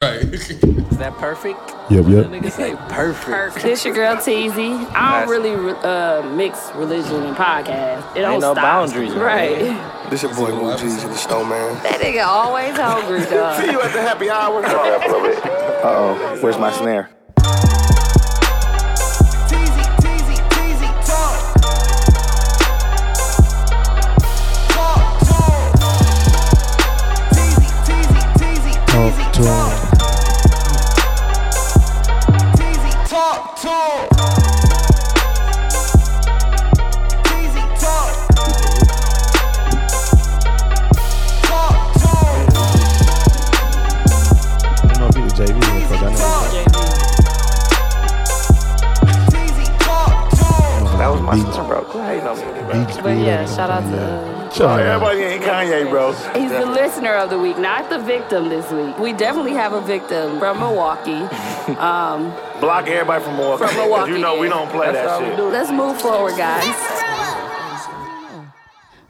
Right. Is that perfect? Yep, What yep. the nigga say perfect. Perfect. This your girl Teasy. I Nice. don't really uh, mix religion and podcast. It don't Ain't no stop. boundaries, man. right? This your boy Moo G's and the Snowman. That nigga always hungry, dog. you at the happy hour. Uh oh, where's my snare? Teasy, teasy, teasy, talk. Talk, talk. Teasy, teasy, teasy, teasy, Talk to talk. him. Teasy, talk, talk. Teasy, talk. Talk, talk. I don't know if he was JV or coach. I know Talk. Teasy, talk, talk. that That was my beats, son, bro. Cool, How you know me, bro? beats But beat yeah, up. shout out to. Uh, Shout out. ain't Kanye, bro. He's the listener of the week, not the victim this week. We definitely have a victim from Milwaukee. Block everybody from Milwaukee. From Milwaukee, you know we yeah. don't play That's all we do. Let's move forward, guys.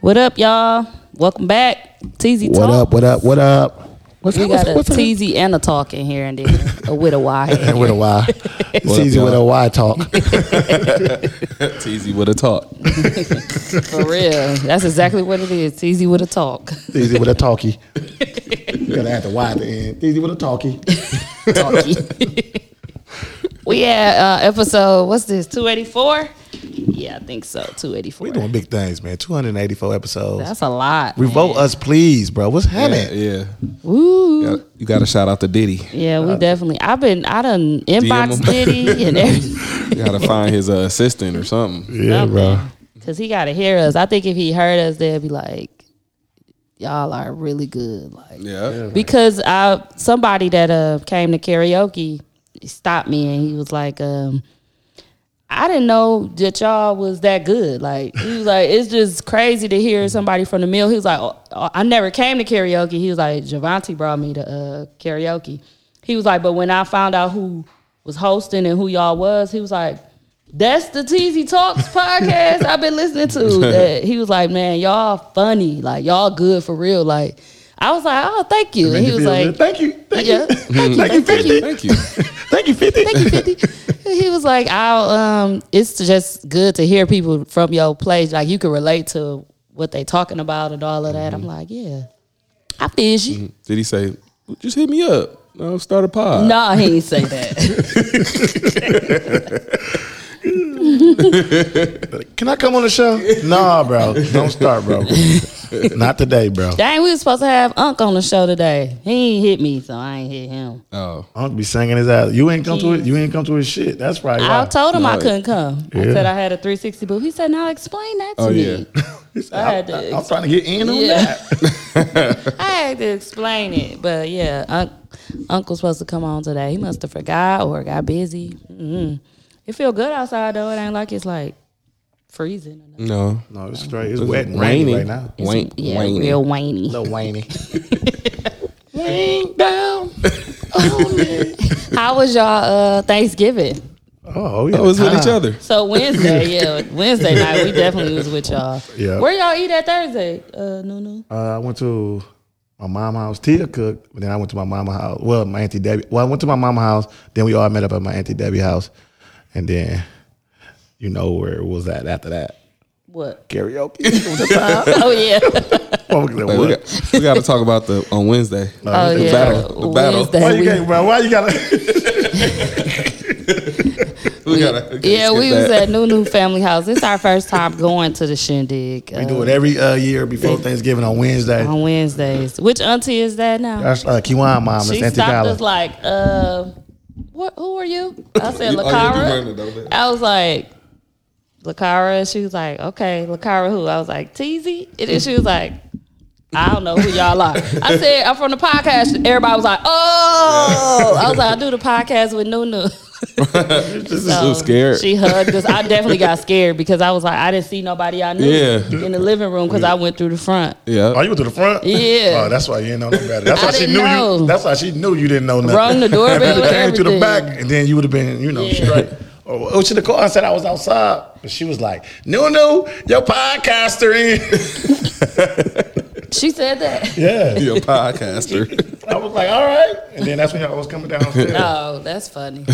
What up, y'all? Welcome back. Teasy What up? What up? What up? What's We up? got What's a up? What's up? Teasy and a talk in here and then a with a Y. With a Y. It's easy with a Y talk. Teasy with a talk. For real. That's exactly what it is. Teasy with a talk. Easy with a talkie. You gotta add the Y at the end. Easy with a talkie. Talkie. we at uh, episode, what's this, 284? Yeah, I think so. 284. We doing big things, man. 284 episodes. That's a lot. man. Revolt us, please, bro. What's happening? Yeah, yeah. Woo. Yeah, You got to shout out to Diddy. Yeah, we definitely. I've been. I done inbox him. Diddy and everything You got to find his uh, assistant or something. Yeah, because he got to hear us. I think if he heard us, they'd be like, "Y'all are really good." Like Yeah. because I somebody that uh came to karaoke stopped me and he was like, um, "I didn't know that y'all was that good." Like he was like, "It's just crazy to hear somebody from the mill." He was like, oh, oh, "I never came to karaoke." He was like, "Javante brought me to uh, karaoke." He was like, "But when I found out who was hosting and who y'all was, he was like." That's the Teasy Talks podcast I've been listening to. That he was like, man, y'all funny, like y'all good for real. Like I was like, oh, thank you. And he was like, thank you. Thank yeah, thank you, thank you, Thank thank you, you. Thank you, 50. thank you, Fifty. He was like, I'll, um, it's just good to hear people from your place, like you can relate to what they talking about and all of that. Mm-hmm. I'm like, yeah, I feel you. Did he say, just hit me up? No, start a pod. Nah, he ain't say that. Can I come on the show? nah, bro. Don't start, bro. Not today, bro. Dang, we was supposed to have Unc on the show today. He ain't hit me, so I ain't hit him. Oh, Unc be singing his ass. You ain't come to it. You ain't come to his shit. That's probably I why. told him I No. couldn't come. I Yeah. said I had a 360 booth. He said, "Now explain that to Oh, me." yeah. He said, I had I, to am trying to get in on Yeah. that. I had to explain it, but yeah, un- Uncle's supposed to come on today. He must have forgot or got busy. mm It feel good outside though. It ain't like it's like freezing. Or nothing. no. No, it's straight. It's wet and rainy right now. Wain, Yeah, waning. real whiny. Little whiny. Wing down. How was y'all uh, Thanksgiving? Oh, yeah. I was with each other. So Wednesday, yeah, Wednesday night we definitely was with y'all. Yeah. Where y'all eat at Thursday? Uh, Nunu. Uh, I went to my mama house. Tia cooked, but then I went to my mama house. Well, my auntie Debbie. Well, I went to my mama house. Then we all met up at my auntie Debbie house, and then you know where it was at after that. What? Karaoke. It was the time. Oh yeah. What was it, We what? got, we got to talk about the on Wednesday. oh the yeah. battle- the battle. Wednesday, Uh, Why you we- got, bro? Why you gotta? we, gotta, yeah, skip we was that. at Nunu family house. It's our first time going to the shindig. we do it every uh, year before Thanksgiving on Wednesday. on Wednesdays. Which auntie is that now? That's uh, Kiwan mom. It's she Auntie stopped Dollar. us like, uh, what, who are you? I said, Oh, yeah, you running Lakara. though, man. I was like, Lakara. She was like, okay, Lakara who? I was like, Teasy. And then she was like, I don't know who y'all are. I said, I'm from the podcast. Everybody was like, oh. I was like, I do the podcast with Nunu. This is so scared. She hugged us. I definitely got scared because I was like, I didn't see nobody I knew Yeah. in the living room because I went through the front. Oh, yeah. you went to the front? Yeah. Oh, that's why you didn't know no better. That's I why she didn't knew know. you. That's why she knew you didn't know nothing. Rung the doorbell If you and came to the everything. back, and then you would have been, you know, Yeah. straight. Or oh, she called and said I was outside, but she was like, "No, no, your podcaster in." She said that. Yeah. You're a podcaster. I was like, all right. And then that's when y'all was coming downstairs. Oh, that's funny.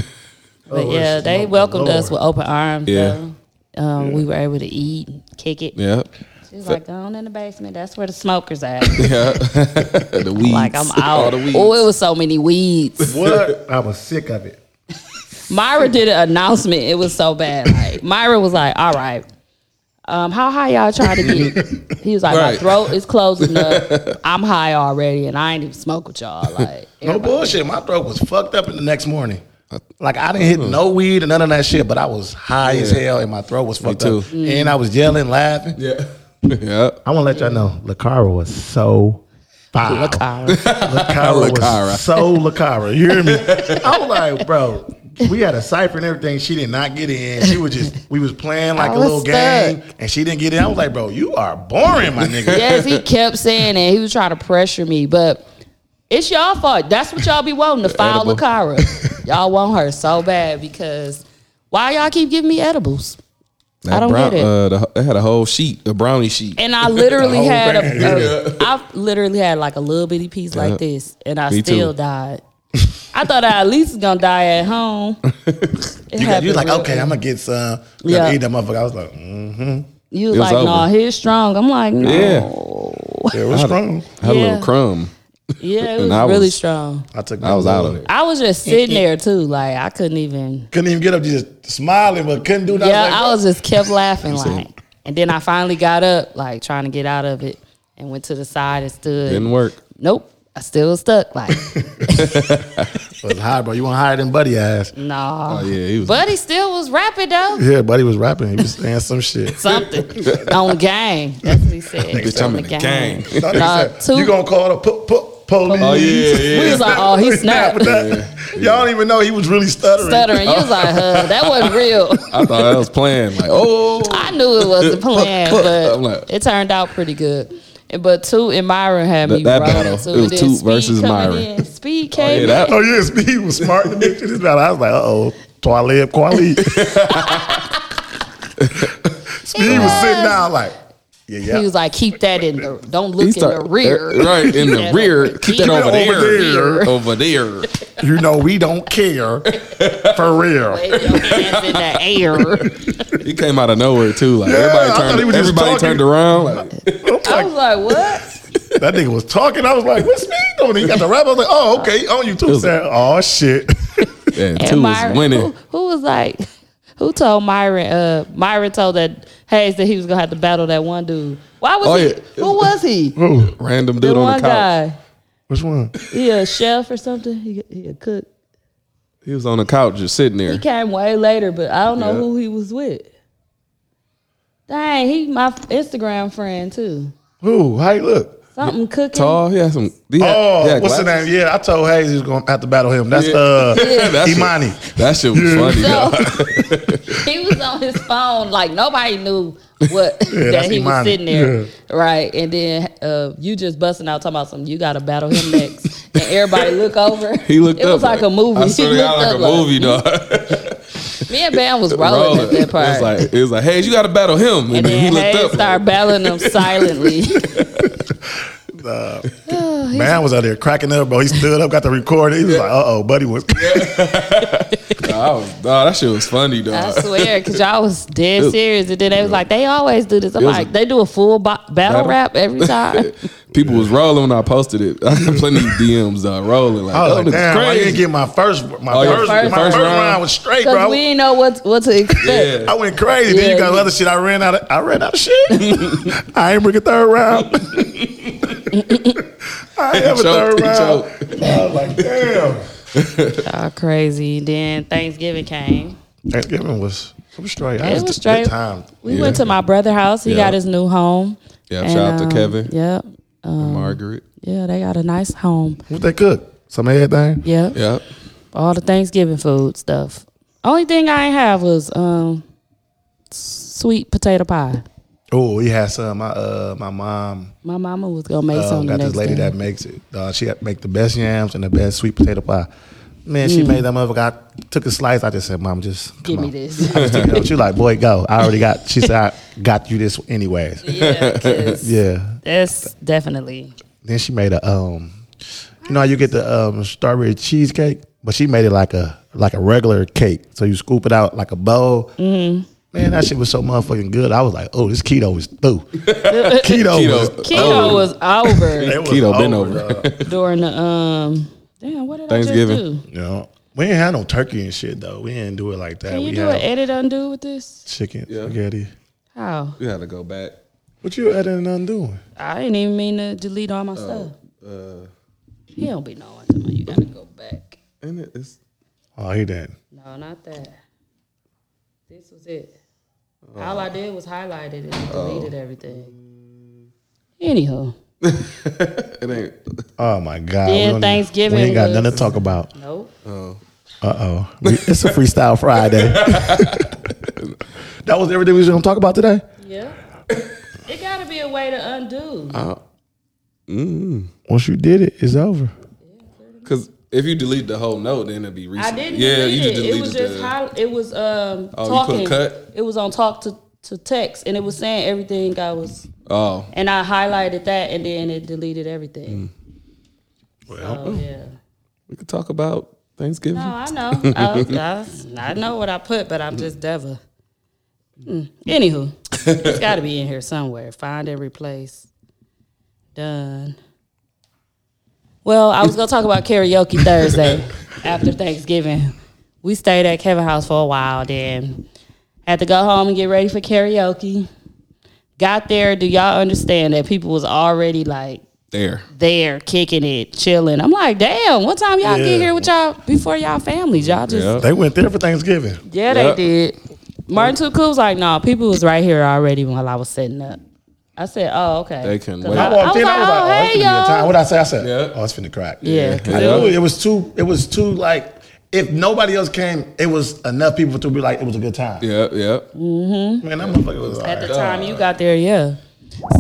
But Oh, yeah, that's- they oh, welcomed us with Lord. open arms. Yeah. though. Um, We were able to eat, kick it. yeah. She was like, go on in the basement. That's where the smokers at. Yeah. the weeds. like, I'm All out. the weeds. Oh, it was so many weeds. What? I was sick of it. Myra did an announcement. It was so bad. Like, Myra was like, all right. Um, how high y'all trying to get? He was like, my Right. throat is closing up. I'm high already, and I ain't even smoke with y'all. Like, No bullshit. My throat was fucked up in the next morning. Like I didn't hit no weed and none of that shit, but I was high as Yeah. hell and my throat was fucked too. up. Mm. And I was yelling, laughing. Yeah. yeah. I want to let y'all know, Lakara was so foul. Lakara Lakara. was so Lakara. You hear me? I was like, bro, we had a cipher and everything. She did not get in. She was just, we was playing like I a was little game, stuck. and she didn't get in. I was like, bro, you are boring, my nigga. yes, he kept saying that. He was trying to pressure me, but it's y'all fault. That's what y'all be wanting to file edible. Lakara. y'all want her so bad because why y'all keep giving me edibles? That don't brown, get it. Uh, the, they had a whole sheet, a brownie sheet. And I literally whole had bag. a, a I literally had like a little bitty piece Yeah. like this, and I Me too. still died. I thought I at least was gonna die at home. It You, got- you happened was like, real- okay, I'm gonna get some. Yeah. Yeah. Eat that motherfucker. I was like, mm, You was It was like, no, nah, over. he's strong. I'm like, no, yeah, it was strong. I had a Yeah. little crumb. yeah, it was And I really was- strong. I took. I was out of it. I was just sitting there too, like I couldn't even. Couldn't even get up. Just smiling, but couldn't do nothing. Yeah, like, I bro. was just kept laughing like, and then I finally got up like trying to get out of it and went to the side and stood. Didn't work. Nope, I still was stuck like was high, bro. You want higher than Buddy ass? nah. Oh, yeah, he was- but he still was rapping though. Yeah, Buddy was rapping. He was saying some shit. Something on gang. That's what he said. Bitch, I'm in the gang. No, they Nah, said, Uh, two- you gonna call the po- po- police? Oh, yeah, yeah. We was like, oh, he snapped, Y'all don't even know he was really stuttering. stuttering. You was like, huh, that wasn't real. I thought I was playing. Like, oh, I knew it was a plan, I'm like- but it turned out pretty good. And- But two and Myron had me That- that rolling, battle, too. it was Then Toot Speed versus coming Myron. in. Speed came yeah, in. that Oh yes, he was smart. in this shit. It's not- I was like, uh oh, Twalib Kwali. Speed was sitting down like, yeah, yeah. He was like, keep that in the, don't look He in start- the rear. uh, right in the that rear. over Keep that there. over Keep it over there, there. over there. you know, we don't care for real. Wave your hands in the air. He came out of nowhere too. Like I everybody thought he turned, was just everybody talking. turned around. Like, I was like, what? That nigga was talking. I was like, what's Speed doing? He got the rap. I was like, oh okay, on you too, was sir. Oh shit. and And two Myron- was winning. Who, who was like, who told Myron? Uh, Myron told that Hayes that he was gonna have to battle that one dude. Why was Oh, he? yeah. Who was he? Random the dude on one the couch. guy. Which one? He a chef or something. He, he a cook. He was on the couch just sitting He there. came way later, but I don't know Yeah. who he was with. Dang, he my Instagram friend too. Who? How you look? Something cooking. Tall. He had some. He had, Oh, he had what's the glasses. name? Yeah, I told Hayes he was going to have to battle him. That's uh, That's it. Imani. That shit was funny. So he was on his phone, like nobody knew what that that's he was Imani. sitting there, Yeah. right? And then uh, you just busting out talking about something. You got to battle him next, and everybody look over. He looked it up. was like a movie. I He swear to God, looked like up a movie, dog. Me and Bam was rolling, Rolling. at that part, It was like it was like, hey, you got to battle him, and, and then he then looked Hayes up. started battling him silently. Man was out there cracking up, bro. He stood up, got the recording. He was like, uh oh, buddy was. I was, dog, that shit was funny, dog. I swear, because y'all was dead was- serious, and then they was like, they always do this. I'm It was like, a- they do a full bo- battle Battle? rap every time. People was rolling when I posted it. I got plenty of DMs uh, rolling. Like, I was oh, like, this is damn, I didn't crazy. get my first, my Oh, your first, first my first round? round. was straight, Because bro. we didn't know what what to expect. Yeah. I went crazy. Yeah, then you got you- other shit. I ran out. Of, I ran out of shit. I ain't bring a third round. I ain't have a Choked, third round. choked. I was like, damn. Y'all crazy. Then Thanksgiving came. Thanksgiving was. It was straight. I It had a was good straight. Time. We went to my brother's house. He Yeah. got his new home. um, Yeah, shout out to Kevin. Yep. Um, Margaret. yeah, they got a nice home. What they cook? Some of everything. Yep. Yep. All the Thanksgiving food stuff. Only thing I ain't have was um sweet potato pie. Oh, he had some. My uh, my mom. My mama was gonna make Um, something got next this lady day. that makes it. Uh, she make the best yams and the best sweet potato pie. Man, she made that motherfucker. I took a slice. I just said, Mom, just come Mm. Give me on." this. I just took it. She like, boy, go. I already got. She said, I got you this anyways. yeah, 'cause Yeah. that's definitely Then she made a um, you know how you get the um strawberry cheesecake, but she made it like a like a regular cake. So you scoop it out like a bowl. Mm-hmm. Man, that shit was so motherfucking good. I was like, oh, this keto is through. keto, was Keto. keto Oh. was over it was Keto been over. dog. during the um. Damn, what did Thanksgiving. I just do? you know, we ain't had no turkey and shit though. We didn't do it like that. Can you we do had an edit undo with this? chicken Yeah. spaghetti. How? You had to go back. What you editing and undoing? I didn't even mean to delete all my stuff. Uh, He don't be knowing. Come on, You gotta go back. and it- it's Oh, he didn't. No, not that. This was it. Uh, All I did was highlight it and oh. deleted everything. Anyhow, it ain't. Oh my god. we Then don't- Thanksgiving We ain't got was- nothing to talk about. nope. Uh oh. It's a freestyle Friday. that was everything we was gonna talk about today. Yeah. it gotta be a way to undo. Once you did it, it's over. Cause if you delete the whole note, then it'd be recent. I didn't Yeah, delete you it. It was just the- high, it was um Oh, you put talking. cut? It was on talk to, to text and it was saying everything I was Oh, and I highlighted that and then it deleted everything. Well, yeah. we could talk about Thanksgiving. No, I know. I, was- I, I know what I put, but I'm just Deva. Mm. Anywho, it's got to be in here somewhere. Find and replace. Done. Well, I was gonna talk about karaoke Thursday after Thanksgiving. We stayed at Kevin House for a while, then had to go home and get ready for karaoke. Got there. Do y'all understand that people was already like There, there kicking it, chilling. I'm like, damn, what time y'all Yeah. get here with y'all before y'all families? Y'all just Yeah. Yeah, They went there for Thanksgiving. they Yeah. did. Martin Tuku was like, no, people was right here already while I was setting up. I said, oh, okay. They couldn't 'Cause wait. I I, I was like, oh, it's hey, finna be a time. y'all. What I say? I said, Yeah. oh, it's finna crack. Yeah, I 'cause Yeah. knew it. It was too. It was too like. If nobody else came, it was enough people to be like, it was a good time. yeah, yeah. Man, that motherfucker was all at the right. time you got there, yeah.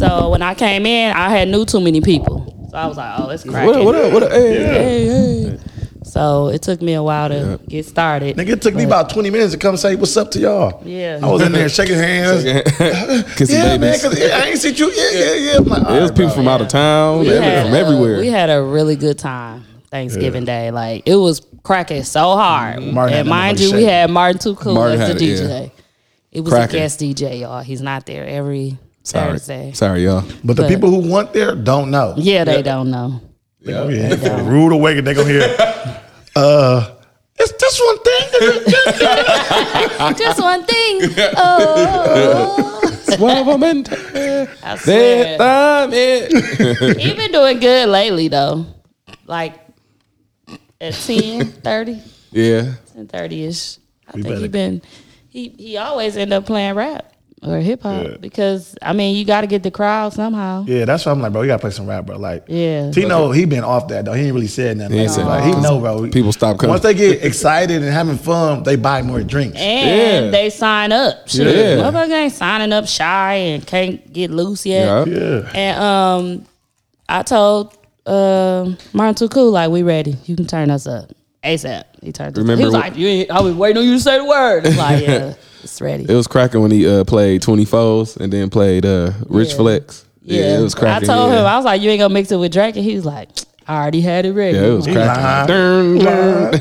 So when I came in, I had knew too many people. So I was like, oh, it's cracking. What up? What up? What up? Hey, Hey, hey. So it took me a while to get started. Nigga, it took me about 20 minutes to come say, what's up to y'all? Yeah. I was in there shaking hands. kissing yeah, man, babies. 'cause, yeah, I ain't seen you. Yeah, yeah, yeah. I'm like, all It was right, bro. people from out of town, We every- had from a- everywhere. We had a really good time Thanksgiving Day. Like it was cracking so hard. Mm-hmm. Martin had and that mind motherfucker you, we shaking. had Martin Tuku Martin as the had it, DJ. yeah. It was Cracking. a guest DJ, y'all. He's not there every Sorry, Thursday. sorry, y'all. But the But- people who went there don't know. Yeah, they don't know. They gonna be in for a rude awakening. They gonna hear, uh, it's this one thing. Just one thing. Oh, Twelve of them. I That swear. time it. He been doing good lately though. Like at 10, 30, Yeah, 10, 30 ish. I think better- he been he he always end up playing rap or hip hop Yeah. because I mean you got to get the crowd somehow. yeah, that's why I'm like, bro, you gotta play some rap, bro. Like, Yeah. Tino, he been off that though. He ain't really said nothing. He Like, ain't said like, he nothing. know, bro. People stop coming. Once they get excited and having fun, they buy more drinks. And Yeah. they sign up. Shit. Yeah. Motherfucker ain't signing up shy and can't get loose yet. yeah. yeah, And um, I told um Martin Tuku, like, we ready. You can turn us up. ASAP. He turned us up. He Remember was wh- like, you ain't, I was waiting on you to say the word. It's like, yeah, it's ready. It was cracking when he uh, played Twenty Foes and then played uh, Rich Yeah. Flex. Yeah. it was cracking. I told yeah. him, I was like, you ain't gonna mix it with Drake. And he was like, I already had it ready. yeah, it was cracking. lying. Dun, dun.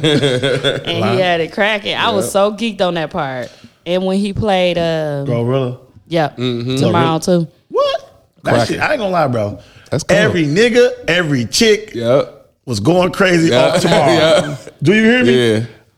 and he had it cracking. I was so geeked on that part. And when he played, uh, Gorilla. yeah, Mm-hmm. tomorrow too. What? That Cracking. shit, I ain't gonna lie, bro. That's cool. Every nigga, every chick Yep. was going crazy Yeah. off tomorrow. Yeah. Do you hear me?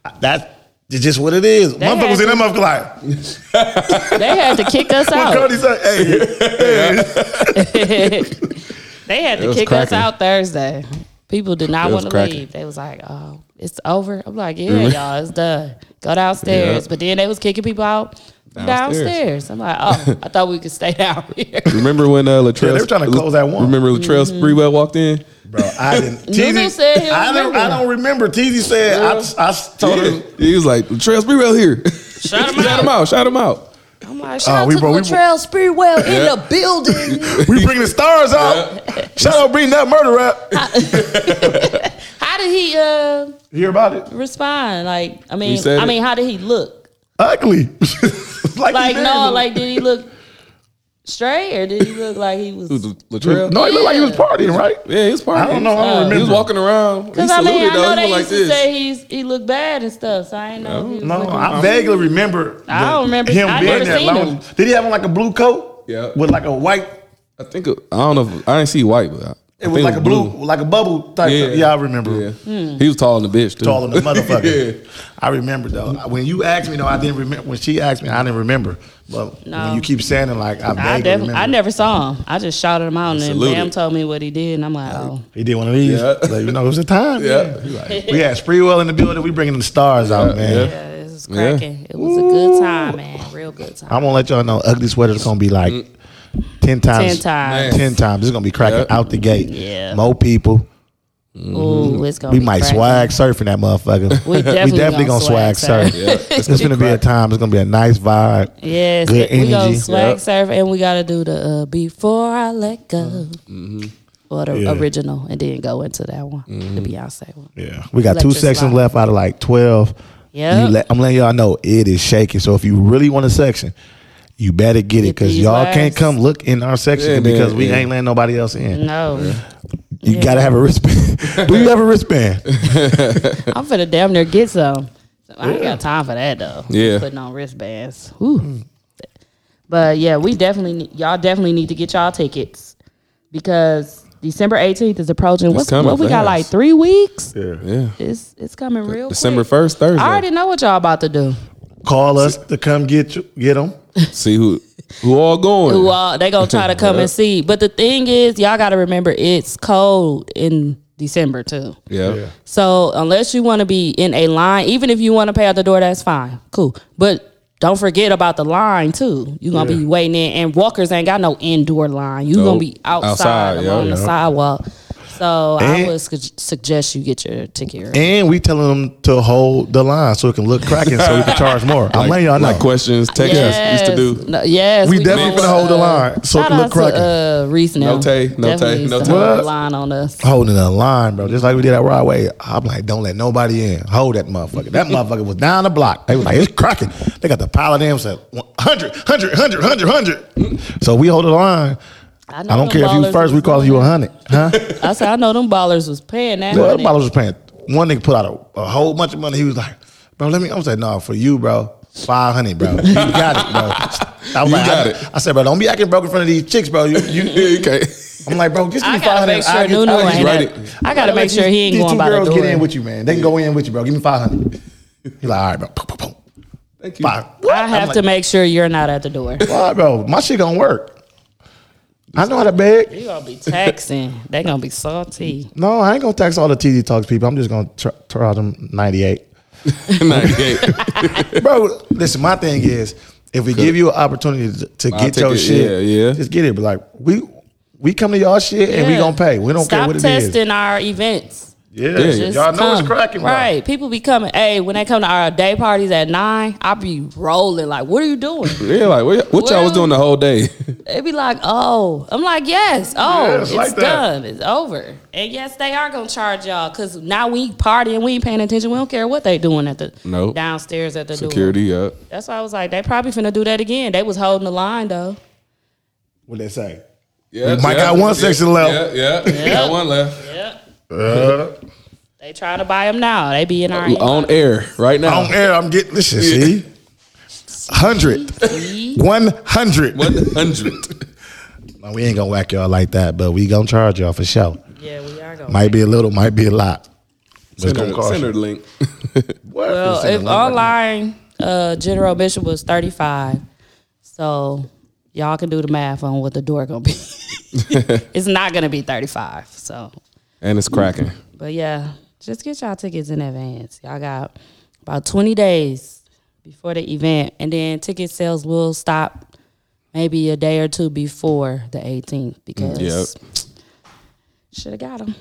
Yeah. That's just what it is. Motherfucker was in had that motherfucker like, when They had to kick us out. Cody said, hey, they had to was kick us cracking. out Thursday. People did not It was want to cracking. leave. They was like, "Oh, it's over." I'm like, "Yeah, y'all, it's done. Go downstairs." Yeah. But then they was kicking people out from downstairs. Downstairs. I'm like, "Oh, I thought we could stay down here." Remember when uh, Latrell? Yeah, they were trying to close that one. Remember Latrell Mm-hmm. Sprewell walked in? Bro, I didn't. Teezy, said he I don't. I remembered. don't remember. Teezy said I. I told Yeah. him. He was like, Latrell Sprewell here. Shout him out. Shout him out. Shout him out. I'm like, "Shout Oh, out we to bro- we- Latrell Sprewell in Yeah. the building. We bringing the stars out. Shout out, bring that murder rap. How how did he uh, You hear about it? respond? Like, I mean, said I it. mean, how did he look? Ugly. like, Like, he no, did. like, did he look straight or did he look like he was? Who, Latrell? no, he looked like he was partying, right? Yeah, his party. I don't know. I don't He was remember. walking around. He Because I saluted mean, I though. he know they was like used to this. say he's he looked bad and stuff. So I ain't know. if he was No, looking- I vaguely remember. I the- don't remember- him I being never there. seen long. him. Did he have on like a blue coat? Yeah. with like a white. I think it- I don't know. If, I didn't see white, but I, It was like a blue, like a bubble type. Yeah, yeah I remember. Yeah. Hmm. He was tall in the bitch. Too. Taller than the motherfucker. yeah. I remember though. When you asked me though, I didn't remember. When she asked me, I didn't remember. But No. when you keep saying it, like I, I, vaguely definitely, remember. I never saw him. I just shouted him out, and then Saluted. Bam told me what he did, and I'm like, oh, He did one of these. Yeah. Like, you know, it was a time. Yeah. man. we had Spreewell in the building. We bringing the stars out, man. yeah. yeah, this is cracking. It was a good time, man. Real good time. I'm gonna let y'all know. Ugly sweater's gonna be Mm. like ten times. 10 times. Ten times. It's gonna be cracking Yeah. out the gate. Yeah. More people. Ooh, it's gonna We be might cracking. swag surf in that motherfucker. We definitely, gonna, swag, surf. It's gonna be a time. It's gonna be a nice vibe. Yes, Good we gonna energy. swag Yep. surf, and we gotta do the uh, before I let go, or the Mm-hmm. Yeah. Mm-hmm. original, and then go into that one, the Beyonce one. Yeah, we got two Electric sections slide. left out of like twelve. Yep. You let- I'm letting y'all know it is shaking. So if you really want a section, you better get it Get because these y'all lives. can't come look in our section Yeah, because man, we yeah. ain't letting nobody else in. No, You Yeah. gotta have a wristband. Do you have a wristband? I'm finna damn near get some. I ain't got time for that though. Yeah. Hmm. putting on wristbands. Ooh. But yeah, we definitely need, y'all definitely need to get y'all tickets because December 18th is approaching. What's coming what we fast. got like three weeks? yeah. It's it's coming real. December quick. first, Thursday. I already know what y'all about to do. Call us to come get you, get them. See who who all going. Who all uh, they gonna try to come and see? But the thing is, y'all gotta remember it's cold in December too. yeah. So unless you want to be in a line, even if you want to pay out the door, that's fine, cool. But don't forget about the line too. You gonna be waiting in, and walkers ain't got no indoor line. You Nope. gonna be outside, Outside, yeah. along the Yeah. sidewalk. So And- I would su- suggest you get your ticket. early. And we telling them to hold the line so it can look cracking so we can charge more. I'm letting y'all know. Like questions, text used to do. No, yes, We definitely gonna, finna hold the line so it shout can look out to, cracking. Uh, Reese now. No tay, no Definitely tay, needs no to tay. hold the What? line on us. holding the line, bro. Just like we did at Broadway. I'm like, don't let nobody in. Hold that motherfucker. That motherfucker was down the block. They was like, it's cracking. They got the pile of them said 100, 100, 100, 100, 100. So we hold the line. I, know I don't them care if you ballers first, we was calling you doing 100. Huh? that. I said I know them ballers was paying that. Well, money. everybody was paying. One nigga put out a, a whole bunch of money. He was like, bro, let me. I was like, no, for you, bro. 500, bro. You got it, bro. I was You like, got I, it. I said, bro, don't be acting broke in front of these chicks, bro. You, you, You can't. I'm like, bro, just give I me gotta 500. make sure I'll get- Nunu I'll just ain't write at- it. I gotta I'll make let sure these- he ain't these going two by the girls door. get in with you, man. They can go in with you, bro. Give me 500. He like, all right, bro. Boom, boom, boom. Thank you. Five. I have to make sure you're not at the door. All right, bro. My shit gonna work. I know how to beg. You're gonna be taxing. They're gonna be salty. No, I ain't gonna tax all the TD Talks people. I'm just gonna try, try them 98. 98. bro. Listen, my thing is, if we give you an opportunity to, to I'll get take your it, shit, yeah, yeah. just get it. But like, we we come to y'all shit and we Yeah. gonna pay. We don't Stop care what it is. testing our events. Yeah, Yeah. Just y'all know come. it's cracking, bro. Right. People be coming. Hey, when they come to our day parties at nine, I be rolling. Like, what are you doing? yeah, like what, y- what y'all was doing the whole day? they be like, oh. I'm like, yes. Oh, Yes, it's like that. done. It's over. And yes, they are gonna charge y'all because now we partying. We ain't paying attention. We don't care what they doing at the Nope. downstairs at the door. Security, yeah. That's why I was like, they probably finna do that again. They was holding the line though. What they say? Yeah, Mike yeah, got one yeah, section left. Yeah, yeah, got one left. Yeah. Uh, They trying to buy them now. They be in our On air right now. on air, I'm getting this shit. See, hundred, See? one hundred. One hundred. No, We ain't gonna whack y'all like that, but we gonna charge y'all for sure. Yeah, we are going. Might be a little, might be a lot. But it's Send gonna her, cost send her you. the link. What? well, Send if a link right now. online uh, general bishop was thirty five, so y'all can do the math on what the door gonna be. it's not gonna be thirty five. So, And it's cracking. but yeah, just get y'all tickets in advance. Y'all got about twenty days before the event, and then ticket sales will stop maybe a day or two before the eighteenth because Yep. should have got them.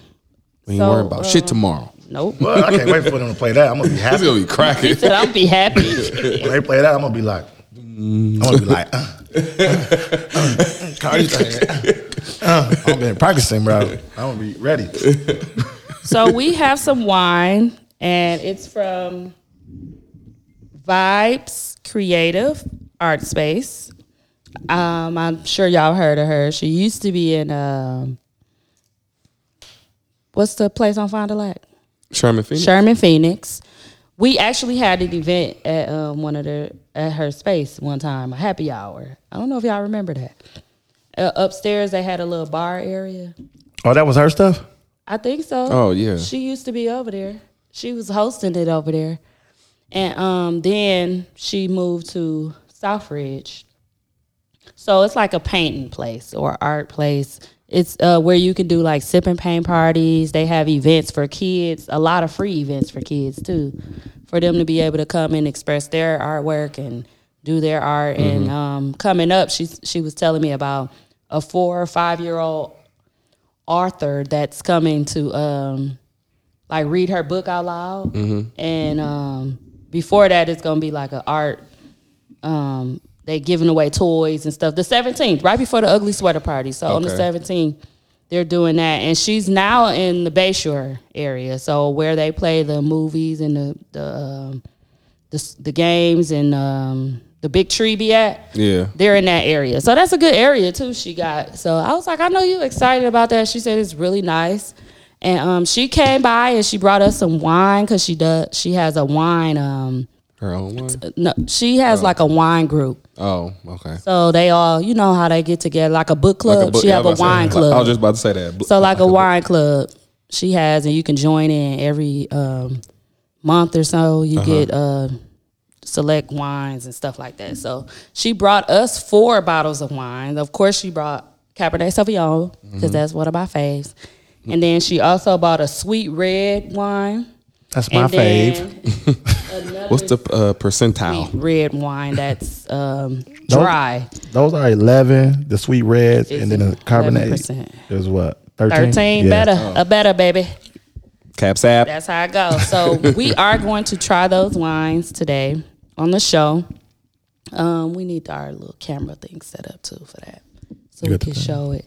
We ain't worrying uh, about shit tomorrow. Nope. Well, I can't wait for them to play that. I'm gonna be It's happy gonna be cracking. Said I'll be happy. when they play that. I'm gonna be like, I'm gonna be like, uh, uh, uh, Cardi, uh, uh, I've been practicing, bro. I'm gonna be ready. So we have some wine, and it's from Vibes Creative Art Space. Um, I'm sure y'all heard of her. She used to be in um, what's the place on Fond du Lac? Sherman Phoenix. Sherman Phoenix. We actually had an event at um, one of the at her space one time, a happy hour. I don't know if y'all remember that. Uh, upstairs, they had a little bar area. Oh, that was her stuff. I think so. Oh, yeah. She used to be over there. She was hosting it over there. And um then she moved to Southridge. So it's like a painting place or art place. It's uh, where you can do like sip and paint parties. They have events for kids, a lot of free events for kids too, for them to be able to come and express their artwork and do their art. Mm-hmm. And um, coming up, she she was telling me about a four or five year old author that's coming to um like read her book out loud and um before that it's gonna be like an art um they giving away toys and stuff the 17th right before the ugly sweater party so on the Okay. 17th they're doing that and she's now in the bayshore area so where they play the movies and the the um, the, s- the games and um the big tree be at Yeah. they're in that area. So that's a good area too. She got so I was like, I know you excited about that. She said it's really nice, and um, she came by and she brought us some wine because she does. She has a wine. Um, Her own one. no, she has like a wine group. Oh, okay. So they all, you know how they get together, like a book club. Like book- she yeah, have I a was about to say- wine like, club. I was just about to say that. So like a book- wine club she has, and you can join in every um, month or so. You get uh, select wines and stuff like that. So she brought us four bottles of wine. Of course, she brought Cabernet Sauvignon because that's one of my faves. And then she also bought a sweet red wine. That's my and fave. then What's the uh, percentile? Red wine that's um, dry. Those are eleven. The sweet reds and then the carbonate 11%. is what thirteen. 13 Yeah. better, a better baby. Cap sap. That's how it goes. So we are going to try those wines today on the show. Um, we need our little camera thing set up too for that, so we got the can thing. show it.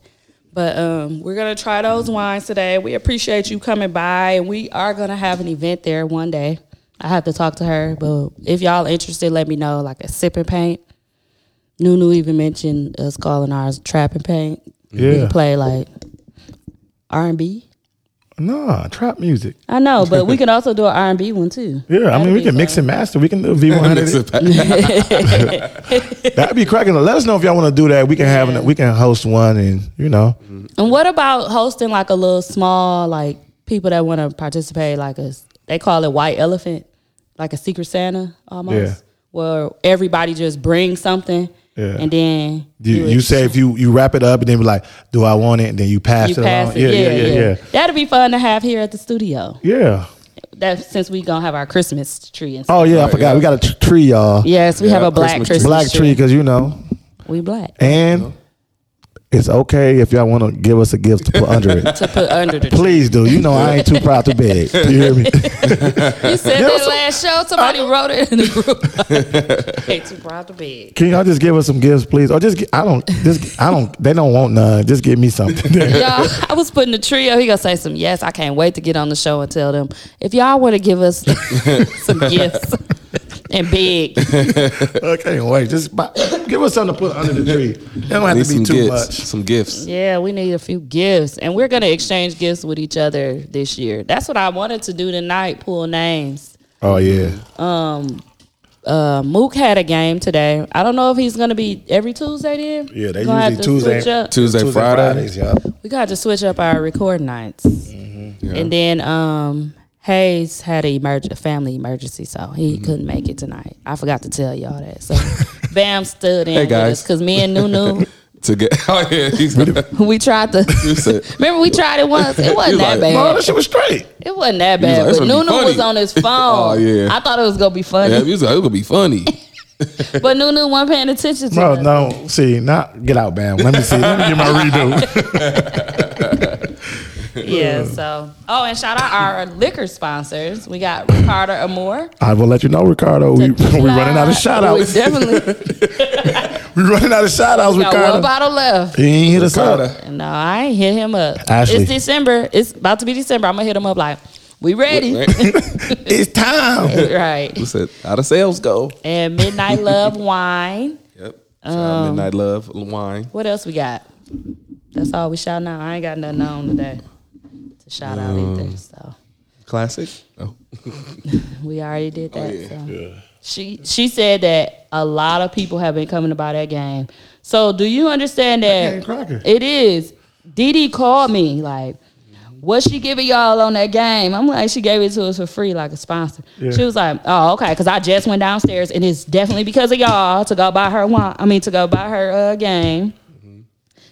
But um, we're gonna try those wines today. We appreciate you coming by, and we are gonna have an event there one day. I have to talk to her, but if y'all interested, let me know. Like a sip and paint. Nunu even mentioned us calling ours trap and paint. We Yeah. can play like R and B. Nah, trap music. I know, but we can also do an R and B one too. Yeah, I mean, That'd we be can mix and master. We can do V one Mix hundred. it back. That'd be cracking. Let us know if y'all want to do that. We can have an, we can host one, and you know, And what about hosting like a little small like people that want to participate, like a they call it white elephant, like a secret Santa almost, Yeah. where everybody just brings something, Yeah. and then you, would- you say if you you wrap it up and then be like, do I want it? And then you pass you it pass along. it, yeah, yeah, That'd be fun to have here at the studio. yeah, yeah. That since we gonna have our Christmas tree and stuff. Oh yeah, I forgot. We got a t- tree, y'all. Yes, we Yeah, have a black Christmas Christmas, tree. Black tree, because you know, We black and it's okay if y'all want to give us a gift to put under it. to put under the tree. Please do. You know, I ain't too proud to beg. You hear me? You said that last show. Somebody wrote it in the group. Ain't too proud to be. Can y'all just give us some gifts, please? Or just gi- I don't just I don't. They don't want none. Just give me something. Y'all, I was putting the trio. He gonna say some yes. I can't wait to get on the show and tell them if y'all want to give us some gifts and big. I can't wait. Just buy, give us something to put under the tree. It don't have Need to be some too gifts. much. Some gifts. Yeah, we need a few gifts, and we're gonna exchange gifts with each other this year. That's what I wanted to do tonight. Pull names. Oh yeah. Uh, Mook had a game today. I don't know if he's gonna be every Tuesday. Then Yeah, they Gonna have usually to Tuesday- switch up. Tuesday, Friday. Fridays, y'all. We got to switch up our record nights. And then um, Hayes had a, emerg- a family emergency, so he Mm-hmm. couldn't make it tonight. I forgot to tell y'all that. So Bam stood in Hey, with guys. us because me and Nunu, To get. Oh yeah. He's, we tried to. you said. Remember, we tried it once. It You wasn't that like, bad. No, that shit was straight. It wasn't that bad. like, "This but gonna be Nunu was funny." on his phone. Oh, yeah. I thought it was gonna be funny, Yeah, he was like, it's gonna be funny. but Nunu wasn't paying attention to Bro, us. no, see, not get out, bam. Let me see. Let me get my redo. Yeah. So, oh, and shout out our liquor sponsors. We got Ricardo Amore. I will let you know, Ricardo. We we running out of shout We outs. Definitely. We running out of shout outs We with got one Connor. bottle left. He ain't hit us up. Ricotta. No, I ain't hit him up. Ashley. It's December. It's about to be December. I'm gonna hit him up like, we ready, It's time. right? What's that? How the sales go? And Midnight Love Wine. Yep. Shout out Um, Midnight Love Wine. What else we got? That's all we shouting out. I ain't got nothing on today to shout out either. So Classic. Oh. we already did that. yeah. so. She she said that a lot of people have been coming to buy that game. So do you understand game that cracking. it is? Dee Dee called me like, "What she giving y'all on that game?" I'm like, "She gave it to us for free, like a sponsor." She was like, "Oh, okay," because I just went downstairs, and it's definitely because of y'all to go buy her wine. I mean, to go buy her uh, game.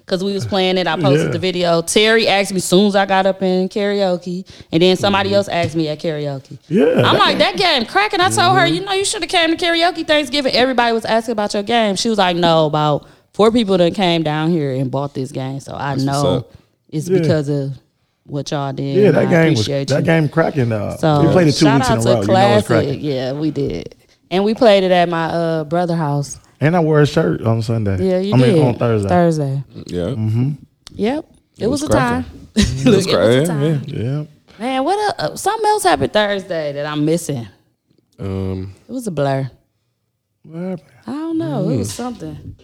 Cause we was playing it, I posted Mm-hmm. Yeah. the video. Terry asked me soon as I got up in karaoke, and then somebody else asked me at karaoke. Mm-hmm. Yeah. I'm like, that game cracking. I told her, Mm-hmm. you know, you should have came to karaoke Thanksgiving. Everybody was asking about your game. She was like, no, about four people that came down here and bought this game. So I know up. it's Yeah. because of what y'all did. Yeah, and that I game was appreciate that you. game cracking. Uh, So we played it two shout weeks in out a to row. You know it's Classic. cracking. yeah, we did, and we played it at my uh, brother house. And I wore a shirt on Sunday. Yeah, you I mean did on Thursday. Thursday. Yeah. Yep, it, was, was a time. Mm-hmm. Look, it was a cracking, time. Yeah. Man, what else? Something else happened Thursday that I'm missing. Um, It was a blur. Well, I don't know. It was something.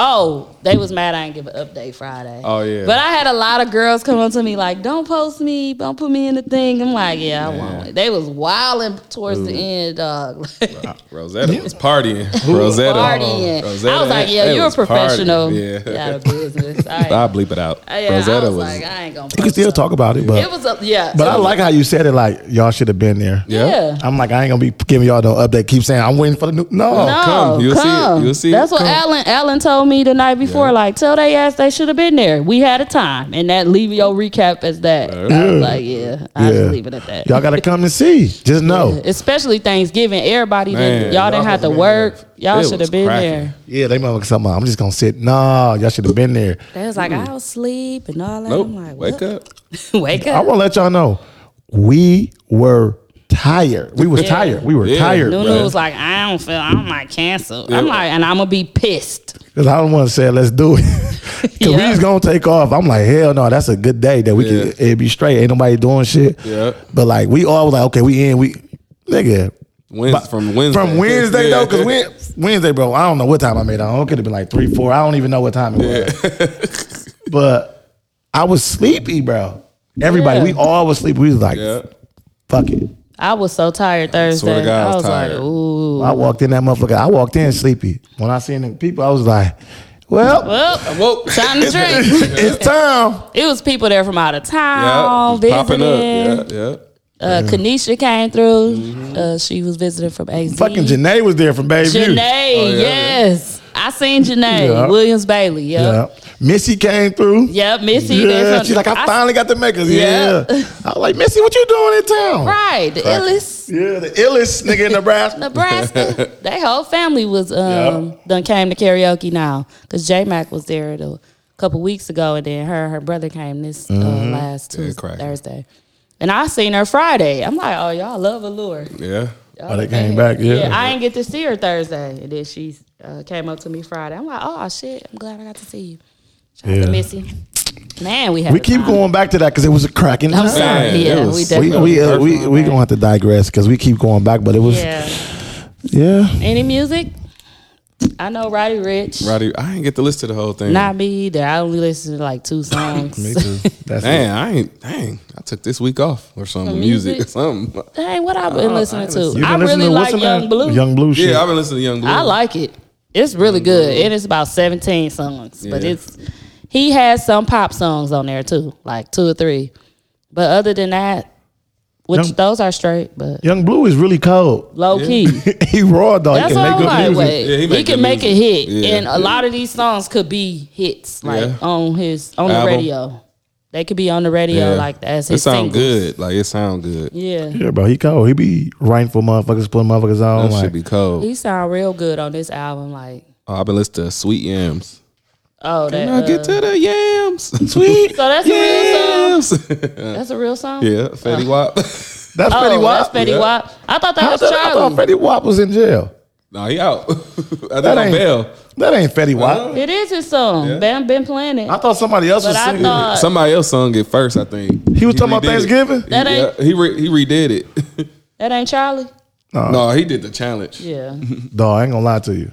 Oh, they was mad I didn't give an update Friday. Oh, yeah. But I had a lot of girls come up to me like, "Don't post me. Don't put me in the thing." I'm like, "Yeah, I won't." They was wilding towards the end, dog. Rosetta was partying. Rosetta. partying. Rosetta I was like, had- "Yeah, that you're a was partying. professional. Yeah. You out of business." I, I bleep it out. yeah, Rosetta I was, was. like, "I ain't gonna." you can post still it." talk about it, but It was a yeah. but I like how you said it. Like y'all should have been there. yeah. yeah. I'm like I ain't gonna be giving y'all no update. Keep saying I'm waiting for the new. No. No, Oh, come. You'll see it. come. You'll see it. That's what Come. Alan Alan told me the night before. Yeah. Like, tell they ass they should have been there. We had a time, and that leave Oh. your recap as that. I was like, yeah, I Yeah. just leave it at that. Y'all gotta come and see. Just know. Especially Thanksgiving, everybody Man, didn't. Y'all, didn't y'all have to was in work. there. Y'all It should was have been cracking. there. Yeah, they motherfuckers. something. I'm just gonna sit. No, y'all should have been there. They was like, I'll sleep and all that. Nope. I'm like, Wake what? up. wake I up. want to let y'all know we were tired. We were tired. We were Yeah. tired. Nunu bro. was like, I don't feel. I'm like canceled. I'm Yeah. like, and I'm gonna be pissed. 'Cause I don't want to say let's do it. Cause we Yeah. just gonna take off. I'm like hell no. That's a good day that we Yeah. can it be straight. Ain't nobody doing shit. Yeah. But like we all was like okay we in we nigga. Wins, But- from Wednesday. From Wednesday Yeah. though, cause Wed- Wednesday, bro. I don't know what time I made. it on. It could have been like three, four. I don't even know what time it was. but I was sleepy, bro. Everybody, Yeah. we all was sleepy. We was like, Yeah. fuck it. I was so tired Thursday. Swear to God, I I was was tired. like, ooh. I walked in that motherfucker. I walked in sleepy. When I seen the people, I was like, well, Well, Whoa. time to drink. it's time. It was people there from out of Yeah. Mm-hmm. town it's Popping visiting. up. Yeah. Yeah. Uh, Kanisha came through. Mm-hmm. Uh, she was visiting from AZ. Fucking Janae was there from Baby. Janae, yeah, yeah. yes. I seen Janae Yeah. Williams Bailey. Yeah. Yep. Missy came through. Yep. Missy. there's Yeah. some- She's like, I finally got the makers. Yeah. Yeah. I was like, Missy, what you doing in town? Right. The illest Yeah, the illest nigga in Nebraska. Nebraska. Their whole family was um done came to karaoke now because J Mac was there a couple weeks ago, and then her and her brother came this Mm-hmm. uh, last Tuesday, cracking. Thursday. And I seen her Friday. I'm like, oh y'all love Allure. Yeah. Oh, they came back. Yeah. Yeah, I didn't get to see her Thursday, and then she uh, came up to me Friday. I'm like, oh shit, I'm glad I got to see you. Shout out Yeah. to Missy. Man, we had we a keep time. going back to that because it was a cracking. I'm time. sorry. Man, yeah, it we was- We definitely. we uh, Perfect. we we gonna have to digress because we keep going back, but it was yeah. yeah. Any music? I know Roddy Rich. Roddy, I ain't get to listen to the whole thing. Not me either. I only listen to like two songs. Me too. That's it. Dang, I ain't. Dang, I took this week off or some music, music? or something. Dang, what I've been listening to? You I been listening really to like what's her Young name? Blue. Young Blue shit. Yeah, I've been listening to Young Blue. I like it. It's really good, and it's about seventeen songs. But Yeah. it's he has some pop songs on there too, like two or three. But other than that, which Young- those are straight, but Young Blue is really cold. low key. he raw dog. That's he what can I'm make good like. music. Wait, Yeah, he he, make can good make a music. hit, Yeah. and a lot of these songs could be hits, like Yeah. on his on the Album. radio. They could be on the radio like as It his sound singles. good. Like it sound good. Yeah, Yeah, bro, he cold. He be writing for motherfuckers, putting motherfuckers on. That like, should be cold. he sound real good on this album. Like, Oh, I've been listening to Sweet Yams. oh, that. Can I get uh, to the yams? Sweet. so that's a real song. yams. That's a real song. yeah, Fetty Wap. that's Oh, Fetty Wap. that's Fetty Yeah. Wap. I thought that How was the- I thought Charlie. Fetty Wap was in jail. Nah, he out. I think That on ain't bail. That ain't Fetty Wap. Uh-huh. It is his song. Yeah. Bam been playing it. I thought somebody else But was I singing. thought- Somebody else sung it first, I think. He was talking about redid it. Thanksgiving? He- That ain't- yeah, he re- he redid it. that ain't Charlie. Uh. no, he did the challenge. Yeah. Dog, I ain't gonna lie to you.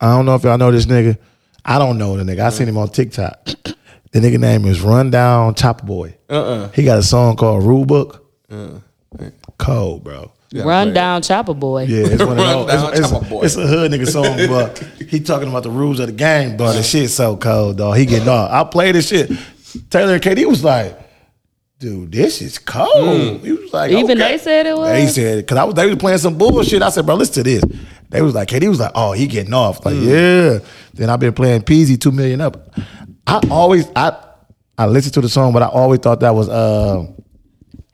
I don't know if y'all know this nigga. I don't know the nigga. I seen him on TikTok. The nigga name is Rundown Chopper Boy. Uh-uh. Uh, He got a song called Rule Book. Cold, bro. Yeah, Run man. down Chopper Boy. Yeah, it's one of those. Rundown It's, it's, Chopper Boy. it's a hood nigga song, but he talking about the rules of the game, dog. The shit so cold, dog. He getting off. I played this shit. Taylor and KD was like, dude, this is cold. Mm. He was like, Even okay. they said it was. They said because I was they was playing some bullshit. I said, bro, listen to this. They was like, KD was like, oh, he getting off. Hmm. Like, yeah. Then I've been playing Peasy two million up. I always I I listened to the song, but I always thought that was uh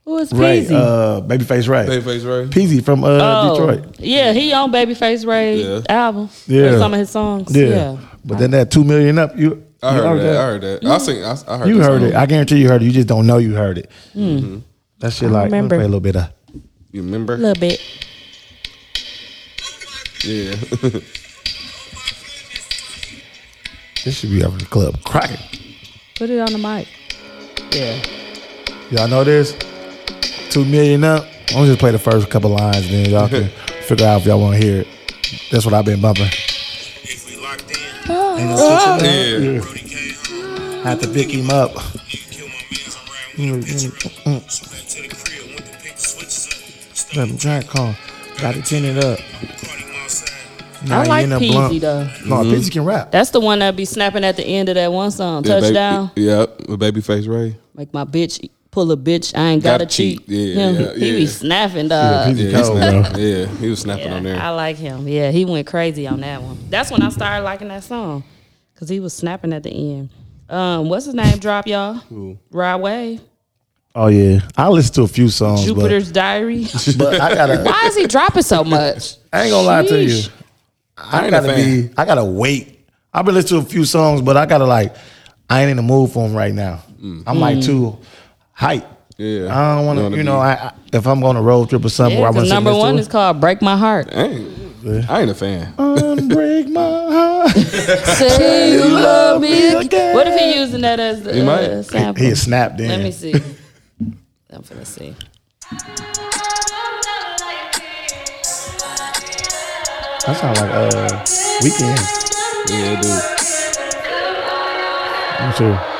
Who is Ray, Peasy? uh Babyface Ray. Babyface Ray. Peasy from uh Oh, Detroit. Yeah, he on Babyface Ray Yeah. album. Yeah. Or some of his songs. Yeah. Yeah. But then that two million up, you I you heard that. I heard that. I seen. I, I heard. You that heard song. Mm-hmm. it. I guarantee you heard it. You just don't know you heard it. That shit like let me Hmm. remember. play a little bit of You remember? A little bit. Yeah. this should be up in the club. Cracking. Put it on the mic. Yeah. Y'all know this? Two million up. I'm gonna just play the first couple lines, then y'all can figure out if y'all want to hear it. That's what I've been bumping. If we locked in, Oh. yeah. Brody came home. Had to pick him up. You can kill my mans, I'm riding with a picture up. So back to the crib, went to pick the switches up. Let him Stuck drink on. Got to tin it up. Cardi outside. Now I you like in a Peasy blunt. though. No, Peasy can rap. That's the one that be snapping at the end of that one song. Yeah, baby- Touchdown. Yep. With Babyface Ray. Make my bitch pull a bitch. I ain't gotta, Gotta cheat. cheat. Yeah, Him. yeah, he be yeah. snapping dog. Peasy Yeah. He cold, snapped, bro. yeah. He was snapping on I there. like him. Yeah, he went crazy on that one. That's when I started liking that song because he was snapping at the end. Um, what's his name? Drop y'all. Rod Wave. Oh yeah, I listen to a few songs, but, Jupiter's Diary. but I gotta. Why is he dropping so much? I ain't gonna lie to you. Sheesh. I, ain't a gotta be. I gotta wait. I've been listening to a few songs, but I gotta like. I ain't in the mood for them right now. I'm like Mm. too hype. Mm. Yeah. I don't want wanna to, you be- know, I, I, if I'm going to road trip or something, where Yeah, I want 'cause to number one is called "Break My Heart." I ain't, I ain't a fan. Oh, Unbreak my heart. Say you love me again. again. What if he using that as the He might. uh, sample? he snapped in. Let me see. I'm finna see. That sounds like uh, weekend. Yeah, dude. I'm sure.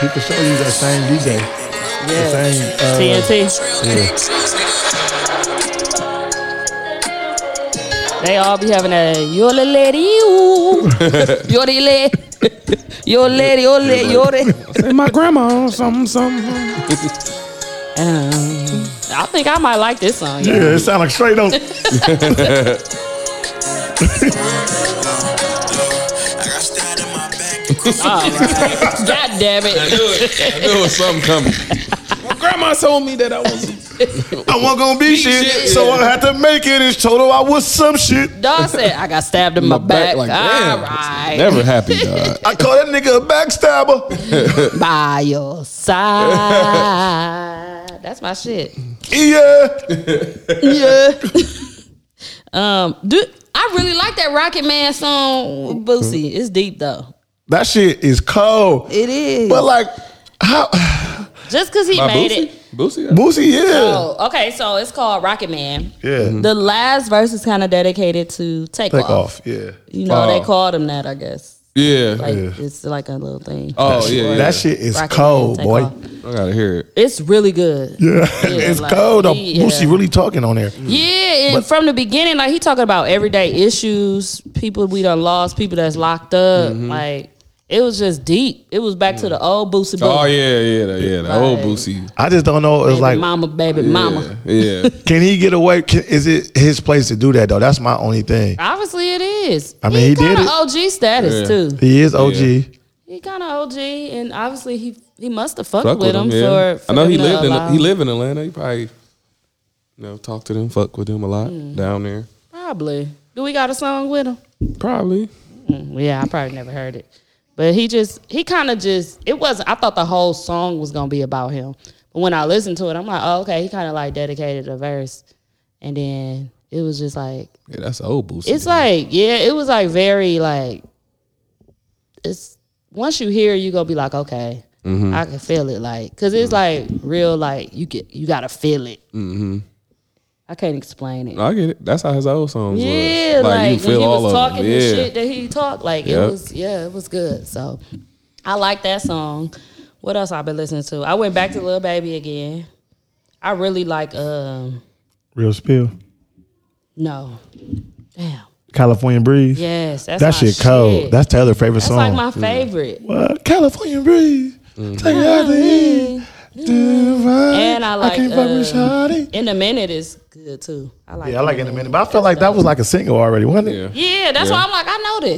He can show you that same DJ. The Yeah. same. Uh, TNT. They all be having a you're the lady, ooh. you're the lady, you're lady, you're lady, you're the. my grandma something something. Um, I think I might like this song. Yeah. yeah, it sounds like straight up. I got stabbed in my back. God I damn it! knew it. I knew it was something coming. My grandma told me that I was. I wasn't gonna be shit, shit, so yeah. I had to make it. It's total. I was some shit. Dawg said I got stabbed in my, back. like all damn. right, Never happy, dog. I call that nigga a backstabber. by your side. That's my shit. Yeah. Yeah. um, do I really like that Rocket Man song, with Boosie? It's deep though. That shit is cold. Mm-hmm. It is. But like, how Just because he My made Boosie? it. Boosie? Boosie? Yeah. Oh, okay. So it's called Rocket Man. Yeah. The last verse is kind of dedicated to take, Take off. off. Yeah. You know, Oh. they called him that, I guess. Yeah. Like Yeah. it's like a little thing. oh, yeah. yeah. That shit is Rocket cold, Man, Take boy. Off. I gotta hear it. It's really good. Yeah, it's like, cold. though. yeah. Boosie really talking on there. and But- from the beginning, like he talking about everyday issues, people we done lost, people that's locked up. Mm-hmm. Like it was just deep. It was back to the old Boosie. Boo. Oh yeah, yeah, the, yeah. The old Like- Boosie. I just don't know. It's baby like, mama, baby mama. Yeah. yeah. can he get away? Can, is it his place to do that though? That's my only thing. Obviously, it is. I mean, he did kinda it. OG status Yeah. too. He is OG. He kind of OG, and obviously he he must have fucked fuck with him yeah. for, uh, for. I know he them to lived allow- in he lived in Atlanta. He probably you know talk to them, fuck with them a lot Hmm. down there. Probably. Do we got a song with him? Probably. Mm, Yeah, I probably never heard it, But he just he kind of just it wasn't. I thought the whole song was gonna be about him, but when I listened to it, I'm like, oh okay, he kind of like dedicated a verse, and then it was just like Yeah, that's old Boosie. it's like yeah, it was like very like it's once you hear it, you gonna be like okay. I can feel it, like, cause it's like real, like you get, you gotta feel it. Mm-hmm. I can't explain it. I get it. That's how his old songs Yeah, was. like, you when feel he all was of talking them. the yeah. shit that he talked, like it Yep. was, yeah, it was good. So I like that song. What else I've been listening to? I went back to Lil Baby again. I really like, um, Real spill. no, damn, California breeze. yes, that's that my shit cold. shit. That's Taylor's favorite That's song. like my favorite. What? California breeze. Take it out the east. Do the right. Mm-hmm. And I like, I can't fuck with uh, shawty. In a minute is good too. I like. Yeah, I like it in a minute, but I felt like that was like a single already, wasn't it? Yeah. Yeah, that's why I'm like I know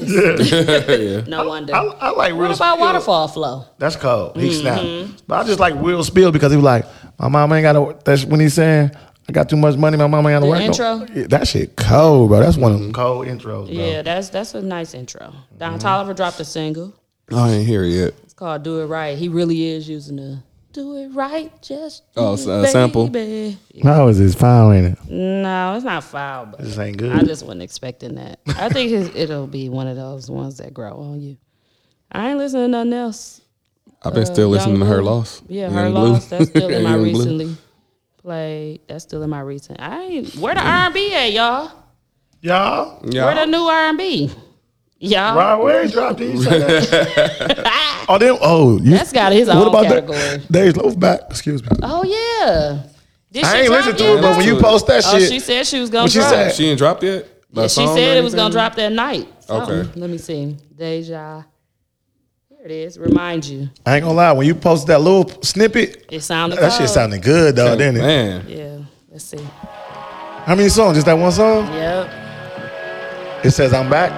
this. no wonder. I, I like real what about spill. waterfall Mm-hmm. flow? That's cold. He snapped. But I just like real spill because he was like, my mom ain't got to. That's when he's saying, I got too much money. My mom ain't got to The work. no-" intro? Yeah, that shit cold, bro. That's one of them cold intros, bro. Yeah, that's that's a nice intro. Don Mm-hmm. Tolliver dropped a single. I ain't hear it yet. It's called "Do It Right." He really is using the "Do It Right" just Oh, do s- it, uh, sample? baby. No, it's his foul, ain't it? No, it's not foul, but This ain't good. I just wasn't expecting that. I think it's, it'll be one of those ones that grow on you. I ain't listening to nothing else. I've been still Uh, Young listening to her Blue. loss. Yeah, Young her Blue. loss. That's still in my Young Blue. recently played. That's still in my recent. I ain't where the R and B at, y'all. Y'all, Where the Yeah. new R and B, y'all. Rod Ware dropped these. oh, then, oh, you, That's got his own that? category. Dave Loaf back. Excuse me. Oh yeah. Did I she ain't drop listened to yet, it, but though? when you post that Oh, shit, she said she was gonna What she drop. said? She ain't dropped yet. That She song or said it was gonna anything? drop that night. Something. Okay. Let me see. Deja. Here it is. Remind you. I ain't gonna lie. When you post that little snippet, It sounded. that shit cold. sounded good though, Oh, didn't it? Man, Yeah. Let's see. How many songs? Just that one song? Yep. It says I'm back.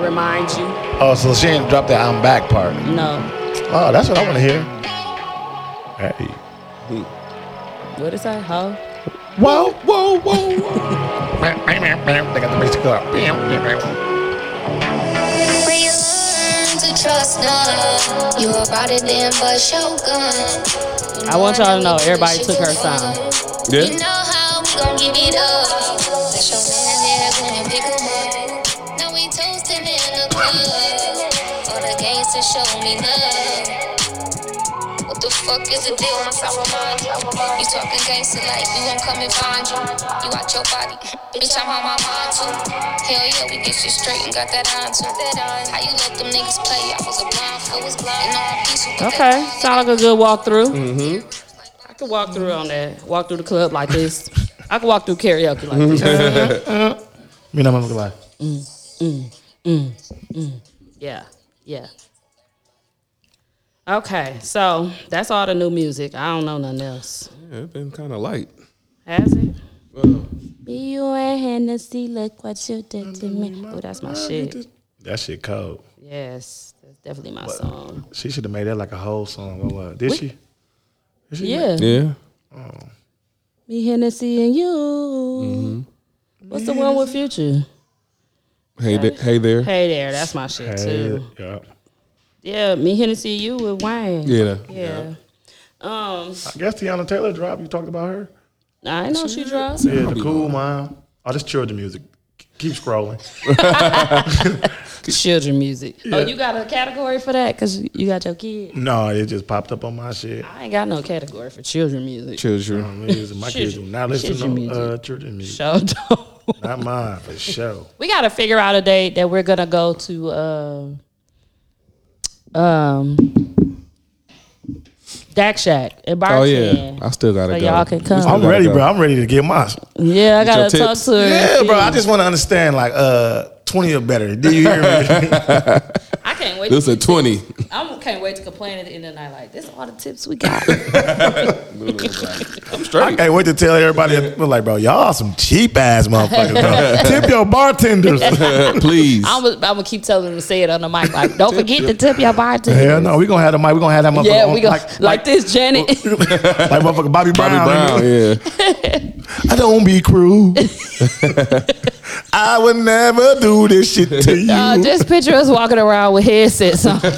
Remind you. Oh, so she ain't dropped that I'm back part. No. Oh, that's what I want to hear. Hey. What is that? Ho. Whoa, whoa, whoa, whow. they got the basic club. Bam, When you learn to trust none, you are brighter than but shogun. I want y'all to know everybody took her song. You know yeah. how we gon' give it up. That's your man there, go and pick 'em up. Now we toastin' in the club. All the gangsters show me love. What the fuck is the deal? Once I remind you, you talking gangster like you won't come and find you. You out your body, bitch. I'm on my mind too. Hell yeah, we get shit straight and got that on too. How you let them niggas play? I was a blind fool, was blind. And all peaceful. but that Okay. Sound like a good walkthrough. Mm. Mm-hmm. I could walk through on that. Walk through the club like this. I could walk through karaoke Mm-hmm. like this. Me and I'm gonna lie. Yeah, yeah. Okay, so that's all the new music. I don't know nothing else. yeah it's been kind of light. Has it? Well, Be you and Hennessy, look what you did to me. Oh, that's my shit. That shit cold. Yes, that's definitely my song. She should have made that like a whole song. What was? Did she? Did she Yeah, yeah. me Hennessy and you. What's the one with Future? Hey, th- hey there. Hey there, that's my shit make- too. Yeah. Yeah, me Hennessy and you with Wayne. Yeah. Yeah. Um, I guess Tiana Taylor dropped. You talked about her. I know she dropped. Yeah, the cool mom. Oh, this children music. Keep scrolling. Children music. Oh, you got a category for that? Cause you got your kid. No, it just popped up on my shit. I ain't got no category for children music. I Children. mean, it's- my kids do not listen Children to music. uh, children music. Show don't. Not mine for sure. we gotta figure out a date that we're gonna go to. Um, um, Dak Shack at Oh Barton. yeah. I still gotta So go. y'all can We come. still I'm gotta ready, go. bro. I'm ready to get mine. yeah, your I gotta talk tips. to her. Yeah, and bro. I see. just want to understand, like, uh, twenty or better. Do you hear me? I can't wait. This to a twenty. I can't wait to complain at the end of the night. Like this, is all the tips we got. I'm I straight. can't wait to tell everybody. I'm like, bro, y'all some cheap ass motherfuckers. Bro. Tip your bartenders. Please. I'm gonna I'm gonna keep telling them to say it on the mic. Like, don't forget to tip your bartender. Hell no, we gonna have the mic. We gonna have that motherfucker. Yeah, on, we go like, like, this, Janet. like motherfucker Bobby Brown. Bobby Brown. Yeah. I don't be cruel. I would never do this shit to you. Y'all just Uh, picture us walking around with headsets on. Tip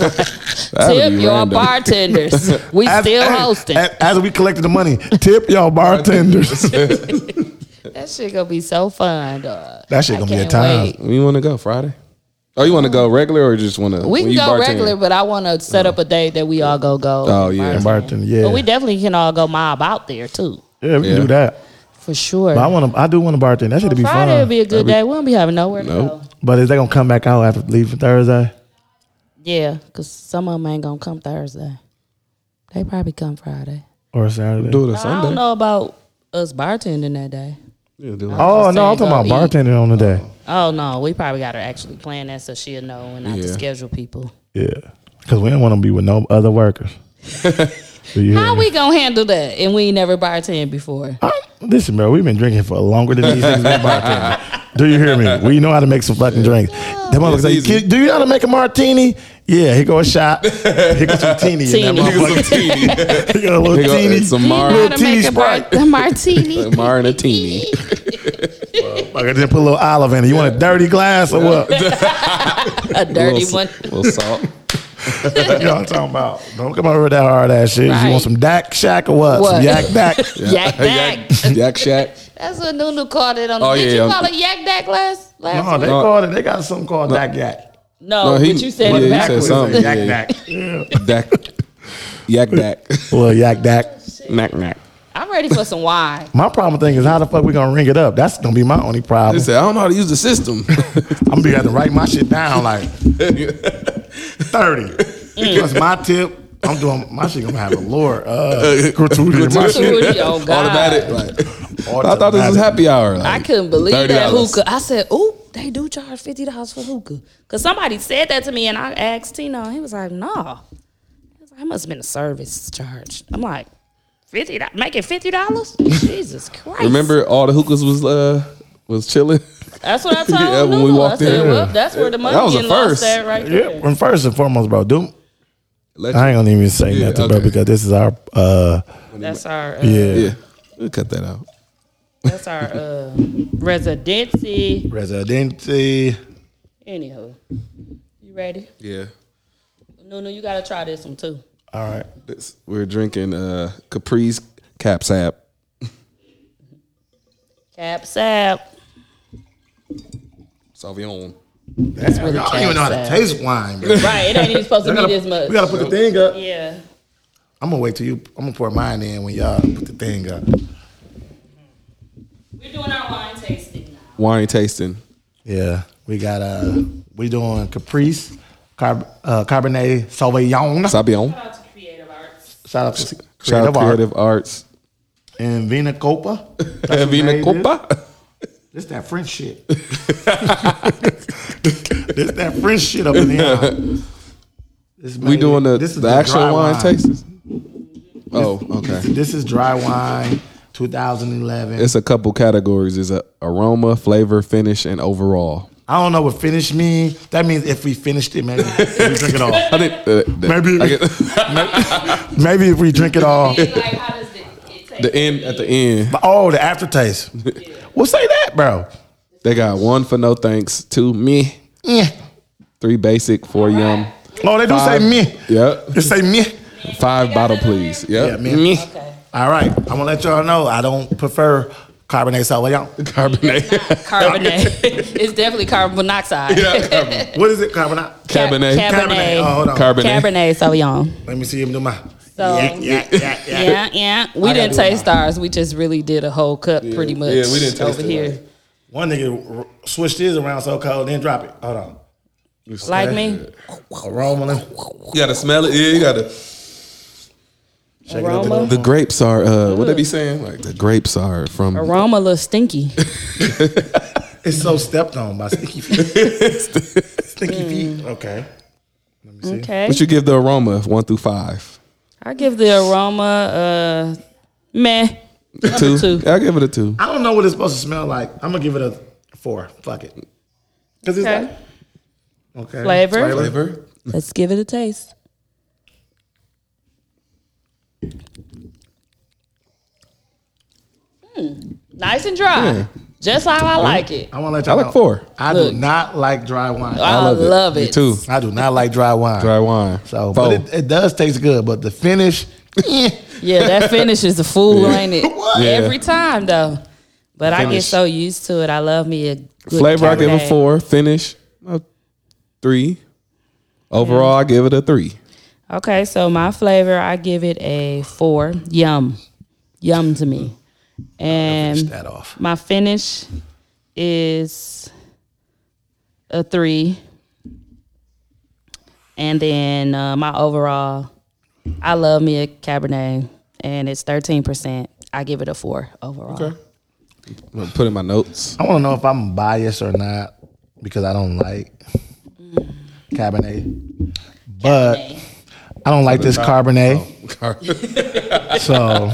be your random. bartenders. We As- still hey, hosting. a- As we collected the money, tip y'all bartenders. that shit gonna be so fun, dog. That shit I gonna be a can't time. wait. When you want to go Friday? Oh, you want to go regular or just want to? We can you go bartend? regular, but I want to set up a day that we all go go. Oh, yeah. bartend. Bartender, yeah. But we definitely can all go mob out there too, yeah, we can Yeah. do that. for sure. But I want to. I do want to bartend. That should be Friday fun. would be a good That'd be- day. We don't be having nowhere to Nope. go. but is they gonna come back out after leaving Thursday? Yeah, because some of them ain't gonna come Thursday. They probably come Friday. or Saturday. Do it a I don't Sunday. know about us bartending that day. Yeah, do it. Oh no, Just I'm saying, talking go about bartending on the day. Oh no, we probably got her actually plan that so she'll know and not to Yeah. schedule people. Yeah, because we don't want to be with no other workers. Do you hear How me? we gonna handle that? And we ain't never bartended before. I- Uh, Listen, bro, we've been drinking for longer than these niggas been bartending. Do you hear me? We know how to make some fucking drinks. That motherfucker It's say, easy. "Kid, do you know how to make a martini? Yeah, here go a shot. Here goes some teeny in Teeny. that motherfucker. Here go a little Here go- teeny. it's a mar- How Little to make a bar- a martini? Marinatini. Motherfucker, Then put a little olive in it. You want a dirty glass or what? you a dirty one. little salt. know what I'm talking about? Don't come over with that hard ass shit. You Right. want some Dak Shack or what? What? Some Yak Dak? Yak Yak, back. yak shack. That's what Nunu called it on. Oh, Did yeah, you um, call it yak back last last? No, week? they No. called it. They got something called Dak Yak. No, No, he- but you said yeah, it he back. said something. Yak Yeah. Dak. Yeah. Dak. Yak dak. Well, Yak Dak. Knack knack. I'm ready for some wine. My problem thing is how the fuck we gonna ring it up? That's gonna be my only They problem. said, I don't know how to use the system. I'm gonna be having to write my shit down like thirty. Because my tip, I'm doing my shit gonna have a lord uh, gratuity in my shit. Ooh, oh God. Automatic. Like, I thought this was happy hour. Like, I couldn't believe that $30. hookah. I said, "Ooh, they do charge fifty dollars for hookah." Cause somebody said that to me, and I asked Tino, and he was like, "No, He was like, it must have been a service charge." I'm like, fifty, make it fifty dollars? Jesus Christ! Remember, all the hookahs was uh was chilling. that's what I told Yeah, him. when we walked I said, in. "Well, that's where the money That was a getting lost first. at right Yeah, there." and first and foremost, bro, do Let I ain't gonna even say Yeah, nothing, bro, okay. because this is our uh That's our uh, yeah, you- yeah, we'll cut that out. that's our uh, residency. residente. Anywho, you ready? Yeah, Nunu, you gotta try this one too. All right. This- we're drinking uh Capri's Cap Sap. Cap sap. Sauvignon. That's really I don't even know how to sad. taste wine, bro. Right, it ain't even supposed to We be gotta- this much. we gotta put the thing up. yeah. I'm gonna wait till you. I'm gonna pour mine in when y'all put the thing up. We're doing our wine tasting now. Wine tasting. Yeah, we got uh, we doing Caprice, Car- uh, Cabernet Sauvignon. Sauvignon. Shout out to Creative Arts. Shout out to Shout Creative out Art. Creative Arts. and Vina Copa. That's what Vina they Copa. did. This that French shit. this that French shit up in here. This We made- doing the, the, dry actual wine, tastes. Oh, okay. This is dry wine, 2011. It's a couple categories. It's a aroma, flavor, finish, and overall. I don't know what finish means. That means if we finished it, maybe if we drink it all. I think uh, the, Maybe, I get- maybe, maybe if we drink it all. like, how does it, it taste? the end at the end. Oh, the aftertaste. Well, say that, bro. They got one for no thanks, two me, Yeah. three basic, four yum, Oh, they do Five. say me. yep, They say me. five bottle please, Yeah, yep, me. me, Okay. All right. I'm gonna let y'all know I don't prefer Cabernet Sauvignon. Cabernet, Carbonate. it's definitely carbon monoxide. yeah, What is it, Cabernet? Cabernet, Cabernet. Oh, hold on. Cabernet. Cabernet Sauvignon. Let me see him do my. So- yeah, yeah, yeah, yeah. Yeah, yeah. We I didn't gotta do taste ours. We just really did a whole cup pretty much yeah, we didn't taste over it, here. One nigga r- switched his around so cold, then drop it. Hold on. Like me? Aroma. let me- You gotta smell it. Yeah, you gotta. Shake it up a The little. grapes are. uh What they be saying? Like the grapes are from. Aroma a little stinky. It's so stepped on by stinky feet. stinky Mm. feet. Okay. Let me see. Okay. What you give the aroma one through five? I give the aroma uh meh. Two. two. I give it a two. I don't know what it's supposed to smell like. I'm gonna give it a four. Fuck it. Cause it's Okay. like okay. Flavor? Flavor. Let's give it a taste. Nice and dry. Hmm. Yeah. just how I like it. I want to let I y'all like know, four. I Look. do not like dry wine. I, love love, it. Me it. too. I do not like dry wine. Dry wine. So, Four. but it, it does taste good. But the finish, eh. Yeah, that finish is a fool, Yeah. ain't it? Yeah. Every time though. But I get Finish. so used to it. I love me a good Flavor, I give Cabernet. it four. Finish, uh, three. Overall, I give it a three. Okay, so my flavor, I give it a four. Yum, yum to me. And that off. my finish is a three. And then uh, my overall, I love me a Cabernet, and it's thirteen percent. I give it a four overall. I'm gonna put in my notes. I want to know if I'm biased or not because I don't like Cabernet, but I don't like this Cabernet. So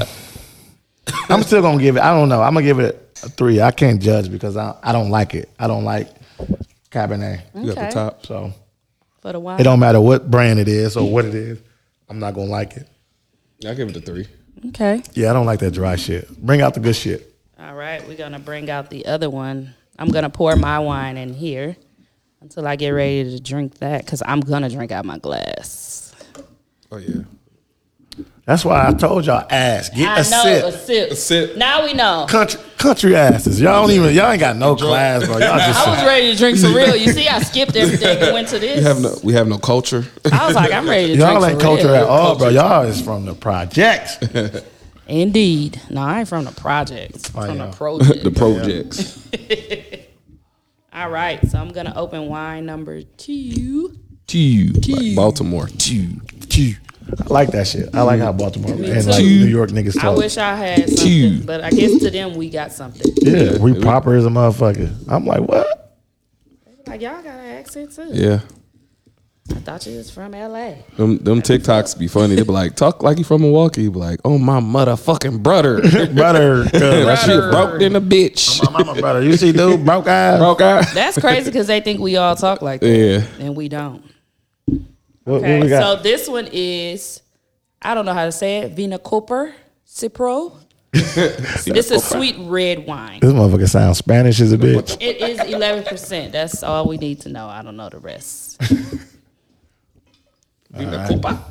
I'm still gonna give it. I don't know. I'm gonna give it a three. I can't judge because I I don't like it. I don't like Cabernet. You got Okay. the top. So For the wine, it don't matter what brand it is or what it is. I'm not gonna like it. I give it a three. okay. Yeah, I don't like that dry shit. Bring out the good shit. All right, we're gonna bring out the other one. I'm gonna pour my wine in here until I get ready to drink that because I'm gonna drink out my glass. Oh yeah. That's why I told y'all ass. Get I a know sip. a sip. A sip. Now we know. country country asses. Y'all don't even y'all ain't got no class, bro. Y'all I was just ready to drink for real. You see, I skipped everything and went to this. We have no, we have no culture. I was like, I'm ready to drink y'all for ain't culture real. at all, bro. Y'all is from the projects. Indeed. No, I ain't from the project. Oh, from yeah. the project. the projects. all right, so I'm gonna open wine number two. Two. Like Baltimore. Two. Gee, I like that shit. I like how Baltimore and like too. New York niggas I talk. wish I had something, Two. but I guess to them we got something. yeah, we proper as a motherfucker. I'm like, what? Like y'all got an accent too. Yeah. I thought you was from LA. Them them TikToks be funny. They be like, talk like you from Milwaukee. You be like, oh my motherfucking brother. that Brother, uh, shit broke than a bitch. my mama brother. You see, dude, broke eyes. Broke out. That's crazy because they think we all talk like that, Yeah. and we don't. What, what Okay, we so got? this one is, I don't know how to say it, Vina Cooper Cipro. it's a sweet red wine. this motherfucker sounds Spanish as a bitch. It is 11%. That's all we need to know. I don't know the rest. Vina copa.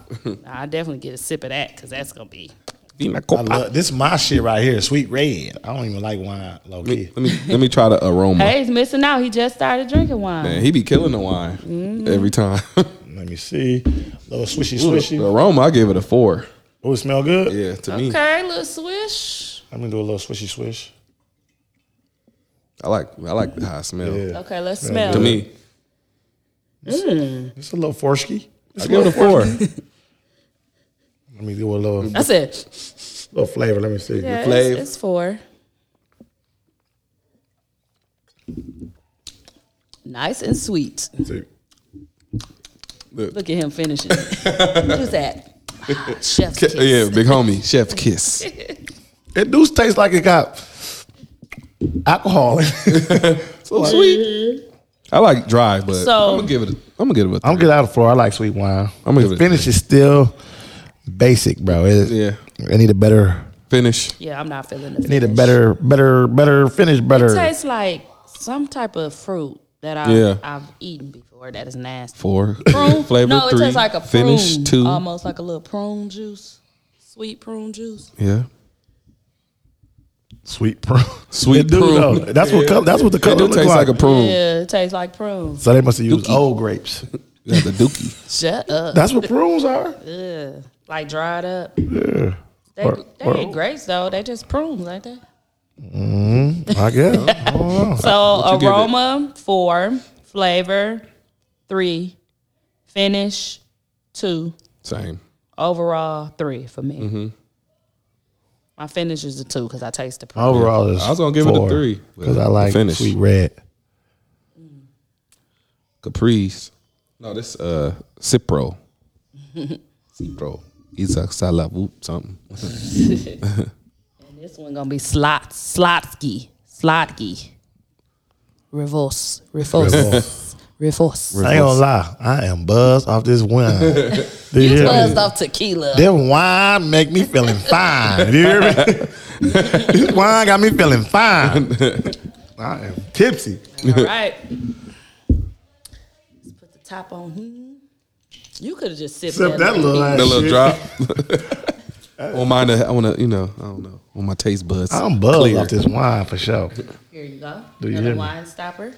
I definitely get a sip of that because that's going to be. Vina I copa. love, this my shit right here, sweet red. I don't even like wine, low Let key. me, let me let me try the aroma. Hey, he's missing out. He just started drinking wine. Man, he be killing the wine Mm-hmm. every time. Let me see, little swishy the swishy. aroma, I give it a four. Oh, it smell good. Yeah, to me, Okay, little swish. I'm gonna do a little swishy swish. I like I like how it smell. Yeah. Okay, let's smell. To me, It's a little forsky. I give it a four. Let me do a little, That's it. little flavor. Let me see. Yeah, flavor. it's, it's four. Nice and sweet. See. Look at him finishing. Who's that? Ah, Chef's kiss. yeah, big homie, chef kiss. It do taste like it got alcohol. in it. So sweet. I like dry, but So- I'm gonna give it. A, I'm gonna give it. A I'm good out of floor. I like sweet wine. I'm gonna the give it a finish is still basic, bro. It, Yeah. I need a better. finish. Yeah, I'm not feeling it. I need a better, better, better finish. Better. It tastes like some type of fruit that I've, Yeah. I've eaten before that is nasty. Four Prune? flavor no, it three. tastes like a prune. um, finish two. Almost like a little prune juice. Sweet prune juice. yeah, Sweet prune. Sweet It do, prune. though. That's what color, that's what the color it do looks taste like. like a prune. Yeah, it tastes like prune. so they must have used Dookie. old grapes. Yeah, the dookie. Shut up. That's what prunes are. Ugh. Like dried up. Yeah. They, Or- they or- ain't grapes though. They just prunes, ain't they? I guess. I don't know. So give it? aroma four, flavor three, finish two, Same. overall three for me. Mm-hmm. My finish is a two because I taste the prune. Overall, it's I was gonna give it a three because I like finish. sweet red. Caprice. No, this uh Cipro. Cipro. Isaac Salavu something. This one gonna be slot slotsky slotky. Reverse, reverse, reverse. I ain't gonna lie, I am buzzed off this wine. Do you hear Buzzed me? off tequila. This wine make me feeling fine. Do you hear me? this wine got me feeling fine. I am tipsy. All right. Let's put the top on him. You could have just sipped Except that that little ass That little shit. drop. on mine, I want to, you know, I don't know. On my taste buds. I'm buzzed Clear. off this wine for sure. Here you go. Do you Another hear me? wine stopper.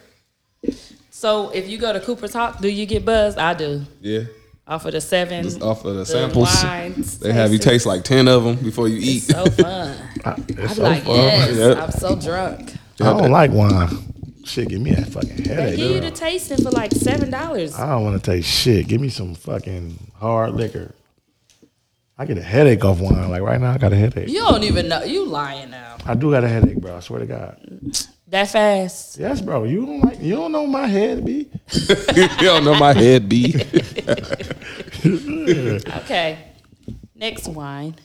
So if you go to Cooper's Hawk, do you get buzzed? I do. Yeah. Off of the seven. Just off of the, the samples. wines. They have you taste like 10 of them before you eat. So fun. It's I'm so like, fun. yes, Yep. I'm so drunk. I don't like wine. Shit, give me that fucking They give you headache. the girl. tasting for like seven dollars. I don't want to taste shit. Give me some fucking hard liquor. I get a headache off wine. Like right now, I got a headache. You don't even know. You lying now. I do got a headache, bro. I swear to God. That fast. Yes, bro. You don't like. You don't know my head, b. you don't know my head be. Okay. Next wine.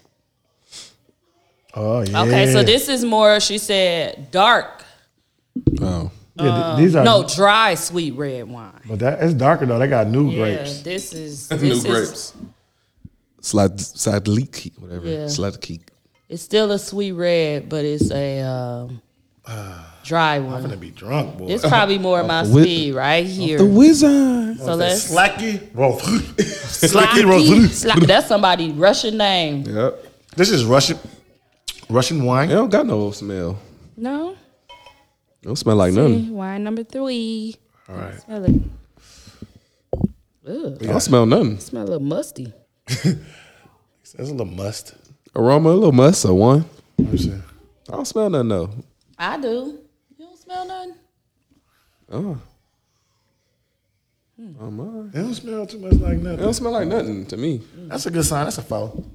Oh yeah. Okay, so this is more. She said dark. Oh. Yeah, th- these are No, dry sweet red wine. But that it's darker though. They got new Yeah, grapes. this is this New is, grapes. Slad, sladliki, whatever. Yeah. Sladliki. It's still a sweet red, but it's a um, dry I'm gonna one. be drunk, boy. It's probably more my the wi- speed right here. The wizard. So let's Slacky Rolf. Slacky Slacky, Rolf. Slack- that's somebody Russian name. Yep. This is Russian Russian wine. It don't got no smell. No, Eh, It don't smell like nothing. wine number three. All right. Smell it. Ugh, I don't smell nothing. smell a little musty. That's a little must. Aroma, a little must, or one. You know what I'm saying? I don't smell nothing though. I do. You don't smell nothing. Oh. Oh my. It don't smell too much like It don't nothing. smell like nothing to me. That's a good sign. That's a foul.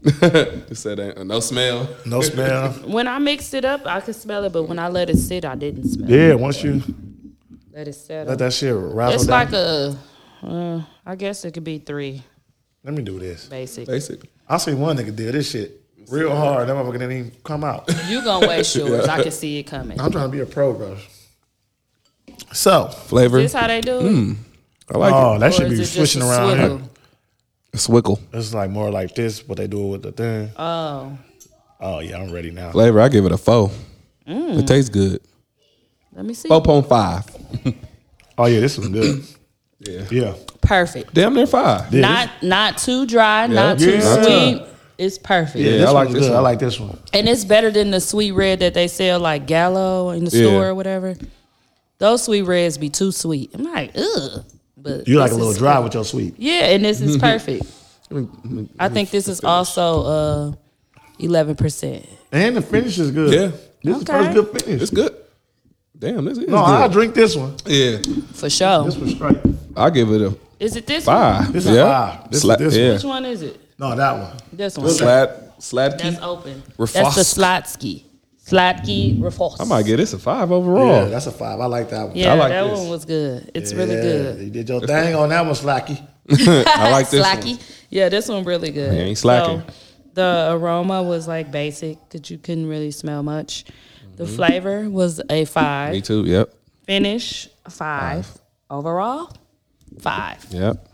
Just said ain't no smell. No smell. When I mixed it up, I could smell it, but when I let it sit, I didn't smell. it. yeah, once you Let it settle. let that shit razzle It's down. like a, uh, I guess it could be three, let me do this. basic. Basic. I see one nigga did this shit real hard. That motherfucker didn't even come out. You gonna waste yours? I can see it coming. I'm trying to be a pro, bro. So, Flavor. This how they do it? I like oh, that Or Mm, should is be it just switching a around. swivel? Here. it. Swickle. It's like more like this, what they do with the thing. Oh, oh yeah, I'm ready now. Flavor, I give it a four. Mm. It tastes good. let me see. Four point five. Oh yeah, this is good. Yeah. Yeah. Perfect. Damn near five. Yeah, Not not too dry, not too Yeah. sweet. It's perfect. Yeah. this I like one's this good. one. I like this one. And it's better than the sweet red that they sell like Gallo in the Yeah. store or whatever. Those sweet reds be too sweet. I'm like, ugh. But You like this a little is- dry with your sweet. Yeah, and this is perfect. Let me- let me- I think this is also uh eleven percent. And the finish is good. Yeah. This is the Okay. first good finish. It's good. Damn, this is No, I'll good. drink this one. yeah. For sure. This was straight. I give it a Is it this five. This yeah. is five. This is Sla- this one. yeah. one? Which one is it? No, that one. This one. Slad slad That's key. open. Rafosk. That's the Slotsky. Slotky Rafosk. I might give this a five overall. Yeah, that's a five. I like that one. Oh. Yeah, like that this. one was good. It's Yeah, really good. You did your thing on that one, Slacky. I like this Slacky. one. Yeah, this one really good. Yeah, ain't slacking. So, the aroma was like basic because you couldn't really smell much. Mm-hmm. The flavor was a five. Me too. Yep. Finish a five. Overall, five. Yep.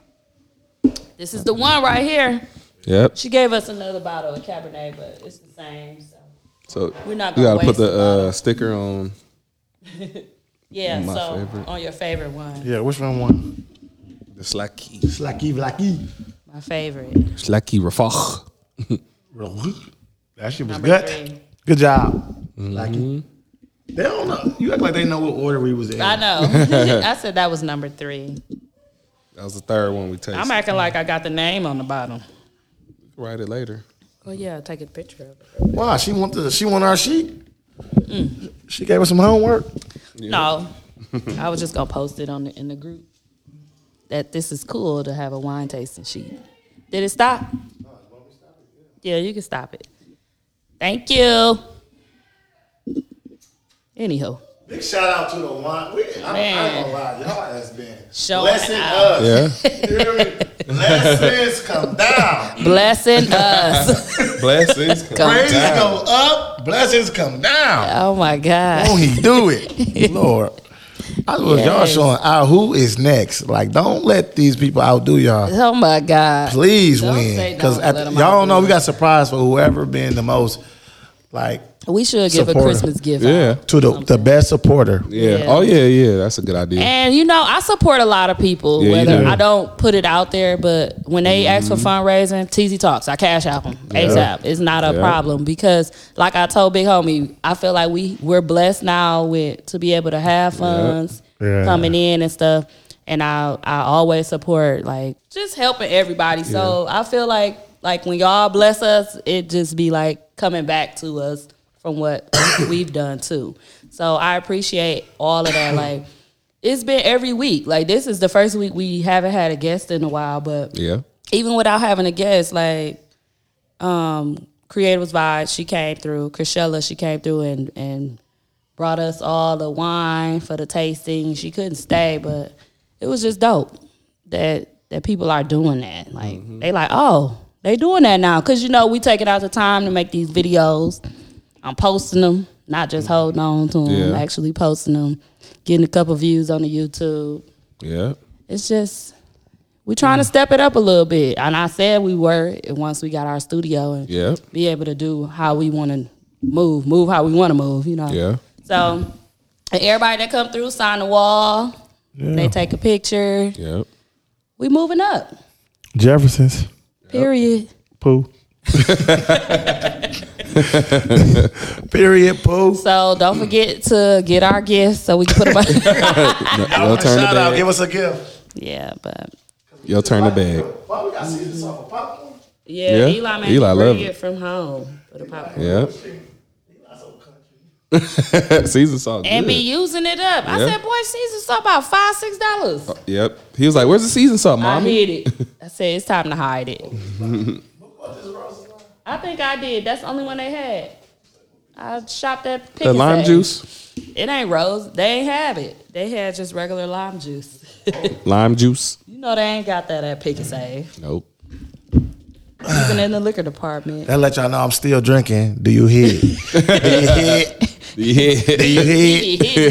This is the one right here. Yep. She gave us another bottle of Cabernet, but it's the same. So. So We're not you gonna gotta put waste the the bottle. uh, sticker on. Yeah, My so favorite. on your favorite one, Yeah, which one won? The slack key. Slacky, Blacky. my favorite. Slack key refach. That shit was Number good. three. Mm-hmm. Good job, Slacky. They don't know. You act like they know what order we was in. I know. I said that was number three. That was the third one we tasted. I'm acting like I got the name on the bottom. Write it later. Well, yeah, take a picture of it. Wow, she want the she want our sheet. Mm. She gave us some homework. No, I was just gonna post it on the, in the group that this is cool to have a wine tasting sheet. Did it stop? Yeah, you can stop it. Thank you. Anyhow, Big shout out to the wine. We, I, I ain't gonna lie, y'all has been Showing blessing out. us. Yeah. You hear me? Blessings come down. blessing us. Blessings. Come Praise go up. Blessings come down. Oh my Don't God. he do it, Lord? I was y'all Yes. showing out who is next. Like, don't let these people outdo y'all. Oh my God. Please Don't win, say don't because let 'em y'all don't know outdo we got surprise for whoever been the most like We should give a Support. Christmas gift. out. Yeah. to the, the best supporter. Yeah. Yeah. Oh yeah, yeah. That's a good idea. And you know, I support a lot of people. Yeah, you whether do. Mm-hmm. I don't put it out there, but when they ask for fundraising, TZ Talks, I cash out them ASAP. It's not a Yeah. problem because, like I told Big Homie, I feel like we we're blessed now with to be able to have funds Yeah. coming in and stuff. And I I always support like just helping everybody. So I feel like like when y'all bless us, it just be like coming back to us from what we've done too. So I appreciate all of that. Like it's been every week. Like this is the first week we haven't had a guest in a while, but Yeah. even without having a guest, like um Creatives Vibes, she came through. Chrisella, she came through and and brought us all the wine for the tasting. She couldn't stay, but it was just dope that that people are doing that. Like they like, oh, they doing that now. Cause you know, we taking out the time to make these videos. I'm posting them, not just holding on to them, Yeah. actually posting them, getting a couple views on the YouTube Yeah. it's just we're trying to step it up a little bit. And I said we were and once we got our studio and Yeah. be able to do how we want to move, move how we want to move, you know. Yeah. So and everybody that come through sign the wall, they take a picture. Yeah. We moving up. Jefferson's Period. poo. Period poo. So don't forget to get our gifts so we can put them up. Y'all turn the Shout out, bag. give us a gift. yeah, but Y'all turn the bag. Why we got season salt for popcorn? yeah, Yeah, Eli made Eli Eli love bring it. it from home for the popcorn. Yeah. Season salt. And be Good. using it up. I Yeah. said, boy, season's up about five, six dollars. Yep. He was like, "Where's the season salt, I mommy?" hid it. I said it's time to hide it. I think I did. That's the only one they had. I shopped at Pick The and lime Save. juice. It ain't rose. They ain't have it. They had just regular lime juice. Lime juice. you know they ain't got that at Pick and Save. Nope. Even in the liquor department. That let y'all know I'm still drinking. Do you hear? it? Do you hear? it? Do Yeah. you hear? it? He hit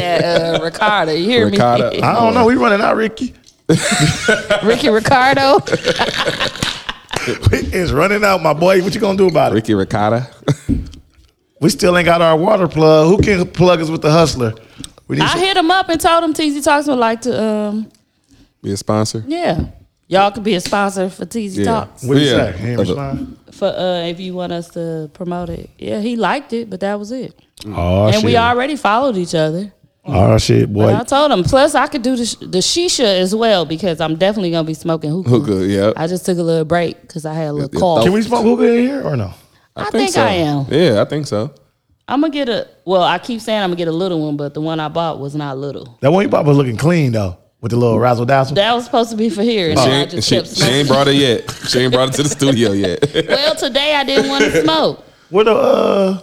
that uh, Ricardo. You hear me? Ricotta. I don't know. We running out, Ricky. Ricky Ricardo. it's running out, my boy. What you gonna do about it? Ricky ricotta. We still ain't got our water plug. Who can plug us with the hustler? We need I hit him up and told him TZ Talks would like to, um, Be a sponsor. yeah. Y'all could be a sponsor for TZ Yeah. Talks. What do you Yeah. say? He ain't respond. for uh if you want us to promote it. Yeah, he liked it, but that was it. Oh and we already followed each other. Oh shit, And boy. I told him. Plus, I could do the, sh- the shisha as well because I'm definitely gonna be smoking hookah. Hookah. Yep. I just took a little break because I had a Yeah, little cough. Can we smoke hookah in here or no? I think I am. Yeah, I think so. I'm gonna get a. Well, I keep saying I'm gonna get a little one, but the one I bought was not little. That one you bought was looking clean though, with the little razzle dazzle. That was supposed to be for here, and She I ain't, just she, kept she ain't smoking. brought it yet. She ain't brought it to the studio yet. well, today I didn't want to smoke. Where the uh,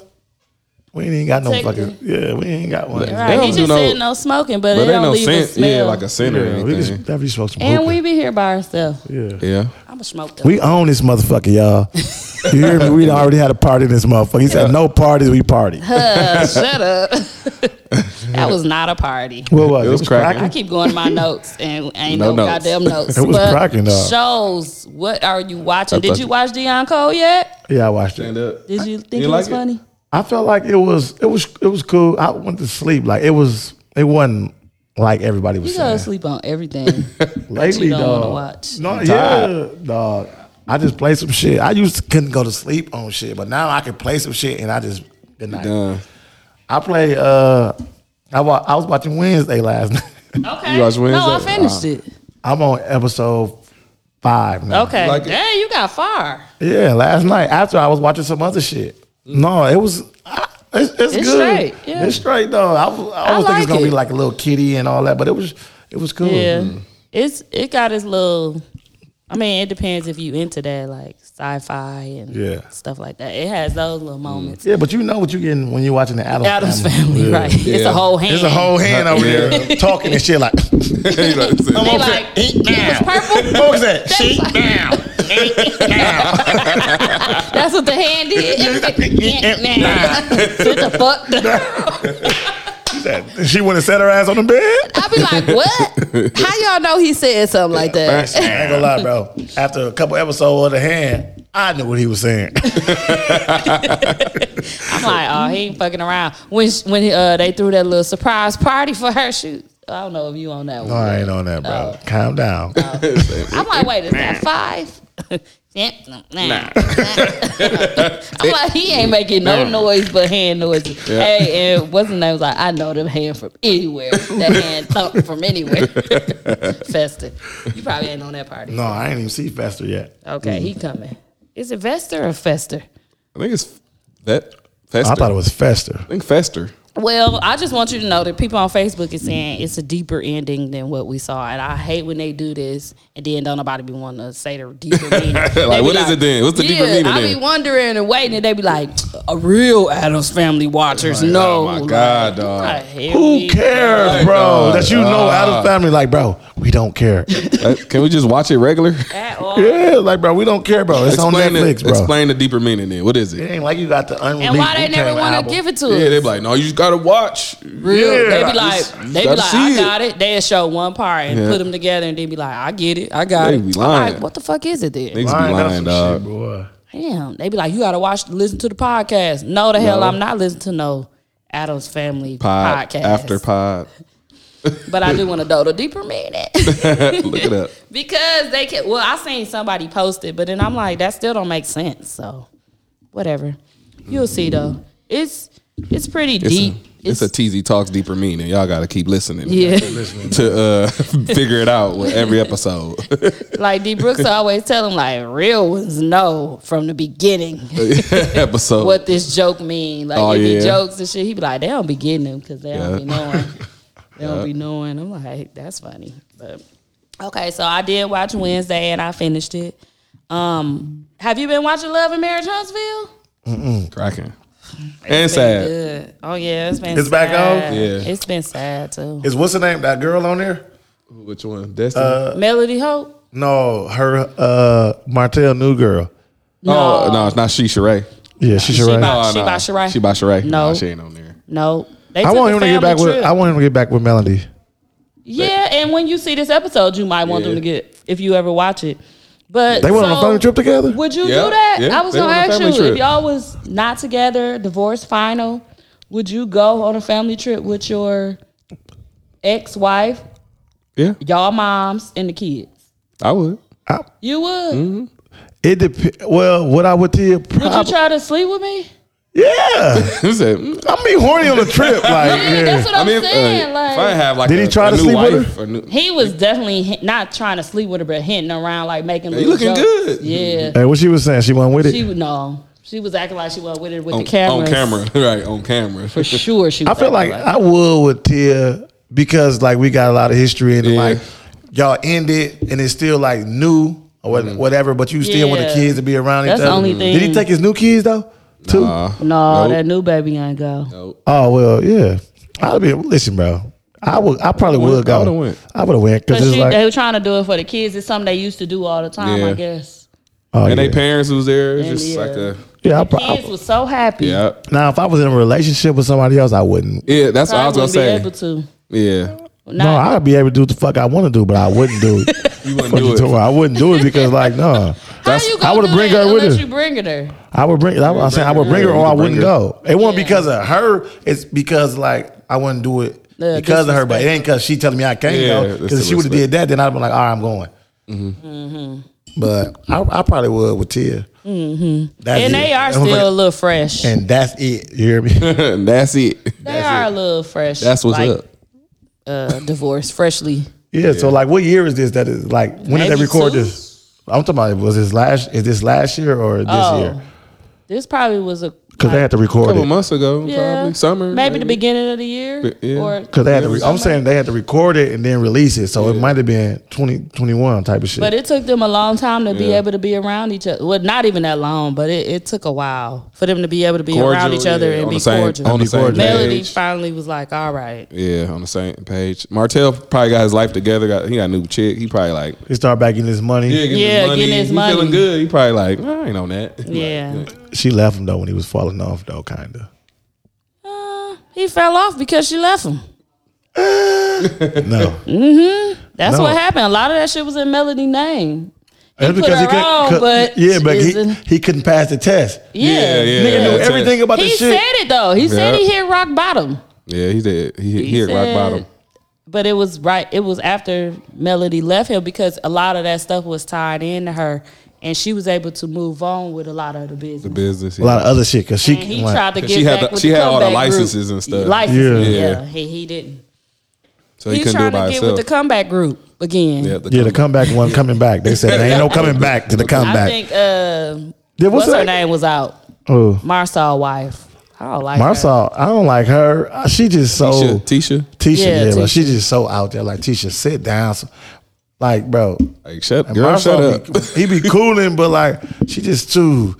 we ain't got no Take fucking yeah, we ain't got one. Right? don't He do just no- said no smoking, but, But it there ain't don't no leave a scent. smell. Yeah, like a scent or Yeah, we just anything. definitely smoke some and hookah. we be here by ourselves. Yeah. I'm gonna smoke though. We own this motherfucker, y'all. You hear me? We done already had a party in this motherfucker. He said, "No parties, we party." Shut up. that was not a party. What was It was cracking. I keep going to my notes and ain't No no, notes. goddamn notes. It was cracking, though. Shows. What are you watching? I Did thought you you- watch Dion Cole yet? Yeah, I watched it. Did you think You it like was it? funny? I felt like it was it was it was cool. I went to sleep. Like it was it wasn't like everybody was You go to saying. sleep on everything. Lately, you don't wanna dog. watch. No, yeah, dog. I just play some shit. I used to couldn't go to sleep on shit, but now I can play some shit and I just good night. Done. I play. Uh, I wa- I was watching Wednesday last night. okay. You watch no, I Wednesday? Uh-huh. finished it. I'm on episode five now. Okay. like it? Dang, you got far. Yeah, last night after I was watching some other shit. No, it was. I, it's, it's, It's good. straight, yeah. It's straight though. I, was- I I always think like it's gonna it. be like a little kitty and all that, but it was it was Mm-hmm. cool. Yeah. It's it got its little I mean, it depends if you into that, like sci-fi and Yeah. stuff like that. It has those little moments. Yeah, but you know what you're getting when you're watching the Adams, Adam's family, right? It's Yeah. a whole hand. There's a whole hand over there talking and shit like. He like, They said, like, it was purple. What was that? She That's what the hand did. Sit the fuck down. said she wouldn't set her ass on the bed. I be like, what? How y'all know he said something like that? I ain't gonna lie, bro. After a couple episodes of the hand, I knew what he was saying. I'm like, oh, he ain't fucking around. When sh- when uh, they threw that little surprise party for her shoot, I don't know if you on that one. No, I ain't on that, bro. Calm down. I'm like, wait, is that five? Yeah, nah. I'm like, he ain't making no noise but hand noises. Hey, and what's his name? Was like, I know them hand from anywhere. That hand thump from anywhere. Fester, you probably ain't on that party. No, I ain't even see Fester yet. Okay, he coming. Is it Vester or Fester? I think it's that Fester. I thought it was Fester. I think Fester. Well, I just want you to know that people on Facebook is saying it's a deeper ending than what we saw, and I hate when they do this, and then don't nobody be wanting to say the deeper meaning. like, what is it then? What's the deeper meaning I then?" be wondering and waiting, and they be like, a real Adams Family watchers, no. oh my God, dog. Who cares, Right, bro? dog. That you know out of family, like, bro, we don't care. Uh, Can we just watch it regular? At all. yeah, like, bro, we don't care, bro. It's on the- Netflix, bro. Explain the deeper meaning then. What is It it? ain't like you got the unreleased. And why they never want to give it to us? Yeah, they be like, no, you just gotta watch. Real. Yeah, they be I like, just- they be gotta like, see I it." got it. They show one part and Yeah. put them together, and they be like, I get it, I got They it. be I'm lying. like, what the fuck is it then? Niggas be lying, dog. boy. Damn, they be like, you gotta watch, listen to the podcast. No, the hell, I'm not listening to no Adams Family Pod, podcast. after pod. but I do want to know the deeper meaning Look it up. because they can. Well, I seen somebody post it, but then I'm like, that still don't make sense. So, whatever. You'll see though. It's it's pretty It's, deep. A, it's, a TZ Talks deeper meaning. Y'all gotta keep listening yeah. to uh, figure it out with every episode. like D Brooks always tell him like real ones know from the beginning Oh. episode. what this joke mean. Like Oh, if he yeah. jokes and shit, he be like, they don't be getting them because they don't Yeah. be knowing. They don't be knowing. I'm like, that's funny. But okay, so I did watch Wednesday and I finished it. Um, have you been watching Love and Marriage Huntsville? Cracking. And sad. Good. Oh yeah, it's been. It's back on? sad. Yeah. it's been sad too. Is what's the name? That girl on there? Which one? Destiny? Uh, Oh, Melody Hope. No, her uh Martell new girl. Oh, no, it's not she, Sheree. Yeah, she's She right. by, Oh, she no. by Sheree. She by Sheree. No. she ain't on there. no. They I took want a him to get family back with. trip. I want him to get back with Melody. Yeah, and when you see this episode, you might want Yeah. them to get if you ever watch it. But They went on so, a family trip together. Would you Yeah, do that? yeah, I was they gonna went on a ask you family if trip. y'all was not together, divorce final. Would you go on a family trip with your ex-wife, Yeah, y'all moms, and the kids? I would. You would? It depends. Well, what I would tell you, Would you Mm-hmm. probably, try to sleep with me? yeah, Who said? mm, I'm be horny on the trip. Like, Yeah, yeah. that's what I'm mean, if, uh, saying. like, if I have like, Did a, he try a to new sleep with wife her? or new- he was definitely hint, not trying to sleep with her, but hinting around, like making. you little looking jokes. good. Yeah, Hey, what she was saying, she wasn't with it. she would no. She was acting like she was with it with on, the cameras. on camera, right? On camera. for sure. She. I Was feel acting like I would with Tia because like we got a lot of history and Yeah. like y'all end it and it's still like new or Mm-hmm. what- whatever, but you still want the Yeah. kids to be around That's each the other. only Did he thing. take his new kids though? Too? Uh, No, Nope. that new baby ain't go. Oh well, yeah. I'd be listen, bro. I would. I probably went. would go. I would've went. I would have went because Cause it's she, like they were trying to do it for the kids. It's something they used to do all the time, I Yeah. guess. oh, and yeah. they parents was there. It's And just yeah. like a Yeah, I The prob- kids was so happy. yeah, now if I was in a relationship with somebody else, I wouldn't. yeah. That's what I was Probably gonna wouldn't be say. able to. Yeah, No, Not, I'd be able to do what the fuck I want to do, but I wouldn't do it. you wouldn't Fuck you do talking it. about. I wouldn't do it because like no, how I you gonna would've do bring that her with unless her. you bring her there? I would bring. I, I'm saying I would bring her, Yeah, or you I could bring wouldn't her. go. It wasn't Yeah. because of her. It's because like I wouldn't do it The because of her. But it ain't because she telling me I can't Yeah, go. that's Because if the she would have respect. did that, then I'd have been like, all right, I'm going. Mm-hmm. But I, I probably would with Tia. Mm-hmm. That's And it. they are I'm like- still a little fresh. And that's it. You hear me? And that's it. They are a little fresh. That's what's like, up. Uh, divorced, freshly. Yeah, So like, what year is this? That is like, when did they Maybe record two. this? I'm talking about was this last? Is this last year or this Oh. year? This probably was a Because they had to A record couple it. months ago, probably summer. maybe, the beginning of the year, Yeah. or Because they had to. Re- I'm saying they had to record it and then release it. So it might have been 2021 type of shit. But it took them a long time to be able to be around each other. Well, not even that long, but it, it took a while for them to be able to be around Cordial, each other yeah, and on be the same- cordial. on the Be same cordial. Melody page. finally was like, "All right, Yeah, on the same page. Martell probably got his life together. Got he got a new chick. He probably like he started back getting his money. yeah, getting Yeah, his money. getting his he money. feeling good. He probably like "Nah, I ain't on that. Like, Yeah. She left him though when he was falling off though, kinda. he fell off because she left him." No, That's No. what happened. A lot of that shit was in Melody name. That's put her on, cou- but yeah, but she he, isn't- he couldn't pass the test. Yeah, Yeah. yeah. Nigga knew that's it. everything about He the said shit. it though. He said Yeah. he hit rock bottom. Yeah, he did. He, hit- He he hit rock said- bottom. But it was right. It was after Melody left him because a lot of that stuff was tied into her, and she was able to move on with a lot of the business. The business. A lot of other shit because she and he like, tried to get She had back the- with she the had all the comeback group. licenses and stuff. Licenses, Yeah. yeah. Yeah. He, he didn't. so he He's couldn't do it trying by to get with himself. the comeback group again. yeah, the yeah, the comeback one coming back. They said there ain't no coming back to the I comeback. think uh, Yeah, what's what's, her that? name was out. Oh, Marsal wife. I don't like her. Marsal. I don't like her. Uh, She just so Tisha, Tisha, Tisha, Yeah, yeah, Tisha. but she just so out there. Like Tisha, sit down. So- Like, bro, like shut, and girl, shut Marshawn up. Be, he be cooling, but like she just too.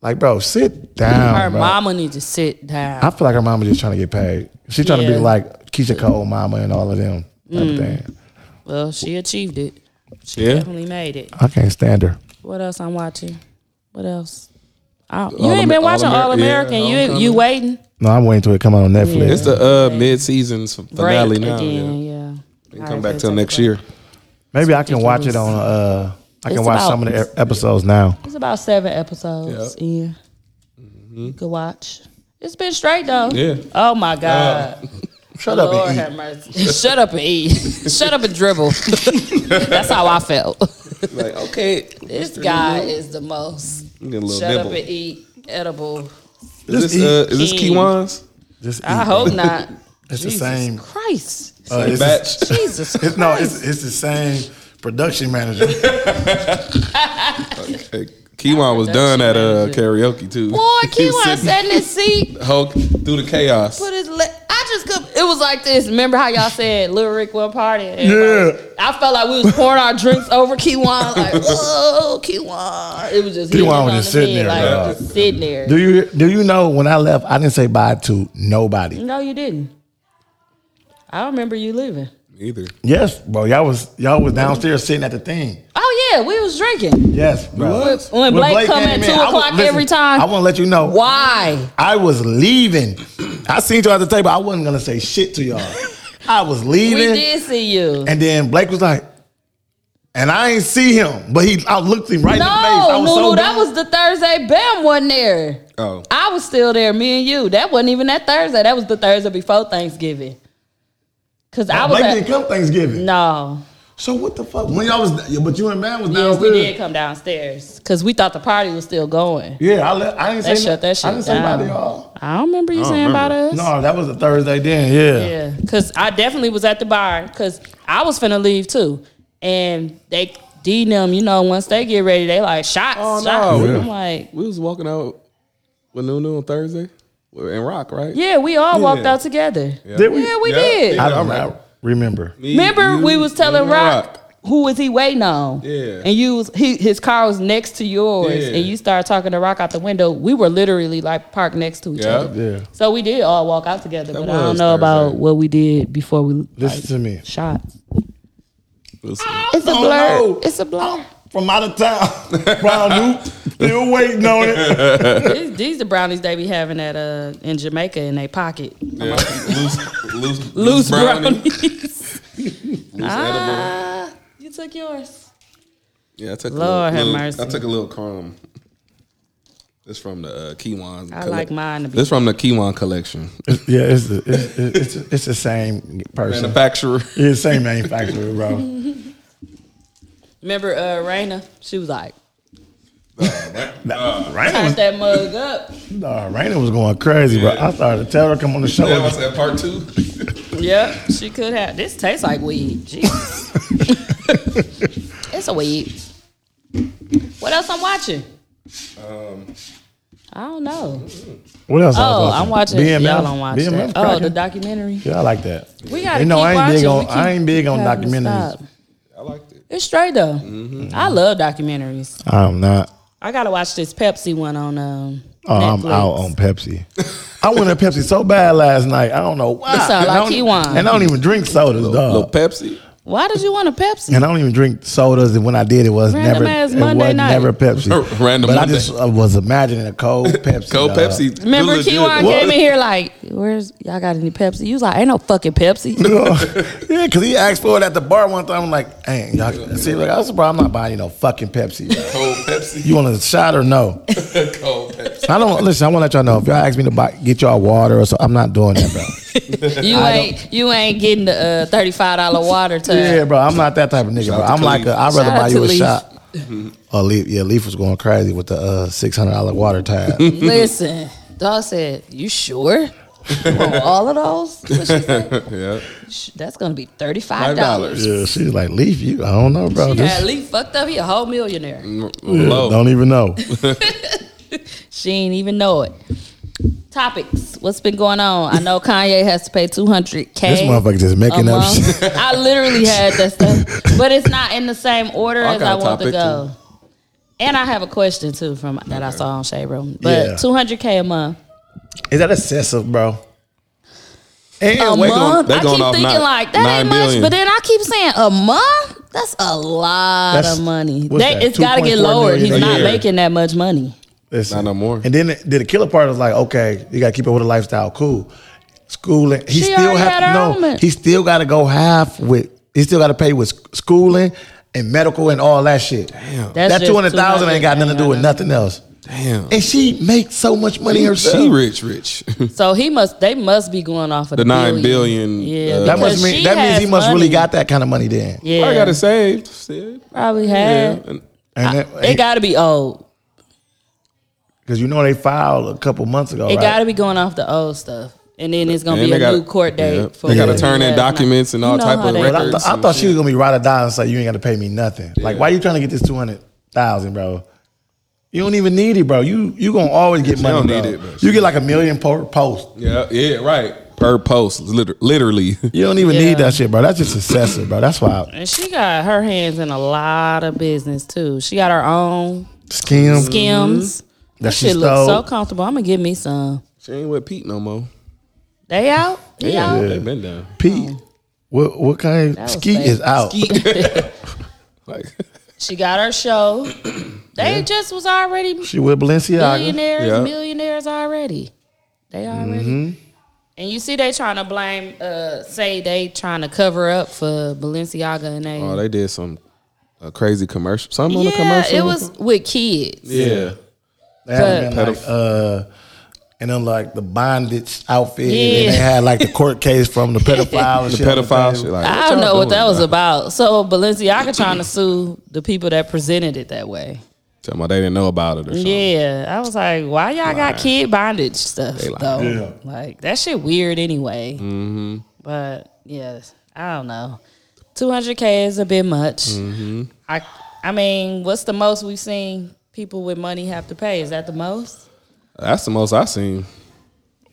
Like, bro, sit down. Her bro. mama need to sit down. I feel like her mama just trying to get paid. She trying to Yeah. Mm. be like Keisha Cole mama and all of them. type of thing. well, she achieved it. She Yeah. definitely made it. I can't stand her. What else I'm watching? What else? I don't- All you ain't been Amer- watching All Amer- All American. yeah, you you waiting? No, I'm waiting till it come out on Netflix. It's the uh, mid season finale Break now. again. yeah. Yeah. They Come back till next year. Maybe I can watch it on. uh I can It's watch about- some of the e- episodes now. It's about seven episodes Yep. in. You could watch. It's been straight though. Mm-hmm. Yeah. Uh, Oh my God. Shut up Lord and eat. have mercy. Shut up and eat. Shut up and dribble. That's how I felt. Like okay, This guy is the most. You get a little Shut up nibble. and eat edible. is this eat. uh, is this King. Kiwan's Just eat. I hope not. It's Jesus the same. Christ. uh, it's the- batch? Jesus It's, Christ. no, it's, it's the same production manager. Hey, Kiwan was done at uh, Production karaoke too. Boy, He was Keewan sitting sat in his seat. Hulk through the chaos. Put his le- I just could. It was like this. Remember how y'all said Lil Rick went party? And like, I felt like we was pouring our drinks over Kiwan. Like, whoa, Kiwan. It was just hitting Kiwan him was on just the sitting head, there, like dog. just sitting there. do you do you know when I left, I didn't say bye to nobody. No, you didn't. I remember you leaving. Either Yes, bro. Y'all was y'all was downstairs sitting at the thing. Oh yeah, we was drinking. Yes, bro. What? When Blake come came at in, 2 I was- o'clock listen, every time. I want to let you know Why? I was leaving. I seen you at the table. I wasn't gonna say shit to y'all. I was We leaving. did see you. And then Blake was like, and I ain't see him, but he, I looked him right in the face. I No, was Lulu, so that dumb. was the Thursday. Bam wasn't there. Oh. I was still there, me and you. That wasn't even that Thursday. That was the Thursday before Thanksgiving. Cause I was Blake at, didn't Oh, come Thanksgiving. no. So what the fuck? When y'all was, but you and man was Yes, downstairs. we did come downstairs because we thought the party was still going. Yeah, I, le- I didn't That say shut no- that shit I didn't say down. about y'all. I don't remember you don't saying about us. No, that was a Thursday then. Yeah. Yeah, because I definitely was at the bar because I was finna leave too, and they D them. You know, once they get ready, they like shots. Oh, shots. no. I'm like, we was walking out with Nunu on Thursday and Rock, right? yeah, we all walked Yeah. out together. Yeah, Did we? we Yeah. did. Yeah. I don't I'm know. remember. Me, Remember, you, we was telling and Rock, who was he waiting on? Yeah. and you was he his car was next to yours, Yeah. and you started talking to Rock out the window. We were literally like parked next to each Yeah. other. Yeah. So we did all walk out together, That but I don't was know about Thursday. what we did before we Listen like, to me. shots. Listen, It's a Oh, blur. no. It's a blur. From out of town. Brown Hoop. Still waiting on it. Oh. These, these the brownies they be having at uh in Jamaica in their pocket. yeah. loose, loose, Loose loose brownie. brownies. Loose edible. ah, you took yours. Yeah, I took Lord a have little, mercy. I took a little crumb. It's from the uh, Kiwan. I like mine to be. This from the Kiwan collection. Yeah, it's the, it's, it's, it's, the same person. Manufacturer. It's the same manufacturer, bro. Remember uh Raina? She was like, Uh, Nah, Raina turn was, that mug up. nah, Raina was going crazy, bro. I started to tell her to come on the show. Yeah, I said part two. Yep, she could have. This tastes like weed. Jesus. it's a weed. What else I'm watching? Um, I don't know. What else? I was Oh, I'm watching. BMF. Y'all don't watch BMF that. Oh, cracking. the documentary. Yeah, I like that. We gotta You know, keep I ain't watching. big on- We keep I ain't big on having to documentaries. Mm-hmm. stop. I liked it. It's straight though. I love documentaries. I'm not. I gotta watch this Pepsi one on um. Oh, I'm Netflix. out on Pepsi. I went to Pepsi so bad last night. I don't know why. It sound And I like don't- Kiwan. And I don't even drink sodas, Little dog. Pepsi. Why did you want a Pepsi? And I don't even drink sodas. And when I did, it was Random never, ass it Monday was night. never Pepsi. Random but Monday. I just uh, was imagining a cold Pepsi. Cold dog. Pepsi. do Remember legit. Kiwan What? came in here like, "Where's y'all got any Pepsi?" You was like, "Ain't no fucking Pepsi." yeah, because he asked for it at the bar one time. I'm like, hey, y'all, see, like, I was surprised I'm not buying you no fucking Pepsi. bro. Cold Pepsi. You want a shot or no? Cold Pepsi. I don't listen. I want to let y'all know if y'all ask me to buy, get y'all water or so. I'm not doing that, bro. you ain't you ain't getting the uh, thirty five dollar water tub. Yeah, bro. I'm not that type of nigga, bro. Shout out to Mm-hmm. I'm like, Khalif. a, I'd rather Shout out buy to you a Leaf. shot. Oh, Leaf, yeah, Leaf was going crazy with the uh, six hundred dollar water tab. Listen, dog said, "You sure?" You want all of those? That's what she said. Yeah. Sh- That's gonna be thirty five dollars. yeah, she's like, Leaf, you, I don't know, bro. Yeah, This, Lee fucked up. He a whole millionaire. Low. don't even know. She ain't even know it. Topics. What's been going on? I know Kanye has to pay two hundred k. This motherfucker just making up shit. I literally had that stuff, but it's not in the same order I as got I a want to topic, go. And I have a question too from that I saw on Shade Room. But Yeah. two hundred k a month. Is that excessive, bro? And A wait, month. they I going keep off thinking nine- like that nine ain't much, billion. but then I keep saying a month. That's a lot That's- of money. what's They, that, it's got to get 2.4 lowered. million He's a not year. making that much money. listen. Not no more. And then the, then the killer part is like, okay, you got to keep up with the lifestyle. Cool. Schooling. He She still already have had her to own. no. He still got to go half with. He still got to pay with sc- schooling and medical and all that shit. Damn. That's That just two hundred thousand 200, ain't got nothing to do with ain't got nothing else. Damn. And she makes so much money herself. She rich, rich. So he must. They must be going off of The the nine billion, Yeah, uh, that because must mean she that means has he must really money. got that kind of money then. Yeah, Eh. I got it saved. Sid. probably Yeah. had. And And It got to be old. because you know they filed a couple months ago. It right? got to be going off the old stuff, and then it's gonna And be they a gotta- new court date. yeah. for They gotta whatever turn in that- documents and all You know type how of they- records. But I, th- I some thought she shit. was gonna be right or die and say you ain't gotta pay me nothing. Like, why you trying to get this two hundred thousand, bro? You don't even need it, bro. You you gonna always get money. don't bro. need it, bro. You get like a million per post. Yeah, yeah, right. Per post, liter- literally. You don't even Yeah. need that shit, bro. That's just excessive, bro. That's why And she got her hands in a lot of business too. She got her own Mm-hmm. skim skims. that That she shit looks so stole. comfortable. I'm gonna give me some. She ain't with Pete no more. They out? They out? they been down. Pete, what what kind of was ski fake. is out? Like, She got her show. They just was already She with Balenciaga. billionaires, Yeah. millionaires already. They already. And you see, they trying to blame, uh, say they trying to cover up for Balenciaga and they. oh, they did some a crazy commercial. Something on a yeah, commercial. it was with kids. Yeah. They had been But- like, uh, and then like the bondage outfit. And Yeah. then they had like the court case from the pedophile. and The shit on pedophile table. shit. Like, I don't y'all know what doing, that was bro? about. So Balenciaga trying to sue the people that presented it that way. Tell me they didn't know about it or something. Yeah, I was like, why y'all got kid bondage stuff though? Like that shit weird anyway. Mm-hmm. But yeah, I don't know. Two hundred k is a bit much. I I mean, what's the most we've seen people with money have to pay? Is that the most? That's the most I seen.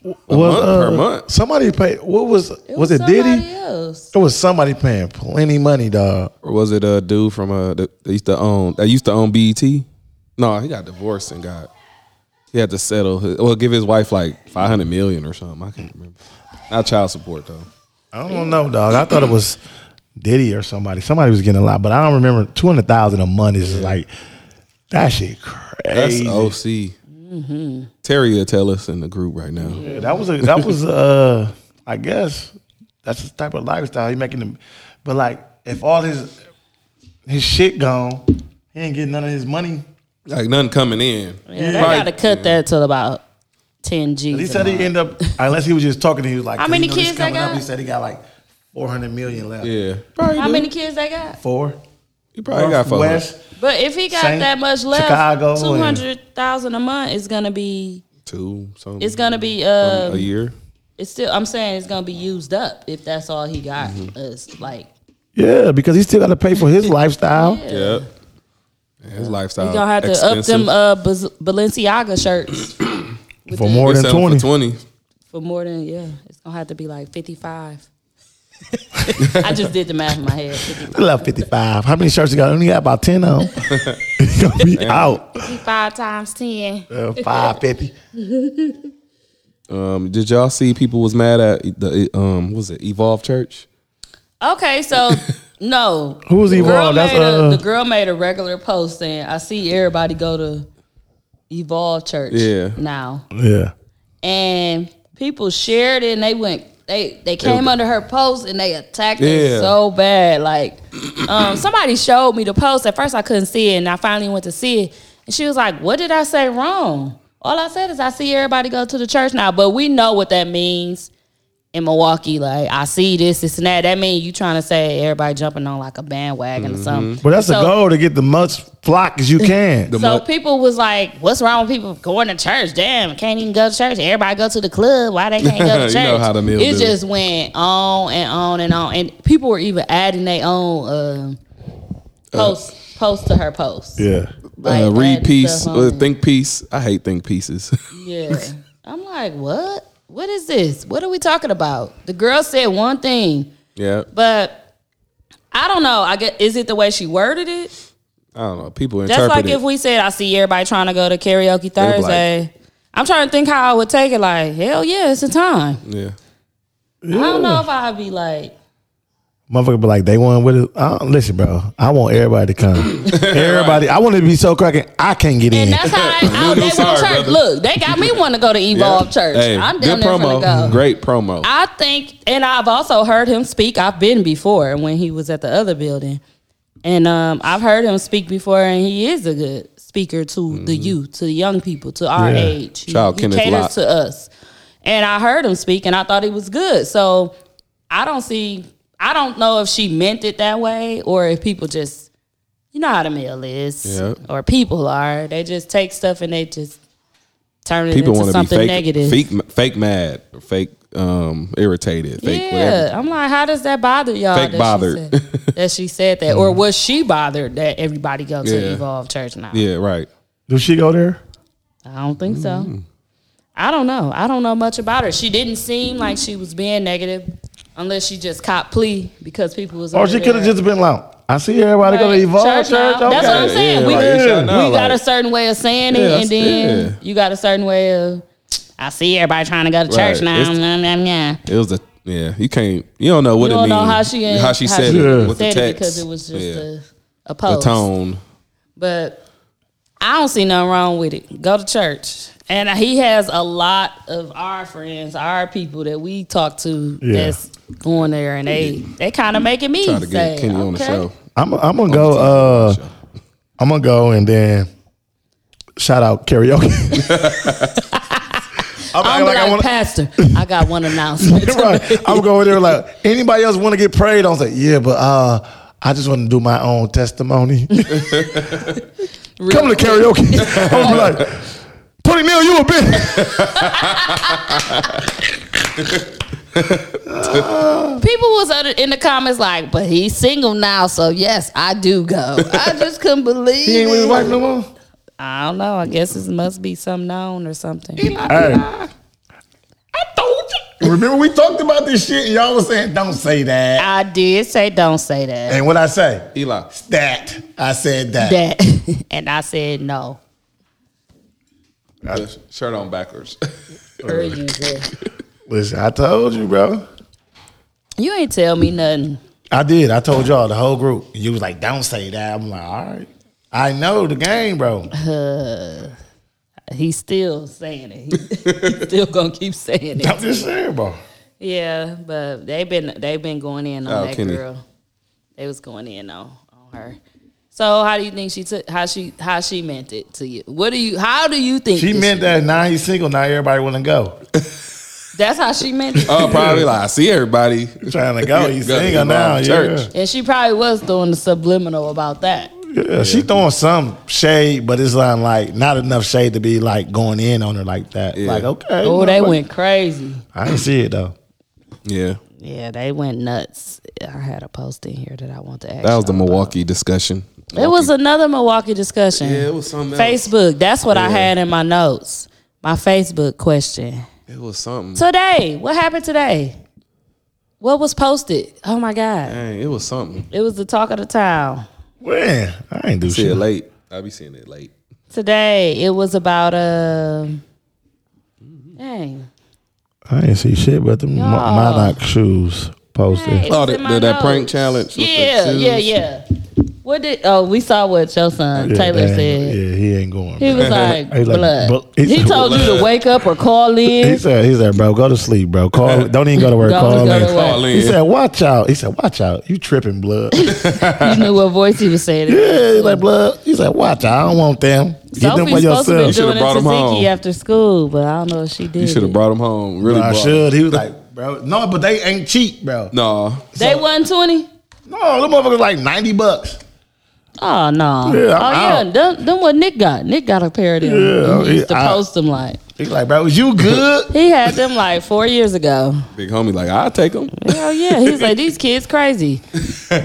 A Well, month uh, per month. Somebody paid. What was was, it? somebody Diddy? Else. It was somebody paying plenty money, dog. Or was it a dude from uh that that used to own that used to own BET? No, he got divorced and got he had to settle. His, well, give his wife like five hundred million or something. I can't remember. Not child support though. I don't know, dog. I thought it was Diddy or somebody. Somebody was getting a lot, but I don't remember. Two hundred thousand a month is like that shit That's crazy. OC. Mm-hmm. Terry will tell us in the group right now. that was a, that was uh, I guess that's the type of lifestyle he making them. But like, if all his his shit gone, he ain't getting none of his money. Like nothing coming in. Yeah, they Probably- got to cut that till about ten G's. He a said he month. ended up unless he was just talking. He was like, How 'cause many you know this kids they coming up, got? He said he got like four hundred million left. Yeah, probably. How do. many kids they got? Four. He probably got four. West. But if he got Saint- that much left, Chicago and- two hundred thousand a month is gonna be. two. Something. It's gonna be something uh, a year. it's still I'm saying it's gonna be used up if that's all he got. Mm-hmm. Us like Yeah, because he still got to pay for his lifestyle. Yeah. His lifestyle. you gonna have to up expensive. them uh Baz- Balenciaga shirts For more They than sell 'em 20. for twenty. for more than yeah. It's gonna have to be like fifty five. I just did the math in my head. 55 I love 55. How many shirts you got? I only got about 10 on. He's going to be out. times ten. Uh, 550. Um, did y'all see people was mad at the um what was it Evolve Church? Okay, so No. Who was The girl Evolve? That's, made a- uh, the girl made a regular post saying, "I see everybody go to Evolve Church Yeah. now." Yeah. and people shared it and they went they they came under her post and they attacked Yeah. it so bad like um somebody showed me the post at first i couldn't see it and i finally went to see it and she was like what did i say wrong all i said is i see everybody go to the church now but we know what that means in milwaukee like i see this this and that that means you trying to say everybody jumping on like a bandwagon or something But that's So- the goal to get the much flock as you can. so mud- people was like, "What's wrong with people going to church? Damn, can't even go to church. Everybody go to the club. Why they can't go to church? You know how them is, it dude. just went on and on and on, and people were even adding their own um posts posts to her posts. yeah. Like, uh, read adding piece, stuff uh, on it. think piece. I hate think pieces. Yeah, I'm like, what? What is this? What are we talking about? The girl said one thing, yeah, but I don't know. I get is it the way she worded it? I don't know. People That's interpret like it. if we said, I see everybody trying to go to karaoke like- Thursday. I'm trying to think how I would take it. Like, hell yeah, it's a time. yeah, I don't know if I'd be like, Motherfucker be like, they want with it. I don't- listen, bro. I want everybody to come. everybody. I want it to be so cracking. I can't get and in. that's how I, I they sorry, want church. brother. Look, they got me wanting to go to Evolve Yeah. Church. Hey, I'm good down there promo. to go. Great promo. I think, and I've also heard him speak. I've been before when he was at the other building, and um, I've heard him speak before, and he is a good speaker to the youth, to the young people, to our Yeah. age. He, Mm-hmm. Child he Kenneth caters Lott. to us, and I heard him speak, and I thought he was good. So I don't see, I don't know if she meant it that way or if people just, you know how the mill is, Yeah. or people are. They just take stuff and they just turn it people into want to be something fake, negative. fake, fake mad, or fake um, irritated, fake yeah, whatever. I'm like, how does that bother y'all? Fake that she bothered. Mm-hmm. said- that she said that, or was she bothered that everybody go to Yeah. Evolve Church now? Yeah, right. Do she go there? I don't think so. Mm-hmm. I don't know. I don't know much about her. She didn't seem like she was being negative, unless she just caught plea because people was. Or over Oh, she could have there. just been like, I see everybody go to Right. Evolve Church. now. That's what I'm okay. saying. Yeah, we like, yeah. we now, got a like- certain way of saying it, Yeah, that's- and then yeah. you got a certain way of. I see everybody trying to go to church Right. now. It's- Nah, nah, nah. It was the yeah. You can't. You don't know what it You don't means. know how she how she said she it Yeah. with said the it text because it was just Yeah. a, a the post. tone. but I don't see nothing wrong with it. Go to church. And he has a lot of our friends, our people that we talk to Yeah. that's going there, and they they kind of making me Try to get say, Kenny on the "Okay." show. I'm, I'm going to go. Uh, I'm going to go and then shout out karaoke. I'm, I'm acting like, I wanna- Pastor, I got one announcement. right. I'm going there like anybody else want to get prayed on. Say, yeah, but uh, I just want to do my own testimony. Come to karaoke. I'm like, Tony Neal, you a bitch. People was other- in the comments like, but he's single now, so yes, I do go. I just couldn't believe He ain't with his it. wife no more. I don't know. I guess it must be some known or something. Hey. Remember we talked about this shit and y'all was saying, don't say that. I did say don't say that. And what I say? Eli. That. I said that. That and I said no. The shirt on backwards. Heard you said- Listen, I told you, bro. You ain't tell me nothing. I did. I told y'all the whole group. You was like, don't say that. I'm like, all right. I know the game, bro. He's still saying it. He- He's still gonna keep saying it. I'm just saying, bro. Yeah, but they've been they've been going in on Oh, that Kenny. girl. They was going in on on her. So how do you think she took how she how she meant it to you? What do you how do you think She that meant that now he's single, now everybody wanna go. That's how she meant it. Oh, probably like I see everybody. Trying to go. He's Go to single Evolve now. Church. Yeah. and she probably was throwing the subliminal about that. Yeah, she throwing some shade, but it's not like not enough shade to be like going in on her like that. Yeah. Like, okay. Oh, they motherfucker. went crazy. I didn't see it though. Yeah, Yeah, they went nuts. I had a post in here that I want to ask. that was the y'all about. Milwaukee discussion. It was another Milwaukee discussion. Yeah, it was something else. Facebook. That's what I Yeah. had in my notes. My Facebook question It was something. today. What happened today? What was posted? Oh my god! Dang, it was something. It was the talk of the town When I ain't do See it shit. late. I be seeing it late. today. It was about um. Dang, I ain't see shit but the Y'all. Monarch shoes. posted. Hey, Oh, it's the- in my the- that notes. prank challenge with the Yeah, shoes. yeah, yeah. What did? Oh, we saw what your son Yeah, Taylor dang, said. Yeah, he ain't going. He was like, He like, blood. "Blo- he he said, told you to "Blood." wake up or call in. He said, he said, bro, go to sleep, bro. Call, don't even go to work. Don't call go in. to work. Call in. He said, watch out. He said, watch out. You tripping, blood. yeah, you knew what voice he was saying. he like blood. He said, watch out. I don't want them. Get them Sophie's for supposed yourself. to be should've doing it brought to him home. Zeke after school, but I don't know if she did. You should have it. brought him home. Really, Bro, I brought should. He was like, bro, no, but they ain't cheap, bro. No, Nah, They won twenty. them motherfuckers like ninety bucks. Oh no! Yeah, I'm oh yeah, out. them, them what Nick got. Nick got a pair of them. Yeah, he used to I- post them like He's like, bro, is you good? he had them like four years ago. big homie. Like I will take him. Hell yeah, he's like these kids crazy.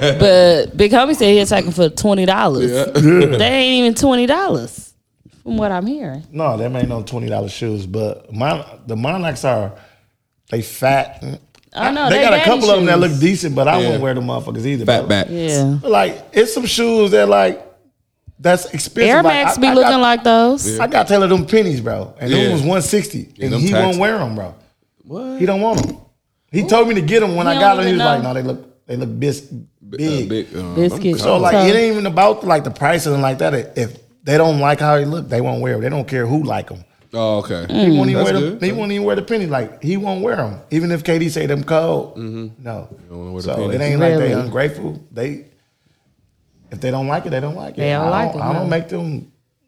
but Big Homie said he'll take them for twenty dollars. They ain't even twenty dollars, from what I'm hearing. no, them ain't no twenty dollars shoes. But mon- the Monarchs are, they fat. I know they, got a daddy couple of them that shoes. look decent, but I Yeah. wouldn't wear them motherfuckers either. bro. Fat back. Yeah, But like, it's some shoes that like that's expensive. Air Like, Max I- be I looking got- like those. I got Taylor them pennies, bro, and Yeah. them was one sixty, and them he tax- won't wear them, bro. What? Uh, He don't want them. He told me to get them when He I don't got them. He was even like, know. "No, they look, they look bis- big." Uh, big, um, Biscuit. I'm So like, So- it ain't even about like the price and like that. If they don't like how he look, they won't wear. 'em. They don't care who like them. co- Oh, Mm. okay. He won't even That's wear the, good. he won't even wear the penny. Like he won't wear them, even if KD say them cold. No, Mm-hmm. don't wanna wear the so it pennies. ain't like they Really? ungrateful. They if they don't like it, they don't like it. They don't I like don't, it, I no. don't make them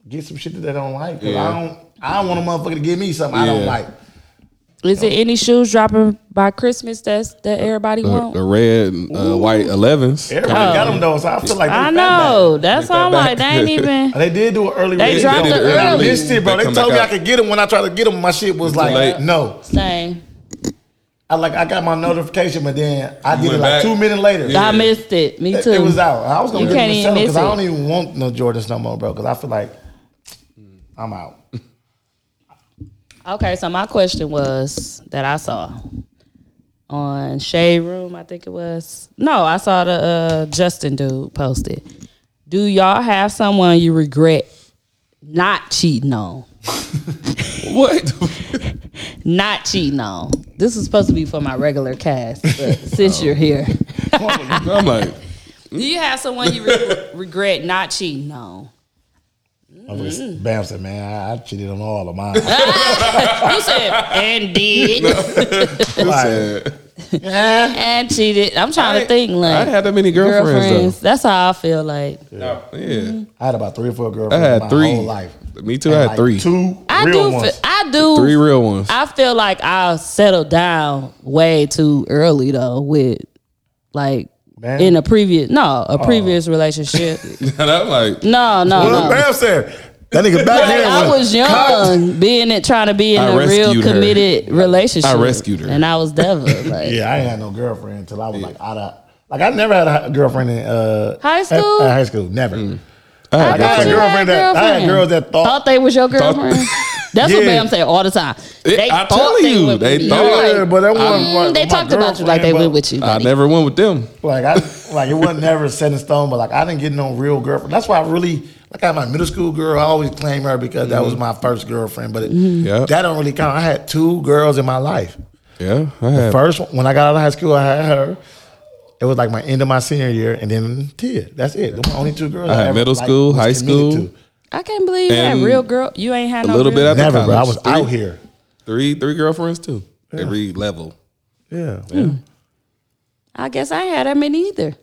get some shit that they don't like. 'cause Yeah. I don't. I don't want a motherfucker to give me something I Yeah. don't like. Is there any shoes dropping by Christmas that's that everybody The, want? the red and Oh. uh, white 11s. Everybody got them though, so I feel like they I fat know. That's They fat all. I'm Like they back. ain't even. now. They did do an early. They release. dropped They did it it early. early. I missed it, bro. They They, come told me back I out. could get them when I tried to get them. My shit was like, late. no. Same. I like I got my notification, but then I did went it like back. two minutes later. Yeah. I missed it. Me It- too. It was out. I was gonna You get them to can't even sell miss because I it. don't even want no Jordans no more, bro. Because I feel like I'm out. Mm. Okay, so my question was that I saw on Shade Room, I think it was. No, I saw the uh, Justin dude post it. Do y'all have someone you regret not cheating on? What? Not cheating on. This was supposed to be for my regular cast, but Oh. since you're here, I'm like, do you have someone you re- regret not cheating on? Mm. Bam said, "Man, I, I cheated on all of mine." You said and did Like, eh. and cheated. I'm trying to think I like ain't had that many girlfriends, girlfriends. That's how I feel like. though. Yeah. I had about three or four I girlfriends my had three. whole life. Me too. I had Like three. two I real do. ones. Feel, I do. Three real ones. I feel like I settled down way too early though with like Man. in a previous no Oh. a previous relationship. and I'm like, No, no, Well, no. Bam said that nigga back Like, here. I was young, being it trying to be in I a real rescued her. committed relationship. I rescued her. and I was devil. Like Yeah, I ain't had no girlfriend until I was like out of like I never had a girlfriend in uh, High at- school? At, high school, never. Mm. I had Like, I had a girlfriends. girlfriend that I had girls that thought thought they was your girlfriend. That's what Yeah. Bam said all the time. It- they I thought tell they you, would they be. thought- You're Yeah, like, but that wasn't mm, my- they my talked about you like they girlfriend, went but- with you. I buddy. never went with them. Like I like it wasn't never set in stone, but like I didn't get no real girlfriend. That's why I really like I had my middle school girl. I always claim her because that was my first girlfriend. But it, Yeah. that don't really count. I had two girls in my life. Yeah. I had. First, when I got out of high school, I had her. It was like my end of my senior year, and then Tia. That's it. Those were my only two girls. I had ever, Uh, middle like, school, was high committed school. I can't believe that And real girl. You ain't had a no little real bit to. after Never, bro. I college. was Three- out here. Three, three girlfriends too. Every level. Yeah. I guess I had that many either.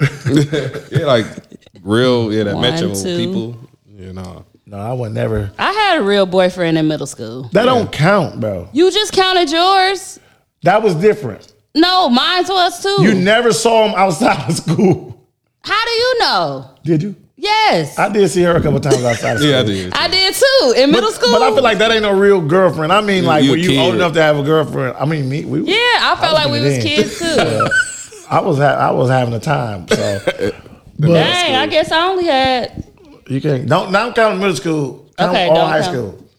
Yeah, like real. Yeah, that One, metro two. people. You know. No, I was never. I had a real boyfriend in middle school. That don't count, bro. You just counted yours. That was different. No, mine was too. You never saw him outside of school, How do you know? did you? Yes, I, I did see her a couple times outside. of school. Yeah, I did. did too in middle but, school. But I feel like that ain't no real girlfriend. I mean, like you a when you kid. old enough to have a girlfriend. I mean, me. We, yeah, I felt like we was then. kids too. I was ha- I was having a time. So, but Dang, I guess I only had you can don't not count middle school. Count Okay, all don't high count. school.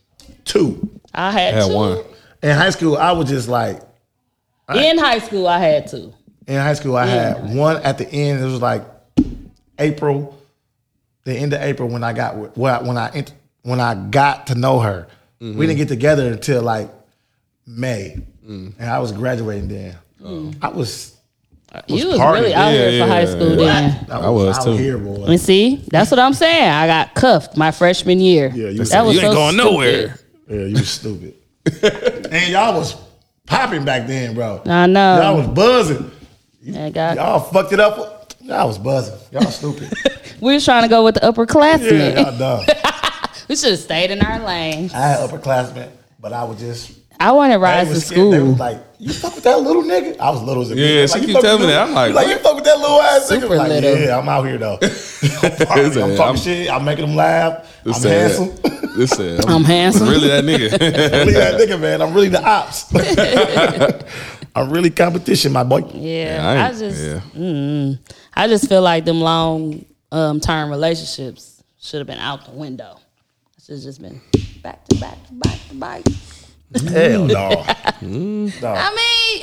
Two I had, I had two. one. in high school, I was just like in high school. I had two. in high school. I had one at the end. It was like April, the end of April when I got with- when I when I ent- when I got to know her. We Mm-hmm. didn't get together until Mm. Oh. like May, and I was graduating then. I was you was partying. really out Yeah, here for yeah, high yeah. school What? then. I was out too. Here, And boy. see, that's what I'm saying. I got cuffed my freshman year. Yeah, you that said, was "You so ain't going stupid. nowhere. Yeah, you was stupid. and y'all was popping back then, bro. I know. Y'all was buzzing. I got- Y'all fucked it up. Y'all was buzzing. Y'all stupid. we was trying to go with the upperclassmen. yeah, y'all dumb. we should have stayed in our lane. I had upperclassmen, but I was just. I wanted to I rise to was scared. They was school. like, "You fuck with that little nigga." I was little as a bitch. Yeah, Like, she "You keep fuck with telling me little- that. I'm like, you like you fuck with that little ass nigga. Super I'm like, little. Yeah, I'm out here though. I'm, It's partying, a- I'm I'm- talking shit. I'm making them laugh. I'm This said- handsome. This said, I'm handsome. Really that nigga. really that nigga, man. I'm really the ops. I'm really competition, my boy. Yeah, ain't- I, just, yeah. I just feel like them long um, term relationships should have been out the window. Should have just been back to back to back to back. Hell no. I mean,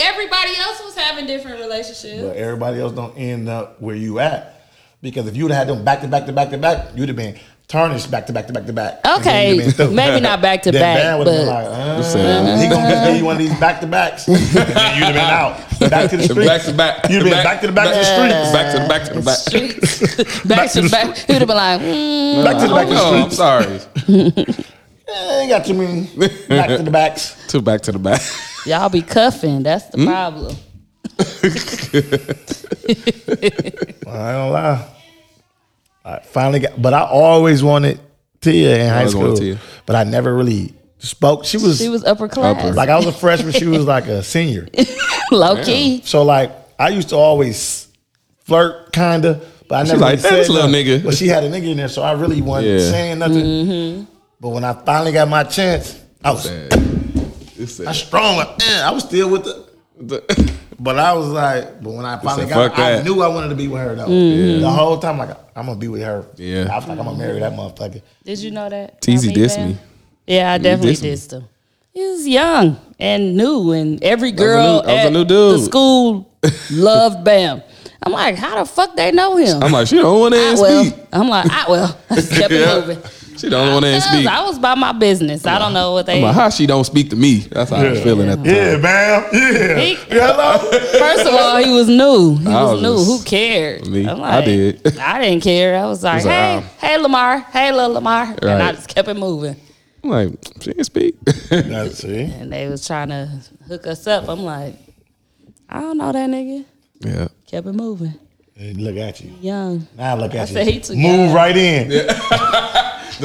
everybody else was having different relationships. But everybody else don't end up where you at. Because if you'd have had them back to back to back to back, you'd have been tarnished back to back to back to back. And then Okay, you'd have been through. maybe not back to That band back, would have been but like, uh, said- he gonna just give you one of these back to backs. and then you'd have been out. Back to the street. Back to back. You'd have been back, to the back, of the streets. Back to the back to the back. streets. back to the back. He would have been like, mm, Back to the back of No, the I'm streets. sorry. Eh, ain't got too many back to the backs. Two back to the back. y'all be cuffing. That's Hmm? the problem. I don't lie. I finally got, but I always wanted Tia in high always wanted school. Tia. But I never really spoke. She was, She was upper class, Upper. like I was a freshman. she was like a senior. low key. So like I used to always flirt, kinda, but I never like, really said "This little nothing." nigga. But she had a nigga in there, so I really wasn't Yeah. saying nothing. But when I finally got my chance, I was This I said, strong. Like, eh, I was still with the. the- But I was like, but when I finally said, got, "Fuck her, I that." Mm-hmm. knew I wanted to be with her though. The whole time, like I'm gonna be with her. Yeah. I was like, I'm gonna marry that motherfucker. Did you know that? Teasy Tommy dissed Bell? me. Yeah, I definitely dissed me. dissed him. He was young and new, and every was a girl new- I was a at new dude. the school loved Bam. I'm like, how the fuck they know him? I'm like, she don't want to I will. speak. I'm like, I will. I Ah, kept it Yeah. moving. She don't want to Cause speak. I was by my business. I don't know what they. I'm like, how she don't speak to me? That's how I was feeling at the time. Yeah, bam. Yeah. He- Hello. First of all, he was new. He I was, was new. just- Who cared? Me. I'm I did. I didn't care. I was like, like, hey, um, hey, Lamar, hey, little Lamar, and I Right. just kept it moving. I'm like, she can speak. Now, see. And they was trying to hook us up. I'm like, I don't know that nigga. yeah. Kept it moving. Hey, Look at you. Young. Now look at said he you. took Move that. right in.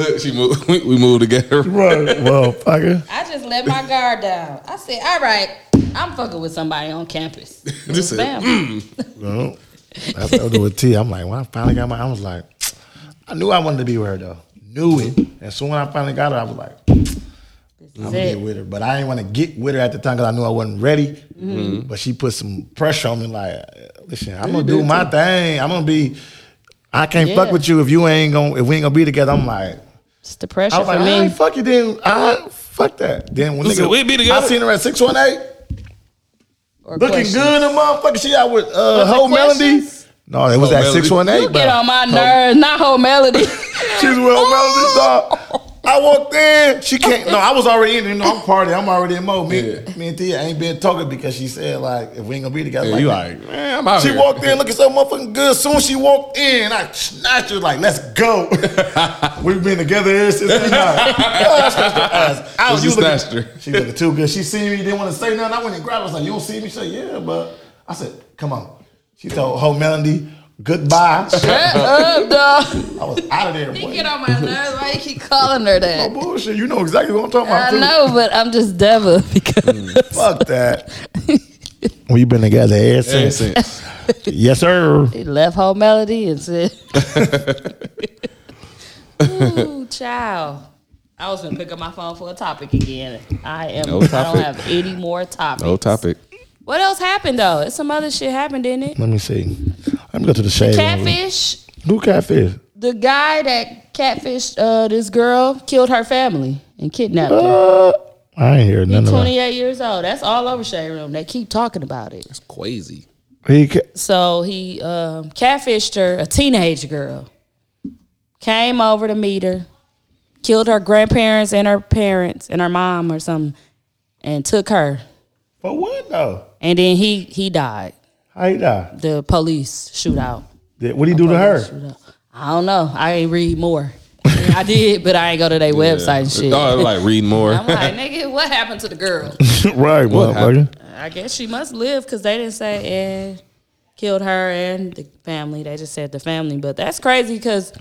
Look, she moved. We, we moved together. Right. Well, fucker. I just let my guard down. I said, all right, I'm fucking with somebody on campus. Just said, Bam. Well, that's what I do with T. I'm like, when I finally got my, I was like, I knew I wanted to be with her though. Knew it. And so when I finally got her, I was like, I'm gonna That's get it. with her. But I didn't want to get with her at the time because I knew I wasn't ready. Mm-hmm. But she put some pressure on me, like, listen, I'm gonna do my thing. I'm gonna be. I can't Yeah. fuck with you if you ain't gonna if we ain't gonna be together. I'm like, It's the pressure I was for like, me. man, fuck you. Then I fuck that. Then when Listen, nigga, we be together. I seen her at six one eight, Or looking questions. good, and motherfucker. She out with uh, it whole melody. questions? No, it was Ho at Melody. six one eight. You get on my nerves, not whole melody. She's with Old Melody dog. Oh. I walked in. She can't. No, I was already in. You know, I'm party. I'm already in mode. Me, me and Tia ain't been talking because she said like, if we ain't gonna be together, like, you that. like, man, I'm out She here. walked in looking so motherfucking good. Soon she walked in, I snatched her like, "Let's go." We've been together here since midnight. I snatched her ass out. You You looking- snatched her. She looking too good. She seen me, didn't want to say nothing. I went and grabbed her. I was like, "You don't see me?" She said, "Yeah, but." I said, "Come on." She told whole Melody goodbye. Shut up, dog. I was out of there. You boy. get on my nerves. Why you keep calling her Oh, that? bullshit. You know exactly what I'm talking about. I too. know, but I'm just devil Mm. because Fuck that. We've been together ever Ten since. cents. Yes, sir. he left whole melody and said, "Ooh, child." I was gonna pick up my phone for a topic again. I am. No I don't topic. have any more topics. No topic. What else happened though? It's some other shit happened, didn't it? Let me see. Let me go to the Mm. shade. room. Catfish. Who catfish? The guy that catfished uh, this girl killed her family and kidnapped her. Uh, I ain't hear none of that. 28 years old. That's all over Shade Room. They keep talking about it. It's crazy. He ca- So he um, catfished her, a teenage girl. Came over to meet her, killed her grandparents and her parents and her mom or something, and took her. but what though? And then he he died. How he die? The police shootout. Did- What he do to her? Shootout. I don't know. I ain't read more. I mean, I did, but I ain't go to their website and shit. Oh, like read more. I'm like, nigga, what happened to the girl? right, happened? I guess she must live because they didn't say and killed her and the family. They just said the family, but that's crazy because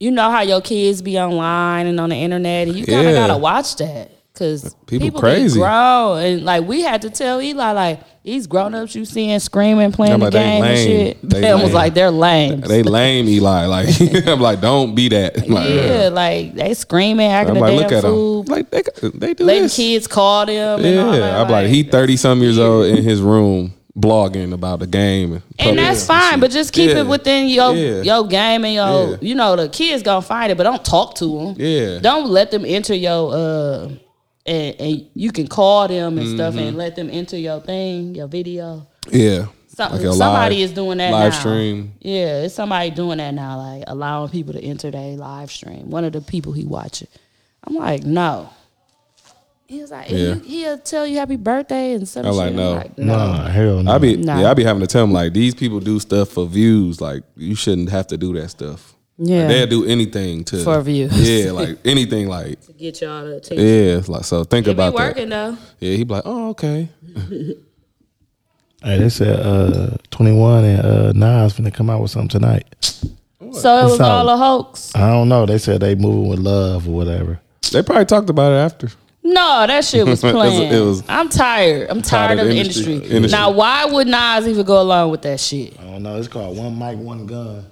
you know how your kids be online and on the internet, and you kind of Yeah. gotta watch that because People people, crazy. crazy grow and like we had to tell Eli like these grown ups you seeing screaming playing Yeah, the but they game and lame. shit. They Pam was lame. like they're lame. They lame Eli. Like I'm like, don't be that. Like, yeah, like they screaming, acting I'm the like, damn look at fool, him. Like they they do letting this. kids call them. and all that, yeah, I'm like, he thirty some years old in his room blogging about the game. and that's fine, but just keep Yeah. it within your Yeah. your game and your Yeah. you know the kids gonna find it, but don't talk to them. Yeah. don't let them enter your uh, and, and you can call them and stuff Mm-hmm. and let them enter your thing, your video. yeah, Some, a somebody live- is doing that live now. stream. Yeah, it's somebody doing that now, like allowing people to enter their live stream. One of the people he watching. I'm like, no. He was like, Yeah. he, he'll tell you happy birthday and some I'm shit. like, no. Nah, hell no. I be Nah. yeah, I be having to tell them like these people do stuff for views. Like you shouldn't have to do that stuff. Yeah. They'll do anything to For views. Yeah, like anything. Like Get y'all to attention. yeah, it's like so. Think It be about that. working though. Yeah, he be like, oh okay. Hey, they said uh, 21 and uh, Nas finna come out with something tonight. So it was So- all a hoax. I don't know. They said they moving with love or whatever. They probably talked about it after. No, that shit was It was- planned. it was- I'm tired. I'm tired, of the industry. Industry. Now, why would Nas even go along with that shit? I don't know. It's called One Mic, One Gun.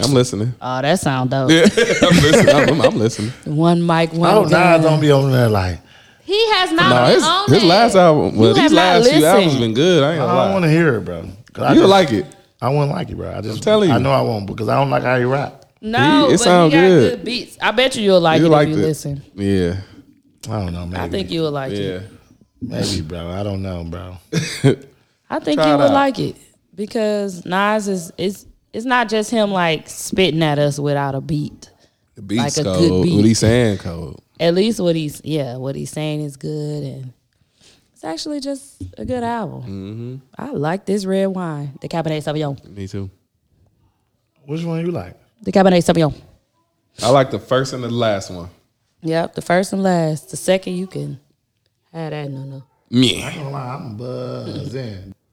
I'm listening. Oh, that sound dope. I'm listening. I'm, I'm listening. One mic, one. I don't gun. Nas Oh, don't be on there like, He has not Nah, been his, on his it. last album, well, oh, You these have not last few listened. albums been good. I ain't gonna I don't lie. want to hear it, bro. 'Cause I You'll just- like it. I wouldn't like it, bro. I just telling you. I know I won't because I don't like how he rap. He- No, it but sound he got good. good. beats. I bet you you'll like You it liked if it. you listen. Yeah, I don't know, maybe. I think you will like it. yeah. maybe, bro. I don't know, bro. I think Try you it would out. like it because Nas is is it's not just him like spitting at us without a beat. The beat's Like a cold. good beat. What he saying cold. At least what he's yeah, what he's saying is good and it's actually just a good album. Mm-hmm. I like this red wine, the Cabernet Sauvignon, Me too. Which one you like? the Cabernet Sauvignon. I like the first and the last one. Yep, the first and last. The second you can have that no no. Yeah, I don't lie, I'm buzzing.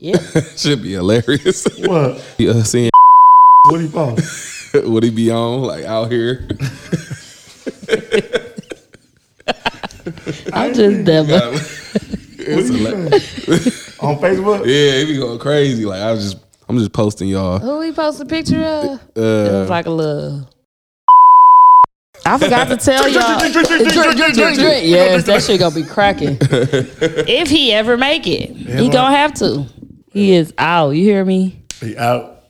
Yep. should be hilarious. what? You, uh, seeing What he phone? what he be on like out here. I'm just devil. It's hila- on Facebook? yeah, he be going crazy. Like I was just, I'm just posting y'all. Who he posted a picture of? it Uh, was like a little. I forgot to tell y'all. Drink, drink, drink, drink, drink, drink, drink. Yes, that shit gonna be cracking. if he ever make it, he right. gonna have to. He is out. You hear me? He out.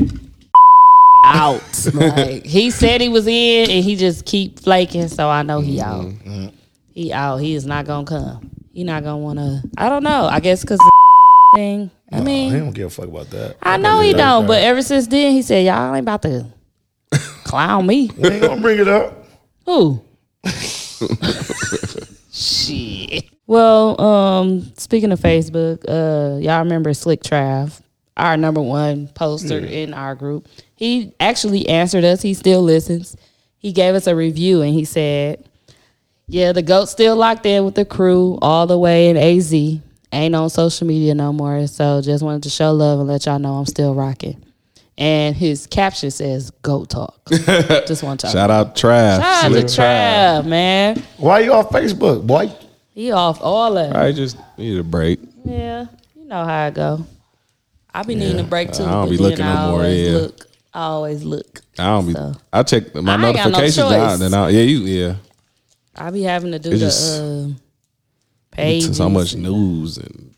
Out. Like he said he was in, and he just keep flaking. So I know he out. Mm-hmm. He out. He is not gonna come. He not gonna wanna. I don't know. I guess cause the thing. I He mean, don't give a fuck about that. I know he don't, but ever since then, he said, Y'all ain't about to clown me. We ain't gonna bring it up. Who? Shit. Well, um, speaking of Facebook, uh, y'all remember Slick Trav, our number one poster in our group. He actually answered us. He still listens. He gave us a review and he said, yeah, the goat's still locked in with the crew all the way in AZ. Ain't on social media no more. So just wanted to show love and let y'all know I'm still rocking. And his caption says "Goat Talk." just want y'all. shout out Trav. Shout out to Slick Trav, man. Why you off Facebook, boy? He off all that. I just need a break. Yeah, you know how I go. I be needing a break too. I don't but be then looking no I more, always yeah. Look, I always look. I don't be. So. I check my I ain't got no notifications. choice. and I, yeah, you yeah. I be having to do It's the just- um It's pages. so much news and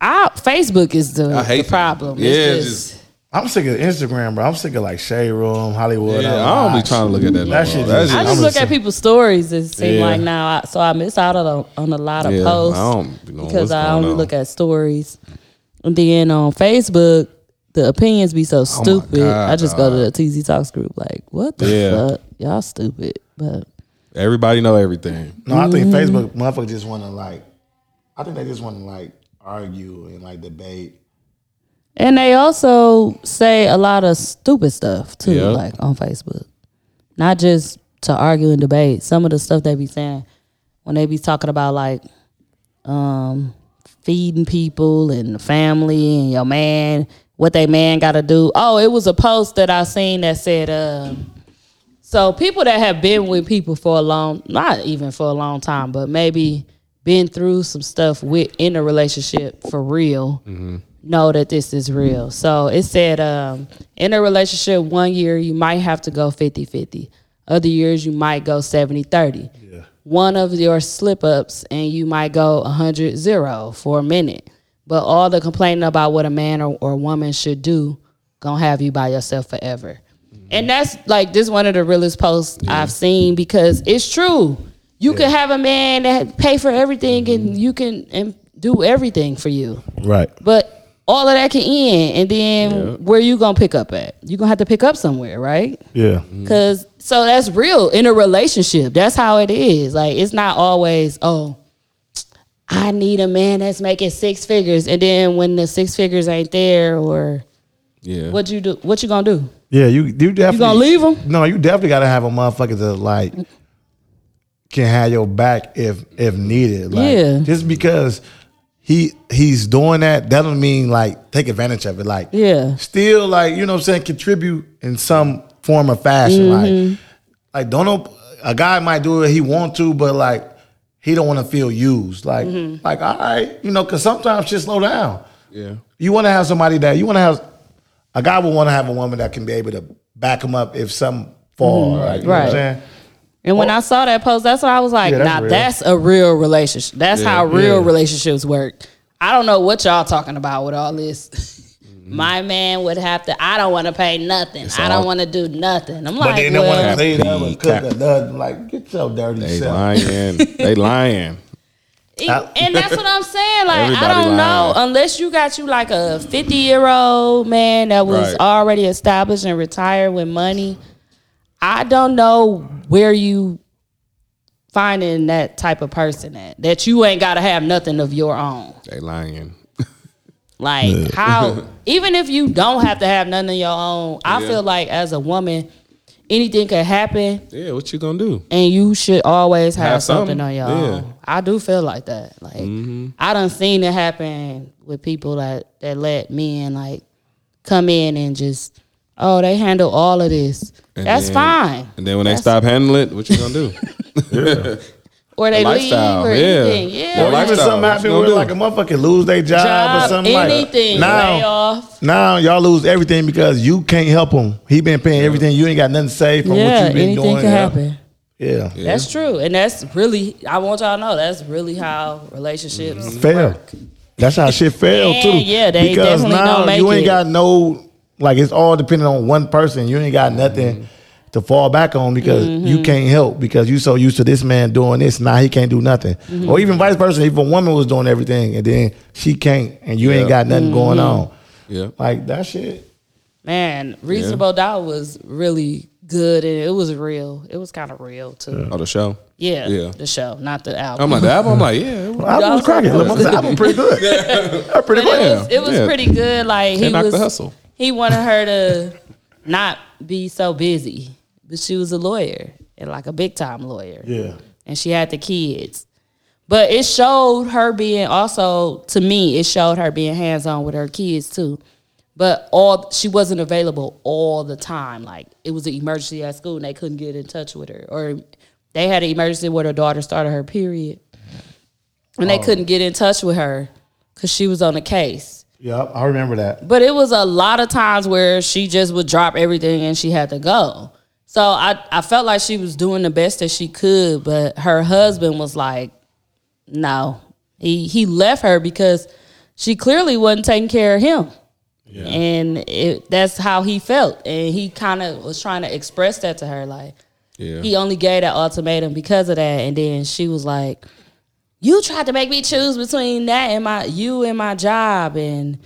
I, Facebook is the, I hate the problem. Yeah, it's it's just, just I'm sick of Instagram, bro. I'm sick of like Shade Room, Hollywood. yeah. I don't be trying to look at that. no That more. shit That's just- I just- just I'm look gonna at people's stories. It seems Yeah. like now, I, so I miss out on on a lot of Yeah, I posts don't be knowing because what's I going only on. look at stories. And then on Facebook, the opinions be so stupid. Oh God, I just go to the TZ Talks group. Like, what the Yeah. fuck? Y'all stupid. But Everybody know everything. Mm-hmm. No, I think Facebook motherfuckers just want to like. I think they just want to like argue and like debate. And they also say a lot of stupid stuff too, Yeah. like on Facebook. Not just to argue and debate. Some of the stuff they be saying when they be talking about like um feeding people and the family and your man, what they man gotta do. Oh, it was a post that I seen that said um so people that have been with people for a long not even for a long time, but maybe been through some stuff with in a relationship for real know that this is real. So it said um, in a relationship, one year you might have to go 50 50. Other years you might go 70 30. One of your slip ups and you might go 100 0 for a minute. But all the complaining about what a man or, or woman should do gonna have you by yourself forever. And that's like this one of the realest posts I've seen because it's true. You can have a man that pay for everything and you can and do everything for you. Right. But all of that can end, and then where you gonna pick up at? You gonna have to pick up somewhere, right? Yeah. Because so that's real in a relationship. That's how it is. Like it's not always oh. I need a man that's making six figures, and then when the six figures ain't there, or Yeah. what you do, what you gonna do? Yeah. You you definitely You gonna leave him? No, you definitely gotta have a motherfucker that like can have your back if if needed. Like Yeah. just because he he's doing that, that doesn't mean like take advantage of it. Like Yeah. still like, you know what I'm saying, contribute in some form or fashion. Mm-hmm. Like like don't know a guy might do it he want to, but like he don't want to feel used. Like Mm-hmm. like all right, you know, cause sometimes shit slow down. Yeah. You want to have somebody that you want to have. A guy would want to have a woman that can be able to back him up if some fall. Right. You know what I'm Mm-hmm. Right. saying? And when I saw that post, that's why I was like, Oh. Yeah, that's nah, real. that's a real relationship. That's how real Yeah. relationships work. I don't know what y'all talking about with all this. Mm-hmm. My man would have to. I don't want to pay nothing. I don't all- want to do nothing. I'm But like, then they want to well, clean up and Cap. cook or nothing. Like, get your dirty They self. lying. they lying. e- and that's what I'm saying. Like, I Uh, Everybody don't know lying. unless you got you like a 50 year old man that was Right. already established and retired with money. I don't know where you finding that type of person at that you ain't got to have nothing of your own. They lying. Like how even if you don't have to have none of your own, I feel like as a woman, anything could happen Yeah, what you gonna do? and you should always have, Have something, something, on your yeah. own. I do feel like that. Like I done seen it happen with people that that let men like come in and just oh, they handle all of this. And That's then- fine. And then when they That's- stop handling it, what you gonna do? Or they leave lifestyle, or yeah. anything. Yeah. Or Or even lifestyle. something happen What you where gonna like a do? motherfucker lose their job, or Job, something anything, like that. layoff. Now y'all lose everything because you can't help him. He been paying everything. You ain't got nothing saved from what Yeah, you've been anything doing. could Yeah. happen. Yeah. That's true. And that's really I want y'all to know that's really how relationships Fail. That's how shit fail Yeah, too. yeah, they because definitely now don't make you ain't it. got no like it's all depending on one person. You ain't Mm-hmm. got nothing to fall back on because you can't help because you so used to this man doing this now he can't do nothing. Mm-hmm. Or even vice versa, if a woman was doing everything and then she can't and you ain't Yeah. got nothing going Mm-hmm. on. Yeah. Like that shit. Man, Reasonable Doubt was really good and it was real. It was kind of real too. Oh, the show. Yeah. Yeah. The show, not the album. I'm like the album. I'm like, yeah, it was- I Y'all was cracking. so Look, I'm I'm pretty good. I'm pretty But it Yeah, good. was, it was yeah. pretty good. Like he Can't knock was the hustle. he wanted her to not be so busy. But she was a lawyer and like a big time lawyer. Yeah. And she had the kids. But it showed her being also to me, it showed her being hands on with her kids too. But all she wasn't available all the time. Like it was an emergency at school and they couldn't get in touch with her. Or they had an emergency where her daughter started her period. And they couldn't get in touch with her because she was on a case. Yeah, I remember that. But it was a lot of times where she just would drop everything and she had to go. So I, I felt like she was doing the best that she could, but her husband was like, no. He he left her because she clearly wasn't taking care of him. And it, that's how he felt. And he kind of was trying to express that to her. Like, yeah. he only gave that ultimatum because of that. And then she was like, You tried to make me choose between that and my you and my job. And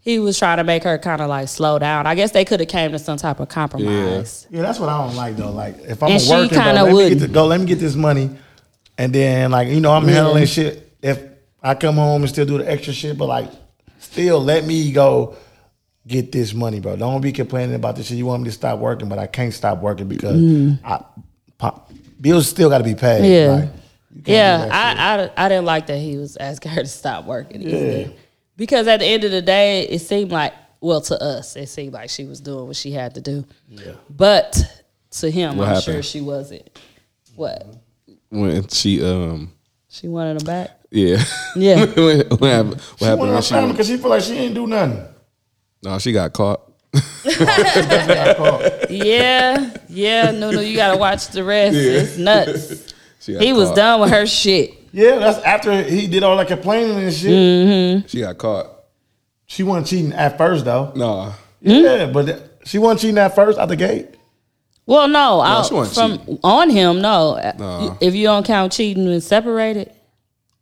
he was trying to make her kind of like slow down. I guess they could have came to some type of compromise. Yeah, that's what I don't like though. Like if I'm And a she working, bro, kinda let me get wouldn't. to, go. Let me get this money, and then like you know I'm handling shit. If I come home and still do the extra shit, but like, still let me go get this money, bro. Don't be complaining about this shit. You want me to stop working, but I can't stop working because I pop, bills still got to be paid. Mm. Yeah. like, you can't do Yeah, that shit. I, I I didn't like that he was asking her to stop working. either. Because at the end of the day, it seemed like well to us, it seemed like she was doing what she had to do. Yeah. But to him, What I'm happened? sure she wasn't. What? when she um She wanted him back? yeah Yeah. when, what happened, what happened when Because she she, went, feel like she ain't do nothing. no she got caught yeah, yeah, no, no, you gotta watch the rest. It's nuts. she got He was caught. done with her shit. Yeah, that's after he did all that complaining and shit. Mm. she got caught She wasn't cheating at first though. nah Mm. Yeah, but th- she wasn't cheating at first out the gate. Well, no, I, she wasn't from cheating. on him, no. Nah. If you don't count cheating and separated,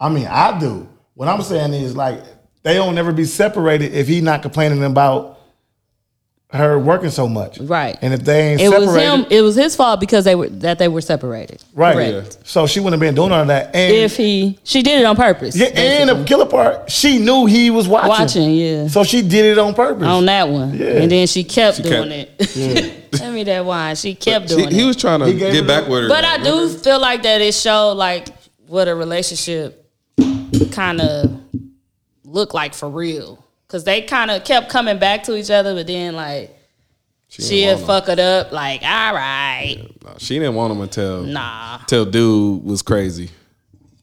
I mean, I do. What I'm saying is like they don't never be separated if he not complaining about her working so much. Right. And if they ain't it separated, was him. It was his fault because they were that they were separated. right? Correct. So she wouldn't have been doing all that. And If he, she did it on purpose. yeah, and the killer part, she knew he was watching. Watching, yeah. So she did it on purpose. on that one, Yeah. and then she kept doing kept- it. Tell me that wine. She kept he, doing he it. was trying to He gave get it back up. with her but I do feel like that it showed like what a relationship kind of looked like for real, because they kind of kept coming back to each other, but then like didn't she'll want him. fuck it up. Like, all right, Nah, she didn't want him until nah, until dude was crazy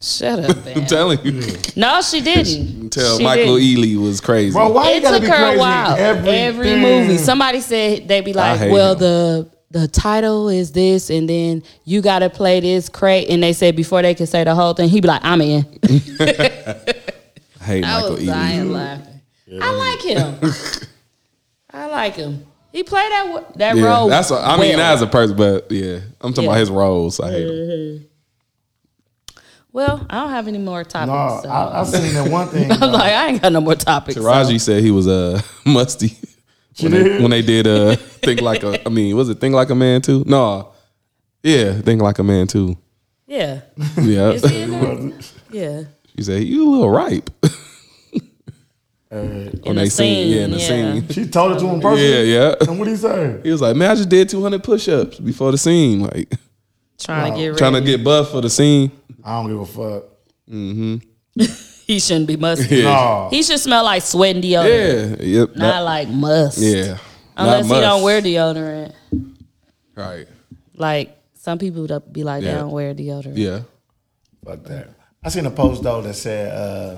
shut up. I'm man. telling you no, she didn't. until She Michael E. didn't. Ealy was crazy Bro, why you it gotta took be her crazy a in while. Every, everything? movie, somebody said they'd be like, hate "Well, him. the the title is this, and then you gotta play this crate." And they said before they could say the whole thing, he'd be like, "I'm in." I hate I Michael was Ealy dying laughing. I like him. I like him. He played that w- that yeah role. that's a, I mean well. not as a person but yeah I'm talking Yeah. about his roles I hate him well, I don't have any more topics. No, so. I, Uh, I, I seen that one thing. am like, I ain't got no more topics. so. Taraji said he was uh musty when they, when they did uh think like a I mean was it think like a man too? No, yeah, think like a man too. Yeah, Yeah, Is he in there? yeah. she said you a little ripe In when they the seen yeah in the yeah. scene. she told it to him Yeah, personally. yeah. And what he say? He was like, man, I just did 200 push-ups before the scene, like Trying to get ready. trying to get buff for the scene. I don't give a fuck. He shouldn't be musty. Yeah, No, He should smell like sweat and deodorant. yeah, yep, Not not- like must. yeah. Unless not he don't must. wear deodorant. right, Like some people would be like, they Yeah. don't wear deodorant. yeah. fuck that. I seen a post though that said uh,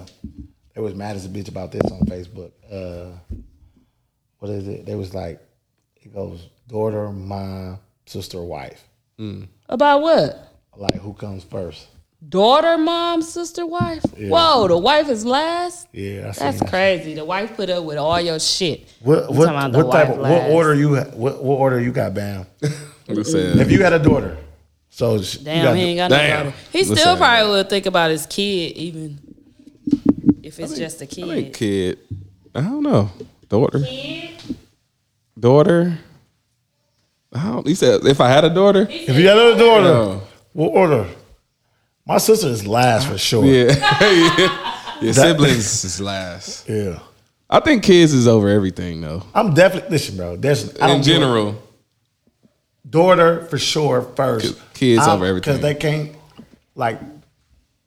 they was mad as a bitch about this on Facebook. Uh, what is it? They was like, it goes daughter, mom, sister, wife. About what? Like who comes first? Daughter, mom, sister, wife. Whoa, the wife is last. Yeah, I seen That's that. crazy. The wife put up with all your shit. What You talking what, about the what type wife of, last. what order you what, what order you got bam? They said, if you had a daughter, so sh- you Damn, got he the- ain't got no Damn. daughter. He Listen. still probably would think about his kid, even if it's just a kid. I think kid. I don't know. Daughter. Daughter. I don't, he said, if I had a daughter, Oh. If you had a daughter, No. what order? My sister is last for sure. yeah, your siblings is last. Yeah. I think kids is over everything though. I'm definitely listen, bro. There's I In don't give a- general, daughter for sure first. Kids over everything. because they can't like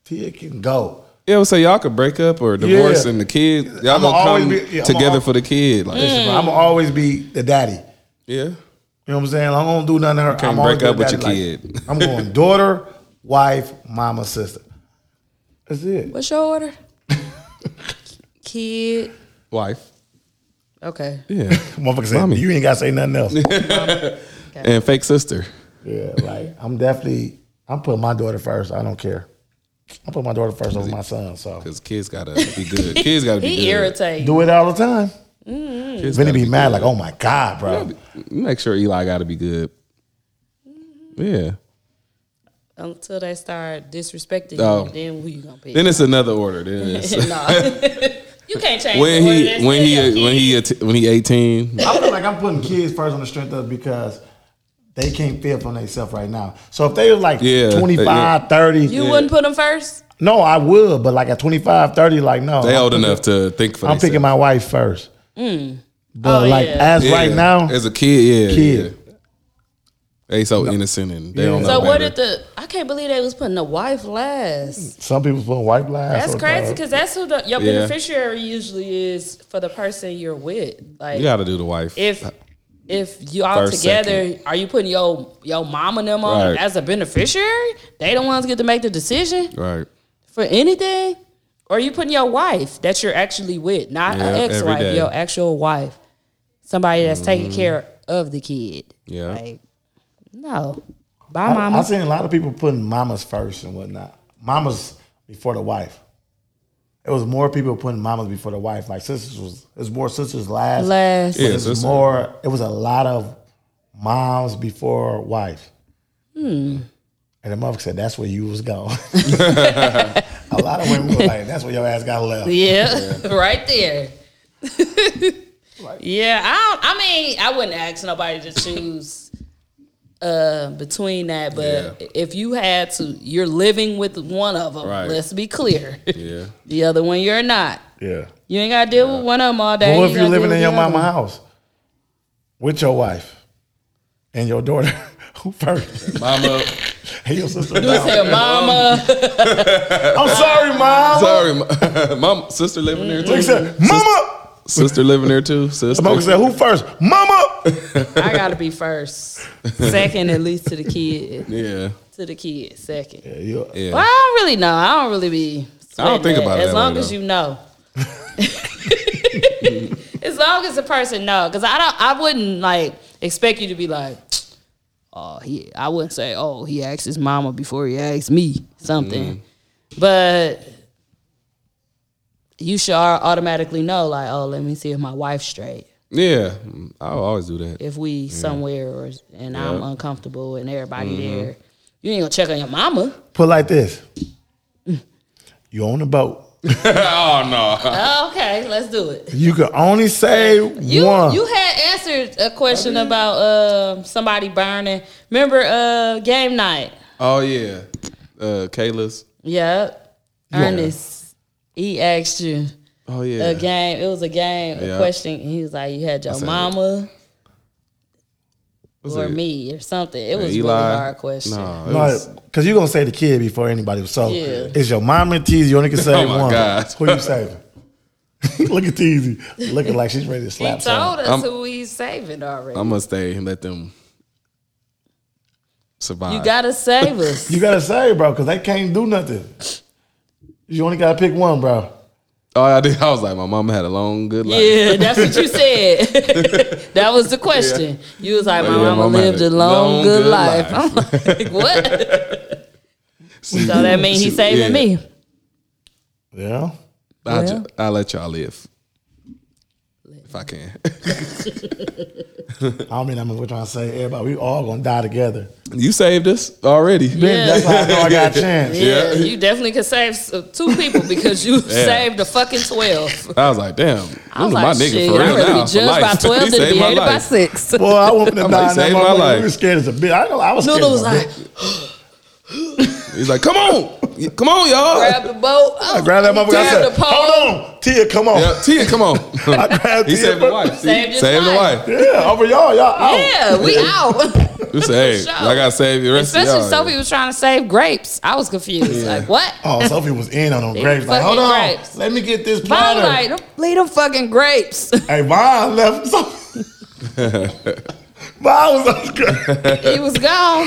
kid can go. yeah, so y'all could break up or divorce, Yeah. and the kid y'all gonna I'ma come always be- yeah, I'ma together al- for the kid. Like, I'm gonna always be the daddy. yeah, You know what I'm saying? I don't do nothing to her. can't I'm always break up the with your daddy, kid. I'm going daughter, wife, mama, sister. That's it. What's your order? kid. wife. Okay. Yeah, Motherfucker said, Mommy. you ain't gotta say nothing else. and fake sister. yeah, like I'm definitely I'm putting my daughter first. I don't care. I put my daughter first over my son. So Cause kids gotta be good. Kids gotta be He good. irritates. do it all the time. Kids Vinny gotta be mad like, oh my god, bro. Make sure Eli gotta be good. Yeah. until they start disrespecting Oh. you, then who you gonna pick? Then it's another order. Then it's you can't change when the order. That's he when still your he when he att- when he eighteen. I feel like I'm putting kids first on the strength of because they can't feel for themselves right now. So if they was like Yeah, 25, 30, kid. you wouldn't put him first. No, I would, but like at 25, 30, like no. They I'm old picking- enough to think for I'm picking my wife first. But Oh, like yeah. as right now, As a kid, yeah. kid. yeah. They so innocent and they don't know. So what better. did the? I can't believe they was putting the wife last. some people put white lies. That's or- crazy because that's who the, your Yeah. beneficiary usually is for the person you're with. Like you got to do the wife? if if you all First, together, are you putting your your mom and them on Right. as a beneficiary? They the ones get to make the decision right. for anything, or you putting your wife that you're actually with, not Yeah, an every ex-wife, day. Mm-hmm. your actual wife, somebody that's taking care of the kid. Yeah. like no, bye, I, mama. have seen a lot of people putting mamas first and whatnot. Mamas before the wife. It was more people putting mamas before the wife. Like sisters was it was more sisters last. Last, Yeah, It was sister. more. It was a lot of moms before wife. Hmm. And the mother said, "That's where you was going." a lot of women were like, "That's where your ass got left." Yeah, right there. yeah, I don't, I mean, I wouldn't ask nobody to choose uh between that, but Yeah. if you had to, you're living with one of them. Right. Let's be clear. Yeah. the other one, you're not. Yeah. You ain't got to deal with one of them all day. But what if gotta you're deal living with in your the other mama one. house with your wife and your daughter? Who first? Mama, Hey, your sister. You down. say, mama, I'm sorry, mom. sorry, ma- mom, sister living there Mm-hmm. He too. said, "Mama." Sister living there too. Sister. Smoker said, "Who first? Mama." I got to be first. Second, at least to the kid. Yeah. To the kid, second. You- Yeah. Well, I don't really know. I don't really be. I don't sweating think about it As that long way, as though. you know. as long as the person know, because I don't. I wouldn't like expect you to be like. Oh, he. I wouldn't say. Oh, he asked his mama before he asked me something, Mm-hmm. but. You should automatically know, like, oh, let me see if my wife's straight. Yeah. I'll always do that. If we somewhere or and I'm uncomfortable and everybody Mm-hmm. there, you ain't gonna check on your mama. Put like this. You own a boat. Oh no. okay, let's do it. You can only say You one. you had answered a question about um somebody burning. Remember uh game night? Oh yeah. Uh, Kayla's. Yeah. Ernest, he asked you Oh yeah. a game. It was a game, a Yeah. question. And he was like, "You had your said it. mama Was or it- me or something." It was Eli. really hard question. Nah, it was- Because you're going to say the kid before anybody. So Yeah. it's your mom and Teasy. You only can say Oh, one. my God. Who you saving? Look at Teasy. Looking like she's ready to He slap told something. us I'm- who he's saving already. I'm gonna stay and let them survive. you gotta save us. You got to say, bro, because they can't do nothing. You only got to pick one, bro. Oh, I did. I was like, my mama had a long, good life. Yeah, that's what you said. that was the question. You was like, my Yeah, mama, mama had lived a long, good, life. I'm like, what? so that means he's saving Yeah. me. Yeah. I'll, ju- Well. I'll let y'all live if I can. I don't mean, I'm we're trying to say, everybody, we all going to die together. you saved us already. That's how I know I got a chance. Yeah, you definitely could save s- two people because you saved the fucking twelve. I was like, damn. I you was like, my nigga shit, for real I'm ready to now. be for judged by life. He twelve to saved be my hated by life. six. Boy, I want to die. I'm like, in that saved my motherfucker. life. We was scared as a bitch. I, know, I was scared. Noodle was as a like, bitch. He's like, come on, come on, y'all. grab the boat. I grabbed that motherfucker. I Grab said, the pole. hold on. Tia, come on. Yeah, Tia, come on. I grabbed he Tia. saved the bro. wife. Saved See? his saved life. the wife. Yeah, over y'all. Y'all out. Yeah, we out. You say, hey, For sure. I gotta save the rest Especially of y'all. Sophie was trying to save grapes. I was confused. Like what? Oh, Sophie was in on them They grapes. Like, hold fucking on. grapes. Let me get this Vaughn platter. like, "Them- leave them fucking grapes. hey, Vaughn left. Sophie. Vaughn was on he was gone.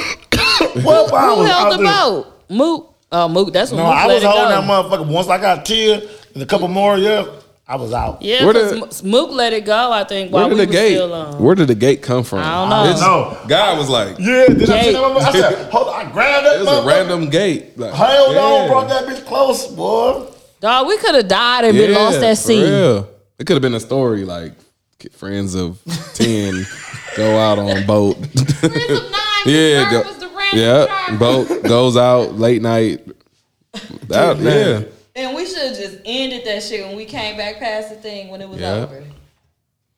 What Vaughn was Who out held the there? boat? Moot. Oh, Moot. That's when No, Moot I let was it holding go. that motherfucker. Once I got Tia and a couple more, yeah, I was out. Yeah, Where 'cause the- Mo- Mook let it go. I think Where while did we the were gate? still on. Where did the gate come from? I don't This know. guy was like, it Yeah, then I Gate. said, that motherfucker- I said, hold on. I grabbed that was a motherfucker. random gate. Like, Held yeah. on, brought that bitch close, boy. Dog, we could have died and been lost at for sea. real. It could have been a story like get friends of ten go out on boat. yeah, go, yeah, boat goes out late night. That, yeah, And we should have just ended that shit when we came back past the thing when it was Yeah. over.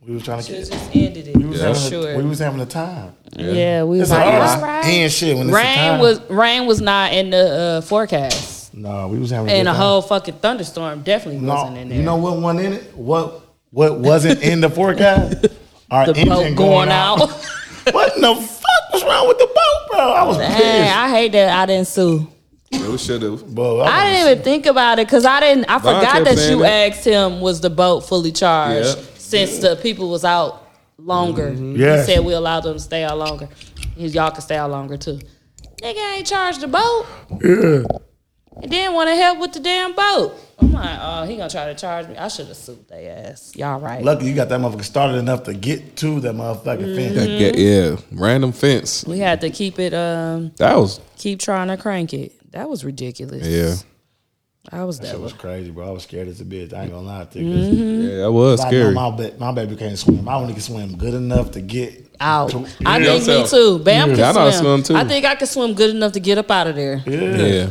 We was trying to get. just ended it. We was, Yeah. having, Sure. we was having a time. Yeah, we It's was like, hard all right. and shit when it's a Rain time. was rain was not in the uh, forecast. No, we was having And good a time. whole fucking thunderstorm definitely No, wasn't in there. you know what one in it? What what wasn't in the forecast? Our the engine boat going, going, out. what in the fuck was wrong with the boat, bro? I was Dang, pissed. I hate that I didn't sue. we should have. Bro, I was- I didn't even think about it because I didn't. I forgot kept that saying you that. asked him was the boat fully charged Yeah. Mm-hmm. since the people was out longer. Yes. He said we allowed them to stay out longer. He was, y'all can stay out longer too. Nigga ain't charged the boat. Yeah. And then want to help with the damn boat. I'm like, oh, he gonna try to charge me. I should have sued their ass. Y'all right. Lucky you got that motherfucker started enough to get to that Mm. motherfucking fence. Yeah, yeah, yeah. random fence. we had to keep it. Um, That was keep trying to crank it. That was ridiculous. yeah, I was That that. was Was, crazy, bro. I was scared as a bitch. I ain't gonna lie to you. 'cause Mm. yeah, that was I scary. know my, ba- my baby can't swim. I only can swim good enough to get out. to- I Yeah. think me too. Bam Yeah, I know how can to swim, swim. too. I think I can swim good enough to get up out of there Yeah,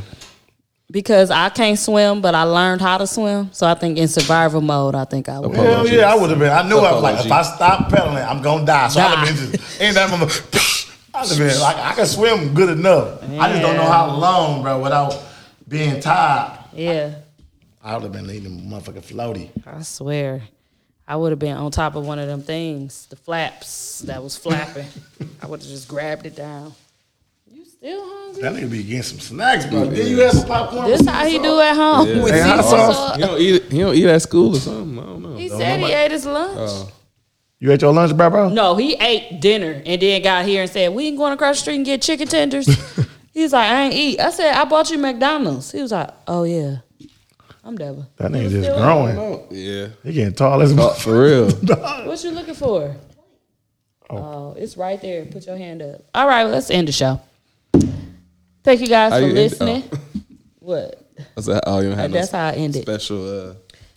because I can't swim, but I learned how to swim. So I think in survival mode, I think I would. Okay. Hell yeah, I would have been. I knew I was like, Apology. if I stop pedaling, I'm gonna die. So I'd have been just in that moment. I'd have been like, I can swim good enough. I just don't know Yeah. how long, bro, without being tired. Yeah, I would have been eating motherfucking floaty. I swear, I would have been on top of one of them things, the flaps that was flapping. I would have just grabbed it down. You still hungry? That nigga be getting some snacks, bro. Did you have some popcorn? This how he do at home. with Hey, hot Caesar sauce. sauce. Oh, He don't eat. He don't eat at school or something. I don't Uh, know. He said he ate his lunch. You ate your lunch, bro, bro? No, he ate dinner and then got here and said, We ain't going across the street and get chicken tenders. He's like, I ain't eat. I said, I bought you McDonald's. He was like, Oh yeah. I'm Deva. That nigga just growing. Oh, yeah, He getting tall as oh, fuck. for real. What you looking for? Oh. it's right there. Put your hand up. All right, well, let's end the show. Thank you guys How for you end- oh. listening. What? That's how oh, you don't have no That's how I end it. special. Uh,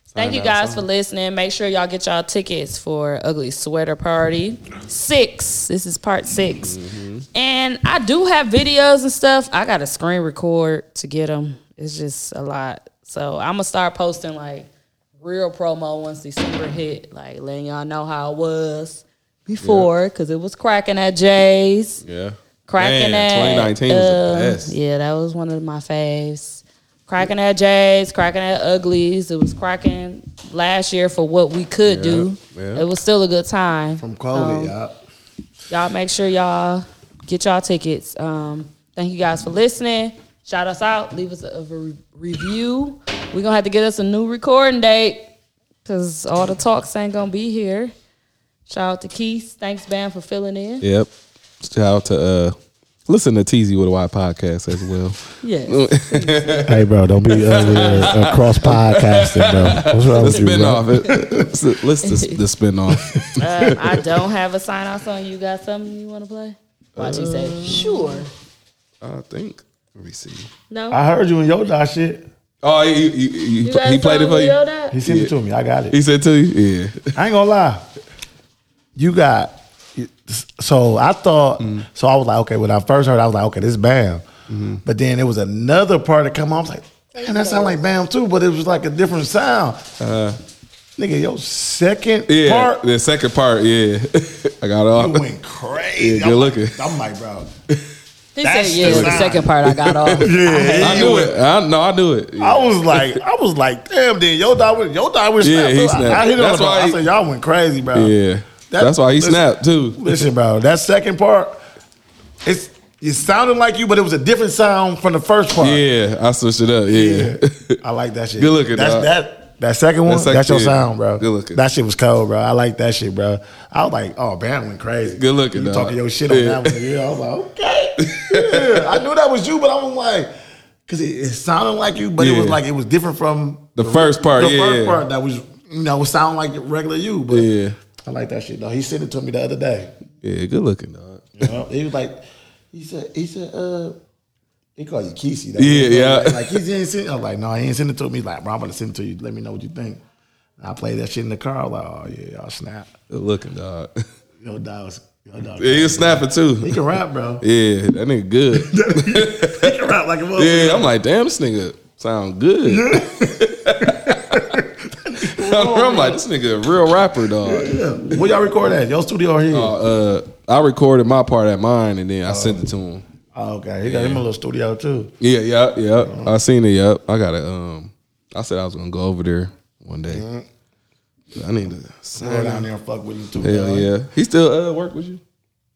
Thank you timeout guys for song. listening. Make sure y'all get y'all tickets for Ugly Sweater Party six. This is part 6 and I do have videos and stuff. I got to screen record to get them. It's just a lot, so I'm gonna start posting like real promo once December hit, like letting y'all know how it was before, cause it was cracking at Jay's, Yeah. cracking Man, at 2019 was the uh, best. Yeah, that was one of my faves. Cracking at J's, cracking at Uglies. It was cracking last year for what we could do. yeah. It was still a good time. From COVID, Um, y'all. Y'all make sure y'all get y'all tickets. Um, thank you guys for listening. Shout us out. Leave us a, a re- review. We're gonna have to get us a new recording date because all the talks ain't gonna be here. Shout out to Keith. Thanks, Bam, for filling in. Yep. Shout out to uh, listen to TZ with a Y podcast as well. Yes. Hey, bro, don't be ugly or, or cross podcasting, bro. What's The wrong with you, bro? spinoff. Let's the, the spinoff. Um, I don't have a sign off song. You got something you want to play? Watch you say sure. I think. Let me see. No, I heard you in your dog shit. Oh, he, he, he, you got he played it something for we you. yelled at? He sent it to me. I got it. He said to you, yeah. I ain't gonna lie. You got so I thought so I was like, okay, when I first heard, I was like, okay, this is Bam. But then it was another part that come on. I was like, man, that sound like Bam too, but it was like a different sound. Nigga, your second Uh, Yeah, part the second part, yeah. I got it off. went crazy. Yeah, I'm good like- looking. I'm like, bro. He That's said yeah. the The sign. second part I got off. Yeah. I knew it. I, no, I knew it. Yeah. I was like, I was like, damn, then your dog was your dog was Yeah, snapped. he So I- I snapped. hit him on That's the why I he- said, y'all went crazy, bro. yeah. That- That's why he listen- snapped too. Listen, bro, that second part, it's it sounded like you, but it was a different sound from the first part. Yeah, I switched it up. Yeah. I like that shit. Good looking, That's dog. that that second one, That's like- that's, your yeah. sound, bro. Good looking. That shit was cold, bro. I like that shit, bro. I was like, oh, Bam went crazy. Good looking, You dog. talking your shit on Yeah. that one. Yeah, I was like, okay. Yeah. I knew that was you, but I was like, because it, it sounded like you, but it was Yeah. like it was different from The first part, The yeah, first yeah. part that was you know it sounded like regular you, but Yeah. I like that shit though. He sent it to me the other day. Yeah, good looking, dog. He was like, he said, he said, uh, he called you Kesey. That Yeah, yeah. Like, like, he didn't send. I was like, no, he ain't send it to me. He's like, bro, I'm gonna send it to you. Let me know what you think. And I played that shit in the car. I was like, oh yeah, y'all snap. Good looking, dog. Yo, dog, was- yo, dog. Yeah, he was snapping too. He can rap, bro. Yeah, that nigga good. he can rap like a motherfucker. Yeah, I'm like, damn, this nigga sound good. I'm like, this nigga a real rapper, dog. Yeah. Where y'all record at? Your studio or here? Uh, I recorded my part at mine, and then I sent it to him. Oh, okay. He got him a little studio too. Yeah, yeah, yeah. I seen it. Yep. I got to Um, I said I was gonna go over there one day. I need to Go sign out. down there and fuck with him too. Hell dog. yeah. He still uh work with you?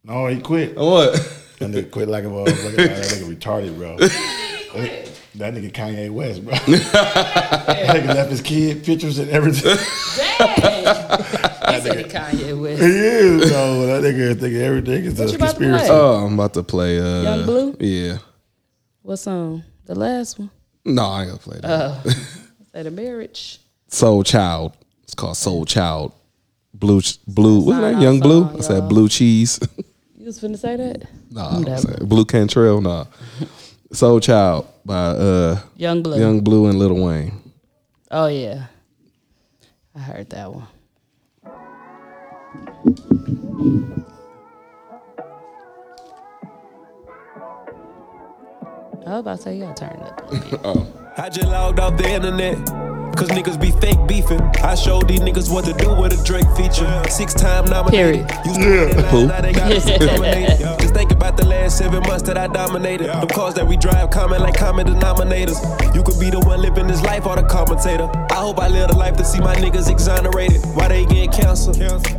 No, he quit. Or What? That nigga quit like a motherfucker. That nigga retarded, bro. That- That nigga Kanye West, bro. that nigga left his kid pictures and everything. Dang. He said Kanye West. he is, though. That nigga think everything is a What you about to conspiracy. play? Oh, I'm about to play uh Young Blue? Yeah. What song? The last one. No, I ain't gonna play that. Uh. At a marriage. Soul Child. It's called Soul Child. Blue ch- blue what's Sign that? off Young Blue? song, I said y'all. blue cheese. You was finna say that? nah, I Whatever. was saying Blue Cantrell, nah. Soul Child by uh Young Blue. Young Blue and Lil Wayne. Oh yeah. I heard that one. I was about to say y'all turn it up. Oh. I just logged off the internet. Cause niggas be fake beefing. I showed these niggas what to do with a Drake feature. Six time nominated. Period. Used to yeah. Who? Now they got us dominated. Just think about the last seven months that I dominated. The cars that we drive common like common denominators. You could be the one living this life or the commentator. I hope I live the life to see my niggas exonerated. Why they getting cancer?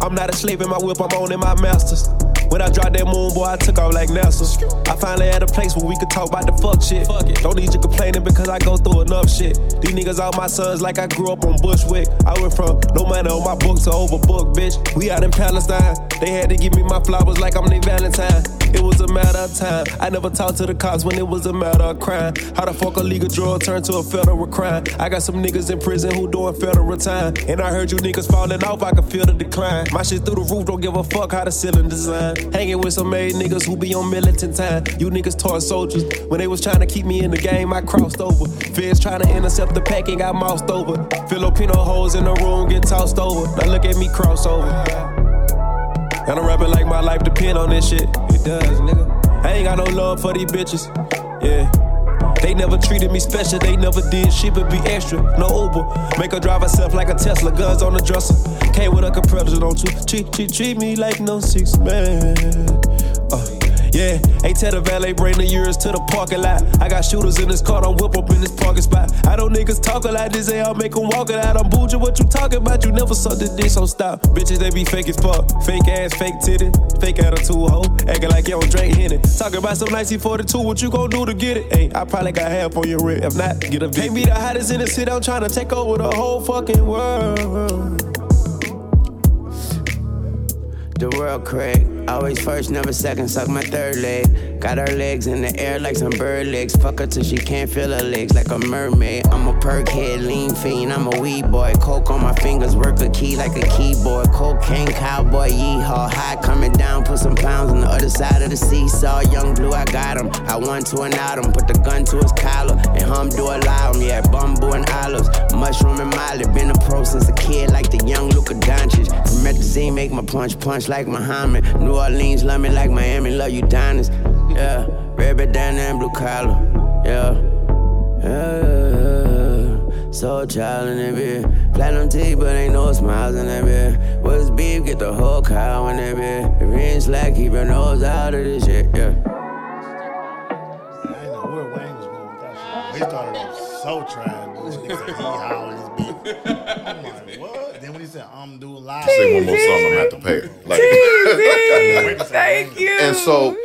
I'm not a slave in my whip, I'm owning my masters. When I dropped that moon, boy, I took off like NASA. I finally had a place where we could talk about the fuck shit. Don't need you complaining because I go through enough shit. These niggas all my sons like I grew up on Bushwick. I went from no money on my books to overbooked, bitch. We out in Palestine. They had to give me my flowers like I'm their Valentine. It was a matter of time. I never talked to the cops when it was a matter of crime. How the fuck a legal drug turned to a federal crime? I got some niggas in prison who doing federal time. And I heard you niggas falling off, I can feel the decline. My shit through the roof, don't give a fuck how the ceiling design. Hanging with some married niggas who be on militant time. You niggas taught soldiers. When they was trying to keep me in the game, I crossed over. Feds trying to intercept the pack and got moused over. Filipino hoes in the room get tossed over. Now look at me cross over. And I'm rapping like my life depend on this shit. It does, nigga. I ain't got no love for these bitches. Yeah. They never treated me special, they never did shit but be extra. No Uber, make her drive herself like a Tesla, guns on the dresser. Came with a compression on two. Treat, treat, treat E, me like no six man. Uh, yeah, hey, tell the valet bring the years to the parking lot. I got shooters in this car, don't whip up in this parking spot. I don't niggas talk a lot, this I'll make 'em walk it out. I'm bougie, what you talking about? You never sucked this dick, so stop. Bitches, they be fake as fuck. Fake ass, fake titty, fake attitude, hoe. Acting like you don't drink Henny. Talking about some 1942, what you gon' do to get it? Hey, I probably got half on your rib, if not, get a Pay me the hottest in the city, I'm trying to take over the whole fucking world. The world crack, always first, never second, suck my third leg. Got her legs in the air like some bird legs. Fuck her till she can't feel her legs like a mermaid. I'm a perk head, lean fiend, I'm a weed boy. Coke on my fingers, work a key like a keyboard. Cocaine cowboy, yeehaw. High coming down, put some pounds on the other side of the seesaw. Young blue, I got him. I want to and out him, put the gun to his collar. And hum do allow him, yeah, bumble and olives. Mushroom and molly, been a pro since a kid like the young Luka Doncic. From Metazine, make my punch punch like Muhammad. New Orleans, love me like Miami, love you Donis. Yeah, red bandana and blue collar. Yeah. Yeah. So child in that bit. Platinum teeth, but ain't no smiles in that bit. What's beef? Get the whole cow in that bit. If he ain't slack, keep your nose out of this shit. Yeah. I didn't know where Wayne was going with that shit. They started off so trying. This nigga said he howling his beat. I'm like, what? Then when he said, I'm do live. Say one more song, I'm gonna have to pay it. Like, Thank you. and so